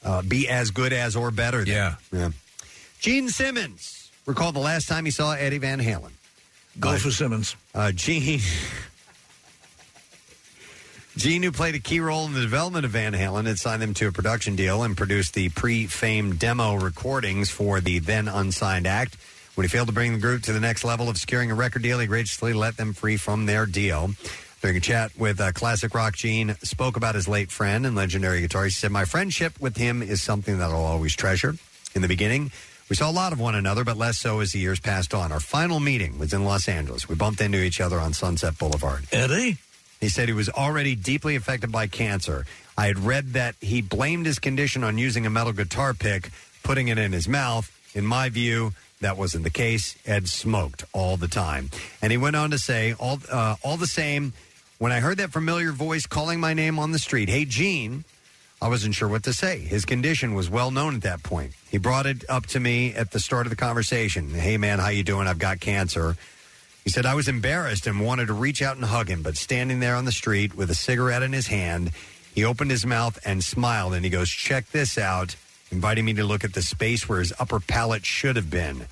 uh, be as good as or better than. Yeah. yeah. Gene Simmons. Recall the last time he saw Eddie Van Halen.
Go for Simmons.
Uh, Gene. *laughs* Gene, who played a key role in the development of Van Halen, had signed them to a production deal and produced the pre fame demo recordings for the then unsigned act. When he failed to bring the group to the next level of securing a record deal, he graciously let them free from their deal. During a chat with uh, classic rock, Gene spoke about his late friend and legendary guitarist. He said, My friendship with him is something that I'll always treasure. In the beginning, we saw a lot of one another, but less so as the years passed on. Our final meeting was in Los Angeles. We bumped into each other on Sunset Boulevard.
Eddie?
He said he was already deeply affected by cancer. I had read that he blamed his condition on using a metal guitar pick, putting it in his mouth. In my view, that wasn't the case. Ed smoked all the time. And he went on to say, all, uh, all the same, when I heard that familiar voice calling my name on the street, hey, Gene, I wasn't sure what to say. His condition was well known at that point. He brought it up to me at the start of the conversation. Hey, man, how you doing? I've got cancer. He said, I was embarrassed and wanted to reach out and hug him, but standing there on the street with a cigarette in his hand, he opened his mouth and smiled and he goes, Check this out, inviting me to look at the space where his upper palate should have been.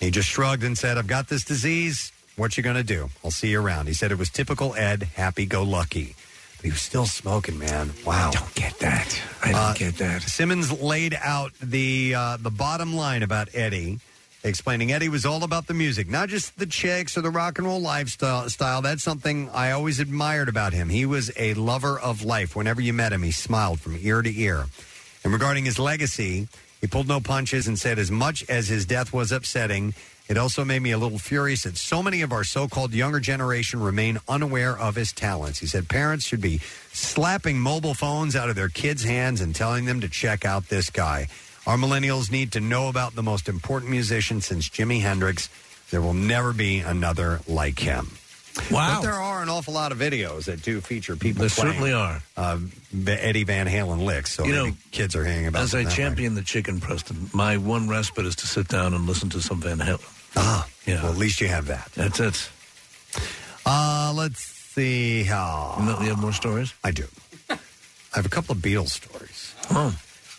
He just shrugged and said, I've got this disease. What you gonna do? I'll see you around. He said it was typical Ed, happy go lucky. But he was still smoking, man. Wow. I don't
get that. I don't get that.
Simmons laid out the uh, the bottom line about Eddie explaining Eddie was all about the music, not just the chicks or the rock and roll lifestyle. Style. That's something I always admired about him. He was a lover of life. Whenever you met him, he smiled from ear to ear. And regarding his legacy, he pulled no punches and said, as much as his death was upsetting, it also made me a little furious that so many of our so called younger generation remain unaware of his talents. He said parents should be slapping mobile phones out of their kids' hands and telling them to check out this guy. Our millennials need to know about the most important musician since Jimi Hendrix. There will never be another like him. Wow. But there are an awful lot of videos that do feature people
There
playing,
certainly are.
Uh, Eddie Van Halen licks, so
You know,
maybe kids are hanging about
As
it
I
that way.
champion the chicken, Preston, my one respite is to sit down and listen to some Van Halen.
Ah,
yeah.
Well, at least you have that.
That's it.
Uh, let's see how.
No, you have more stories?
I do. I have a couple of Beatles stories.
Oh,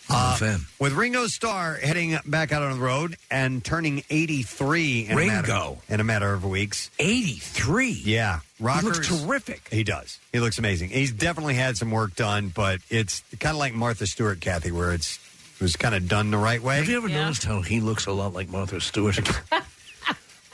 Uh, With Ringo Starr heading back out on the road and turning 83 in, A, matter,
Ringo.
in a matter of weeks.
83?
Yeah.
looks
Rockers-
terrific.
He does. He looks amazing. He's definitely had some work done, but it's kind of like Martha Stewart, Kathy, where it's it was kind of done the right way.
Have you ever noticed how he looks a lot like Martha Stewart?
*laughs*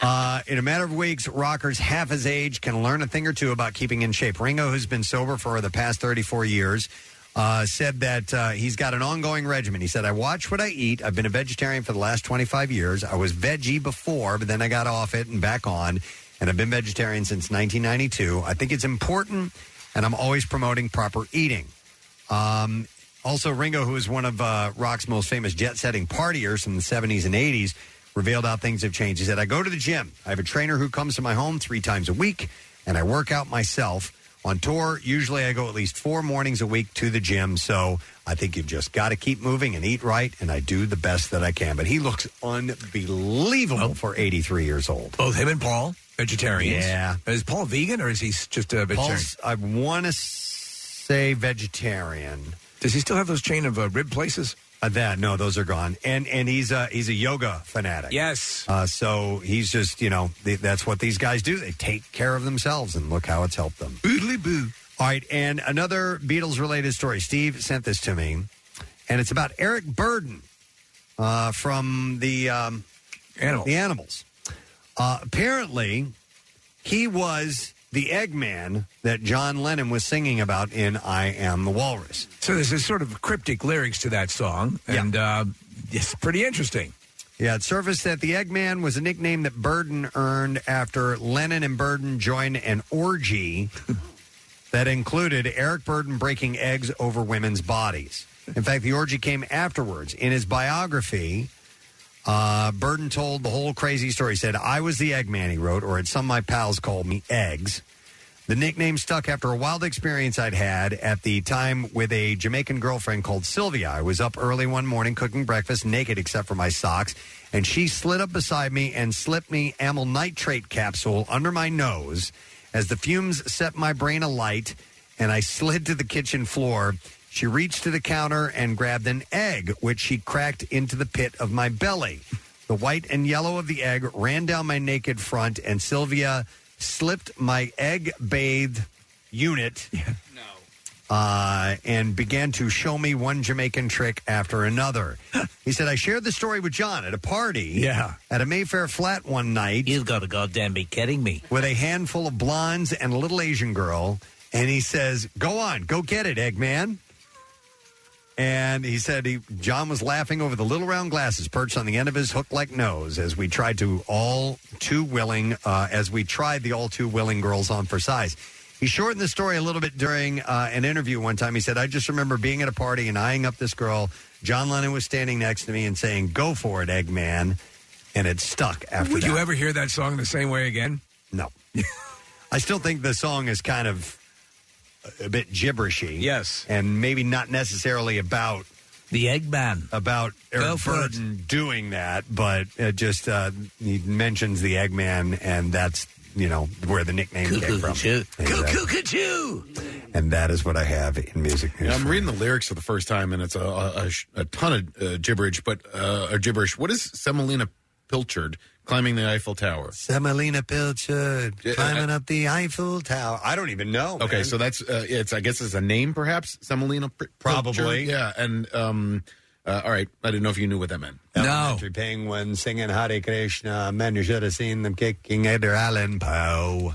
Uh, in a matter of weeks, rockers half his age can learn a thing or two about keeping in shape. Ringo, who's been sober for the past 34 years, uh, said that uh, he's got an ongoing regimen. He said, I watch what I eat. I've been a vegetarian for the last 25 years. I was veggie before, but then I got off it and back on. And I've been vegetarian since 1992. I think it's important, and I'm always promoting proper eating. Um, also, Ringo, who is one of uh, rock's most famous jet setting partiers from the 70s and 80s, revealed how things have changed. He said, I go to the gym. I have a trainer who comes to my home three times a week, and I work out myself. On tour, usually I go at least four mornings a week to the gym. So I think you've just got to keep moving and eat right, and I do the best that I can. But he looks unbelievable for 83 years old.
Both him and Paul, vegetarians.
Yeah.
Is Paul vegan or is he s- just a vegetarian?
Paul's, I want to say vegetarian.
Does he still have those chain of uh, rib places?
Uh, that no, those are gone. And and he's a he's a yoga fanatic.
Yes.
Uh, so he's just you know th- that's what these guys do. They take care of themselves, and look how it's helped them.
Oodly boo.
All right, and another Beatles related story. Steve sent this to me, and it's about Eric Burden uh, from the um,
animals.
The animals. Uh, apparently, he was the Eggman that John Lennon was singing about in "I Am the Walrus."
So there's this sort of cryptic lyrics to that song, and uh, it's pretty interesting.
Yeah, it surfaced that the Eggman was a nickname that Burden earned after Lennon and Burden joined an
*laughs*
orgy that included Eric Burden breaking eggs over women's bodies. In fact, the orgy came afterwards. In his biography, uh, Burden told the whole crazy story. He said, I was the Eggman, he wrote, or it's some of my pals called me Eggs. The nickname stuck after a wild experience I'd had at the time with a Jamaican girlfriend called Sylvia. I was up early one morning cooking breakfast, naked except for my socks, and she slid up beside me and slipped me amyl nitrate capsule under my nose as the fumes set my brain alight and I slid to the kitchen floor. She reached to the counter and grabbed an egg, which she cracked into the pit of my belly. The white and yellow of the egg ran down my naked front, and Sylvia slipped my egg bathed
*laughs*
unit. Uh, and began to show me one Jamaican trick after
*laughs*
another. he said, I shared the story with John at a party
Yeah.
at a Mayfair flat one night.
You've got to goddamn be kidding me.
With a handful of blondes and a little Asian girl. And he says, Go on, go get it, Eggman. And he said he, John was laughing over the little round glasses perched on the end of his hook like nose as we tried to all too willing, uh, as we tried the all too willing girls on for size. He shortened the story a little bit during uh, an interview one time. He said, I just remember being at a party and eyeing up this girl. John Lennon was standing next to me and saying, Go for it, Eggman. And it stuck after
Would
that.
you ever hear that song the same way again?
No. *laughs* I still think the song is kind of a bit gibberishy. Yes. And maybe not necessarily about
the Eggman.
About Eric
Go for it.
Burden doing that, but it just uh, he mentions the Eggman, and that's you know where the nickname came from. Exactly. And that is what I have in music news.
Yeah, I'm reading the lyrics for the first time, and it's a a, a sh- a ton of uh, gibberish. But uh, a gibberish. What is Semolina Pilchard climbing the Eiffel Tower?
Semolina Pilchard
Yeah,
climbing up the Eiffel Tower. I don't even know.
Okay,
man.
so that's uh, it's I guess it's a name, perhaps Semolina. P-
Probably.
Pilchard? yeah. And um, Uh, all right, I didn't know if you knew what that meant.
Elementary penguins singing Hare Krishna. Man, you should have seen them kicking at their island pow.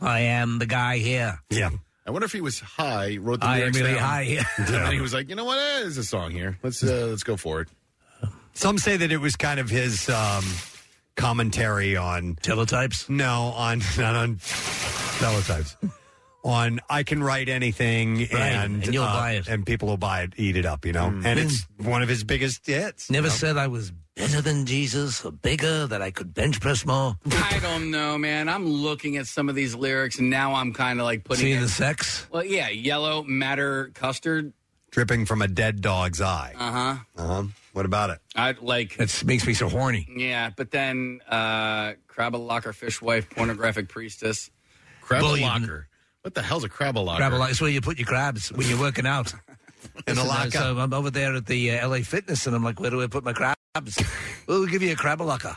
I am the guy here.
Yeah.
I wonder if he was high, wrote the
I am
lyrics
really
down,
high, yeah.
*laughs* and then he was like, you know what? Eh, There's a song here. Let's uh, let's go for it.
Some say that it was kind of his um, commentary on
teletypes.
No, on *laughs* not on teletypes. on I can write anything,
Right,
and
and you'll
uh,
buy it. Hmm.
and people will buy it, eat it up, you know. And it's one of his biggest hits.
Never
you know?
said I was better than Jesus or bigger, that I could bench press more.
I don't know, man. I'm looking at some of these lyrics, and now I'm kind of like putting
Seeing
it-
the sex?
Well, yeah, yellow matter custard.
dripping from a dead dog's eye.
Uh huh.
Uh huh. What about it?
I like.
That makes me so horny.
Yeah, but then uh, crab a locker, fish wife, pornographic priestess.
Crab
Well, you-
locker. What the hell's a crab locker?
Crab a lot. It's where you put your crabs when you're working out.
*laughs* In a
Listen, uh,
locker.
So I'm over there at the uh, LA Fitness, and I'm like, where do I put my crabs? well, we'll give you a crab locker.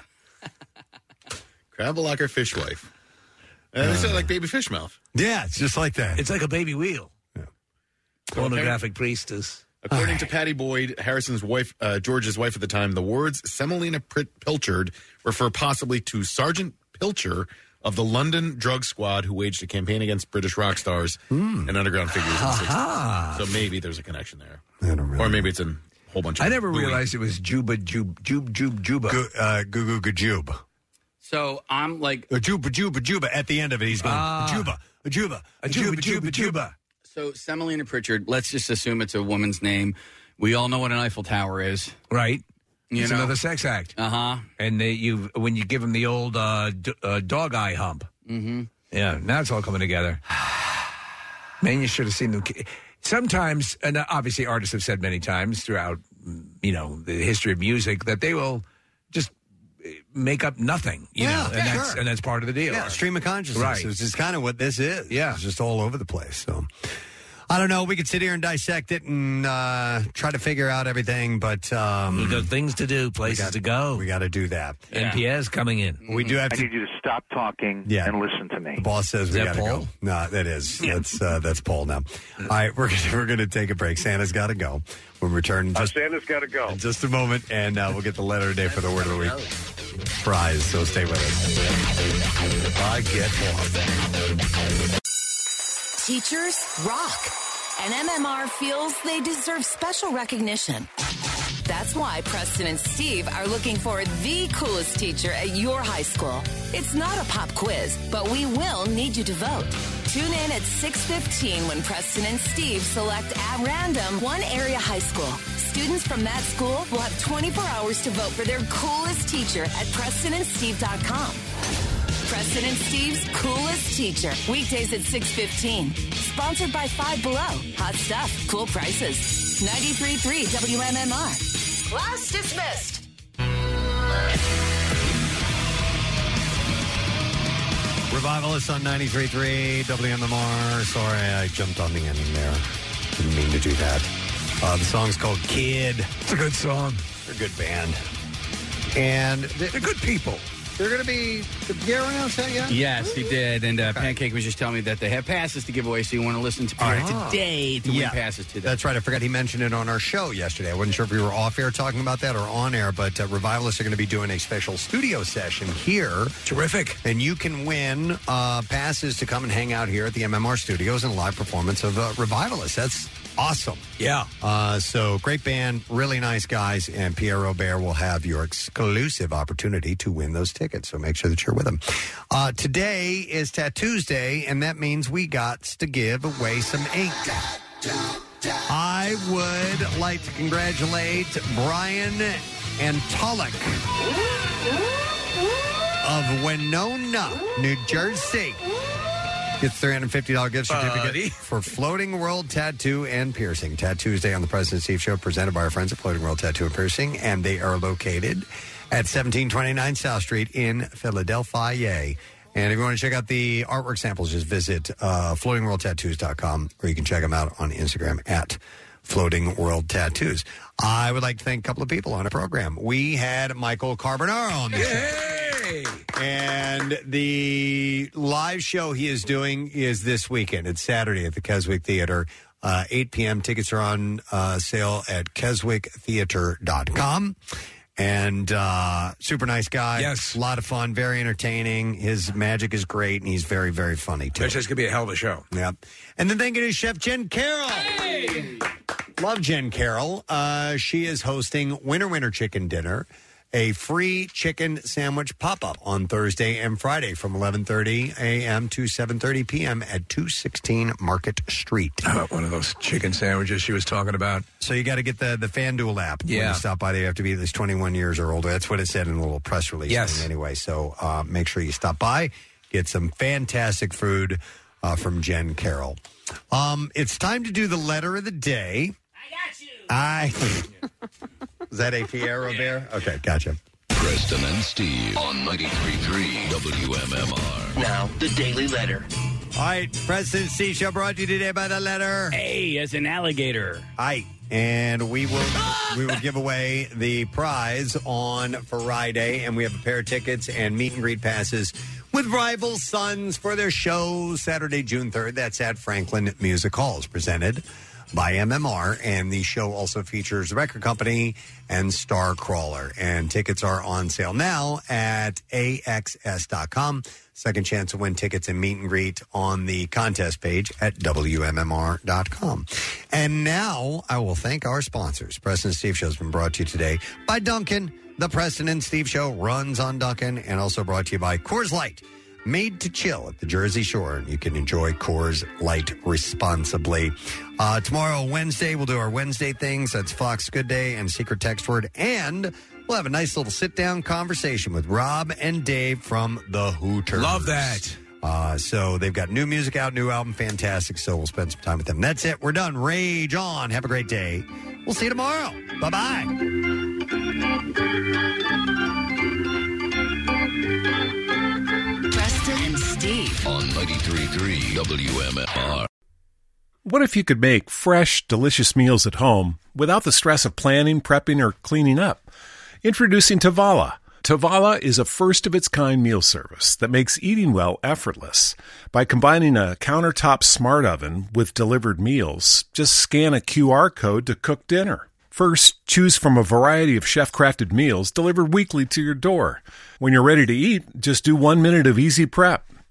crab locker fish wife. Uh, they sound like baby fish mouth.
Yeah, it's just like that.
It's like a baby wheel. Pornographic priestess.
According
*sighs*
to Patty Boyd, Harrison's wife, uh, George's wife at the time, the words Semolina Prit- Pilchard refer possibly to Sergeant Pilcher of the London Drug Squad who waged a campaign against British rock stars
Hmm.
and underground figures in the
Ah.
60s. So maybe there's a connection there. or maybe it's a whole bunch of
I never
Louis.
realized it was Juba, Jube, Jube, Jube, Juba.
Goo, uh, goo, goo, goo, jube.
So I'm like,
Uh, Juba, Juba, Juba. At the end of it, he's going, Juba, Juba, Juba, Juba, Juba.
so Semolina Pritchard. Let's just assume it's a woman's name. We all know what an Eiffel Tower is,
right?
You
it's
know,
another sex act.
Uh
Uh-huh.
huh.
And they, you, when you give them the old uh, d- uh, dog eye hump,
Mm-hmm.
yeah, now it's all coming together. *sighs* Man, you should have seen them. ki- Sometimes, and uh, obviously, artists have said many times throughout, mm, you know, the history of music that they will just eh, make up nothing. You
Yeah,
know, and
yeah,
that's
sure.
and that's part of the deal.
Yeah, stream of consciousness.
Right.
Which is kind of what this is. Yeah. It's just all over the place. So I don't know. We could sit here and dissect it and uh, try to figure out everything, but um,
We got things to do, places to go. We
got to do that.
And Pierre's coming in.
We do have
I
to-
need you to stop talking
Yeah.
and listen to me.
The boss says
Is
we got
that
to
Paul?
go. No, that is that's uh, that's Paul now. All right, we're gonna, we're going to take a break. Santa's got to go. We'll return in
Uh,
just,
Santa's got to go.
in just a moment, and uh, we'll get the letter today for the word of the week prize. So stay with us. I get lost.
Teachers rock, and MMR feels they deserve special recognition. That's why Preston and Steve are looking for the coolest teacher at your high school. It's not a pop quiz, but we will need you to vote. Tune in at 6:15 when Preston and Steve select at random one area high school. Students from that school will have 24 hours to vote for their coolest teacher at prestonandsteve.com. Preston and Steve's coolest teacher. Weekdays at 615. Sponsored by Five Below. Hot stuff, cool prices. 93.3 WMMR. Class dismissed.
Revivalists on 93.3 WMMR. Sorry, I jumped on the end there. Didn't mean to do that. Uh, the song's called Kid. It's
a good song.
They're a good band. And they're,
good people.
They're going to be. Did Pierre announce that yet?
Yes, he did. And uh, Pancake was just telling me that they have passes to give away, so you want to listen to Pierre today to win passes today.
That's right. I forgot he mentioned it on our show yesterday. I wasn't sure if we were off air talking about that or on air, but uh, Revivalists are going to be doing a special studio session here.
Terrific.
And you can win uh, passes to come and hang out here at the MMR studios and a live performance of uh, Revivalists. That's awesome.
Yeah.
Uh, so great band, really nice guys, and Pierre Robert will have your exclusive opportunity to win those tickets. So make sure that you're with them. Uh, today is Tattoos Day, and that means we got to give away some ink. I would like to congratulate Brian Antolik of Winona, New Jersey. Gets $350 gift certificate
Buddy.
for Floating World Tattoo and Piercing. Tattoos Day on the President Steve Show, presented by our friends at Floating World Tattoo and Piercing, and they are located at 1729 South Street in Philadelphia. And if you want to check out the artwork samples, just visit uh, floatingworldtattoos.com or you can check them out on Instagram at Floating World Tattoos. I would like to thank a couple of people on our program. We had Michael Carbonaro on the
show.
And the live show he is doing is this weekend. It's Saturday at the Keswick Theater. uh, 8 p.m. Tickets are on uh, sale at keswicktheater.com. And uh, super nice guy. Yes. A lot of fun, very entertaining. His magic is great, and he's very, very funny, too.
That's just going to be a hell of a show.
Yep. And then thank you to Chef Jen Carroll. Love Jen Carroll. Uh, she is hosting Winter Winter Chicken Dinner, a free chicken sandwich pop up on Thursday and Friday from 11:30 a.m. to 7:30 p.m. at 216 Market Street.
one of those chicken sandwiches she was talking about.
So you got to get the the FanDuel app. When
Yeah.
you stop by, there, you have to be at least 21 years or older. That's what it said in the little press release.
Yes.
thing Anyway, so uh, make sure you stop by, get some fantastic food uh, from Jen Carroll. Um, it's time to do the letter of the day. I got you. I. *laughs* Is that a Fiero bear? Okay, gotcha.
Preston and Steve on 93.3 WMMR.
Now, the Daily Letter. All right, Preston and Steve Show brought to you today by the letter
A as an alligator.
Hi. And we will we will give away the prize on Friday, and we have a pair of tickets and meet and greet passes with Rival Sons for their show Saturday, June third. That's at Franklin Music Halls, presented by MMR, and the show also features the record company and Star Crawler. And tickets are on sale now at axs.com. Second chance to win tickets and meet and greet on the contest page at WMMR.com. And now I will thank our sponsors. Preston and Steve Show has been brought to you today by Duncan. The Preston and Steve Show runs on Duncan and also brought to you by Coors Light made to chill at the Jersey Shore, and you can enjoy Coors Light responsibly. Uh, tomorrow, Wednesday, we'll do our Wednesday things. That's Fox Good Day and Secret Text Word, and we'll have a nice little sit down conversation with Rob and Dave from the Hooters. Love that. Uh, so they've got new music out, new album, fantastic. So we'll spend some time with them. That's it. We're done. Rage on. Have a great day. We'll see you tomorrow. Bye bye.
Preston and Steve.
On 93.3 WMMR.
What if you could make fresh, delicious meals at home without the stress of planning, prepping, or cleaning up? Introducing Tavala. Tavala is a first of its kind meal service that makes eating well effortless. By combining a countertop smart oven with delivered meals, just scan a QR code to cook dinner. First, choose from a variety of chef crafted meals delivered weekly to your door. When you're ready to eat, just do one minute of easy prep.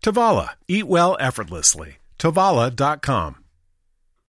Tavala. Eat well effortlessly. Tavala.com.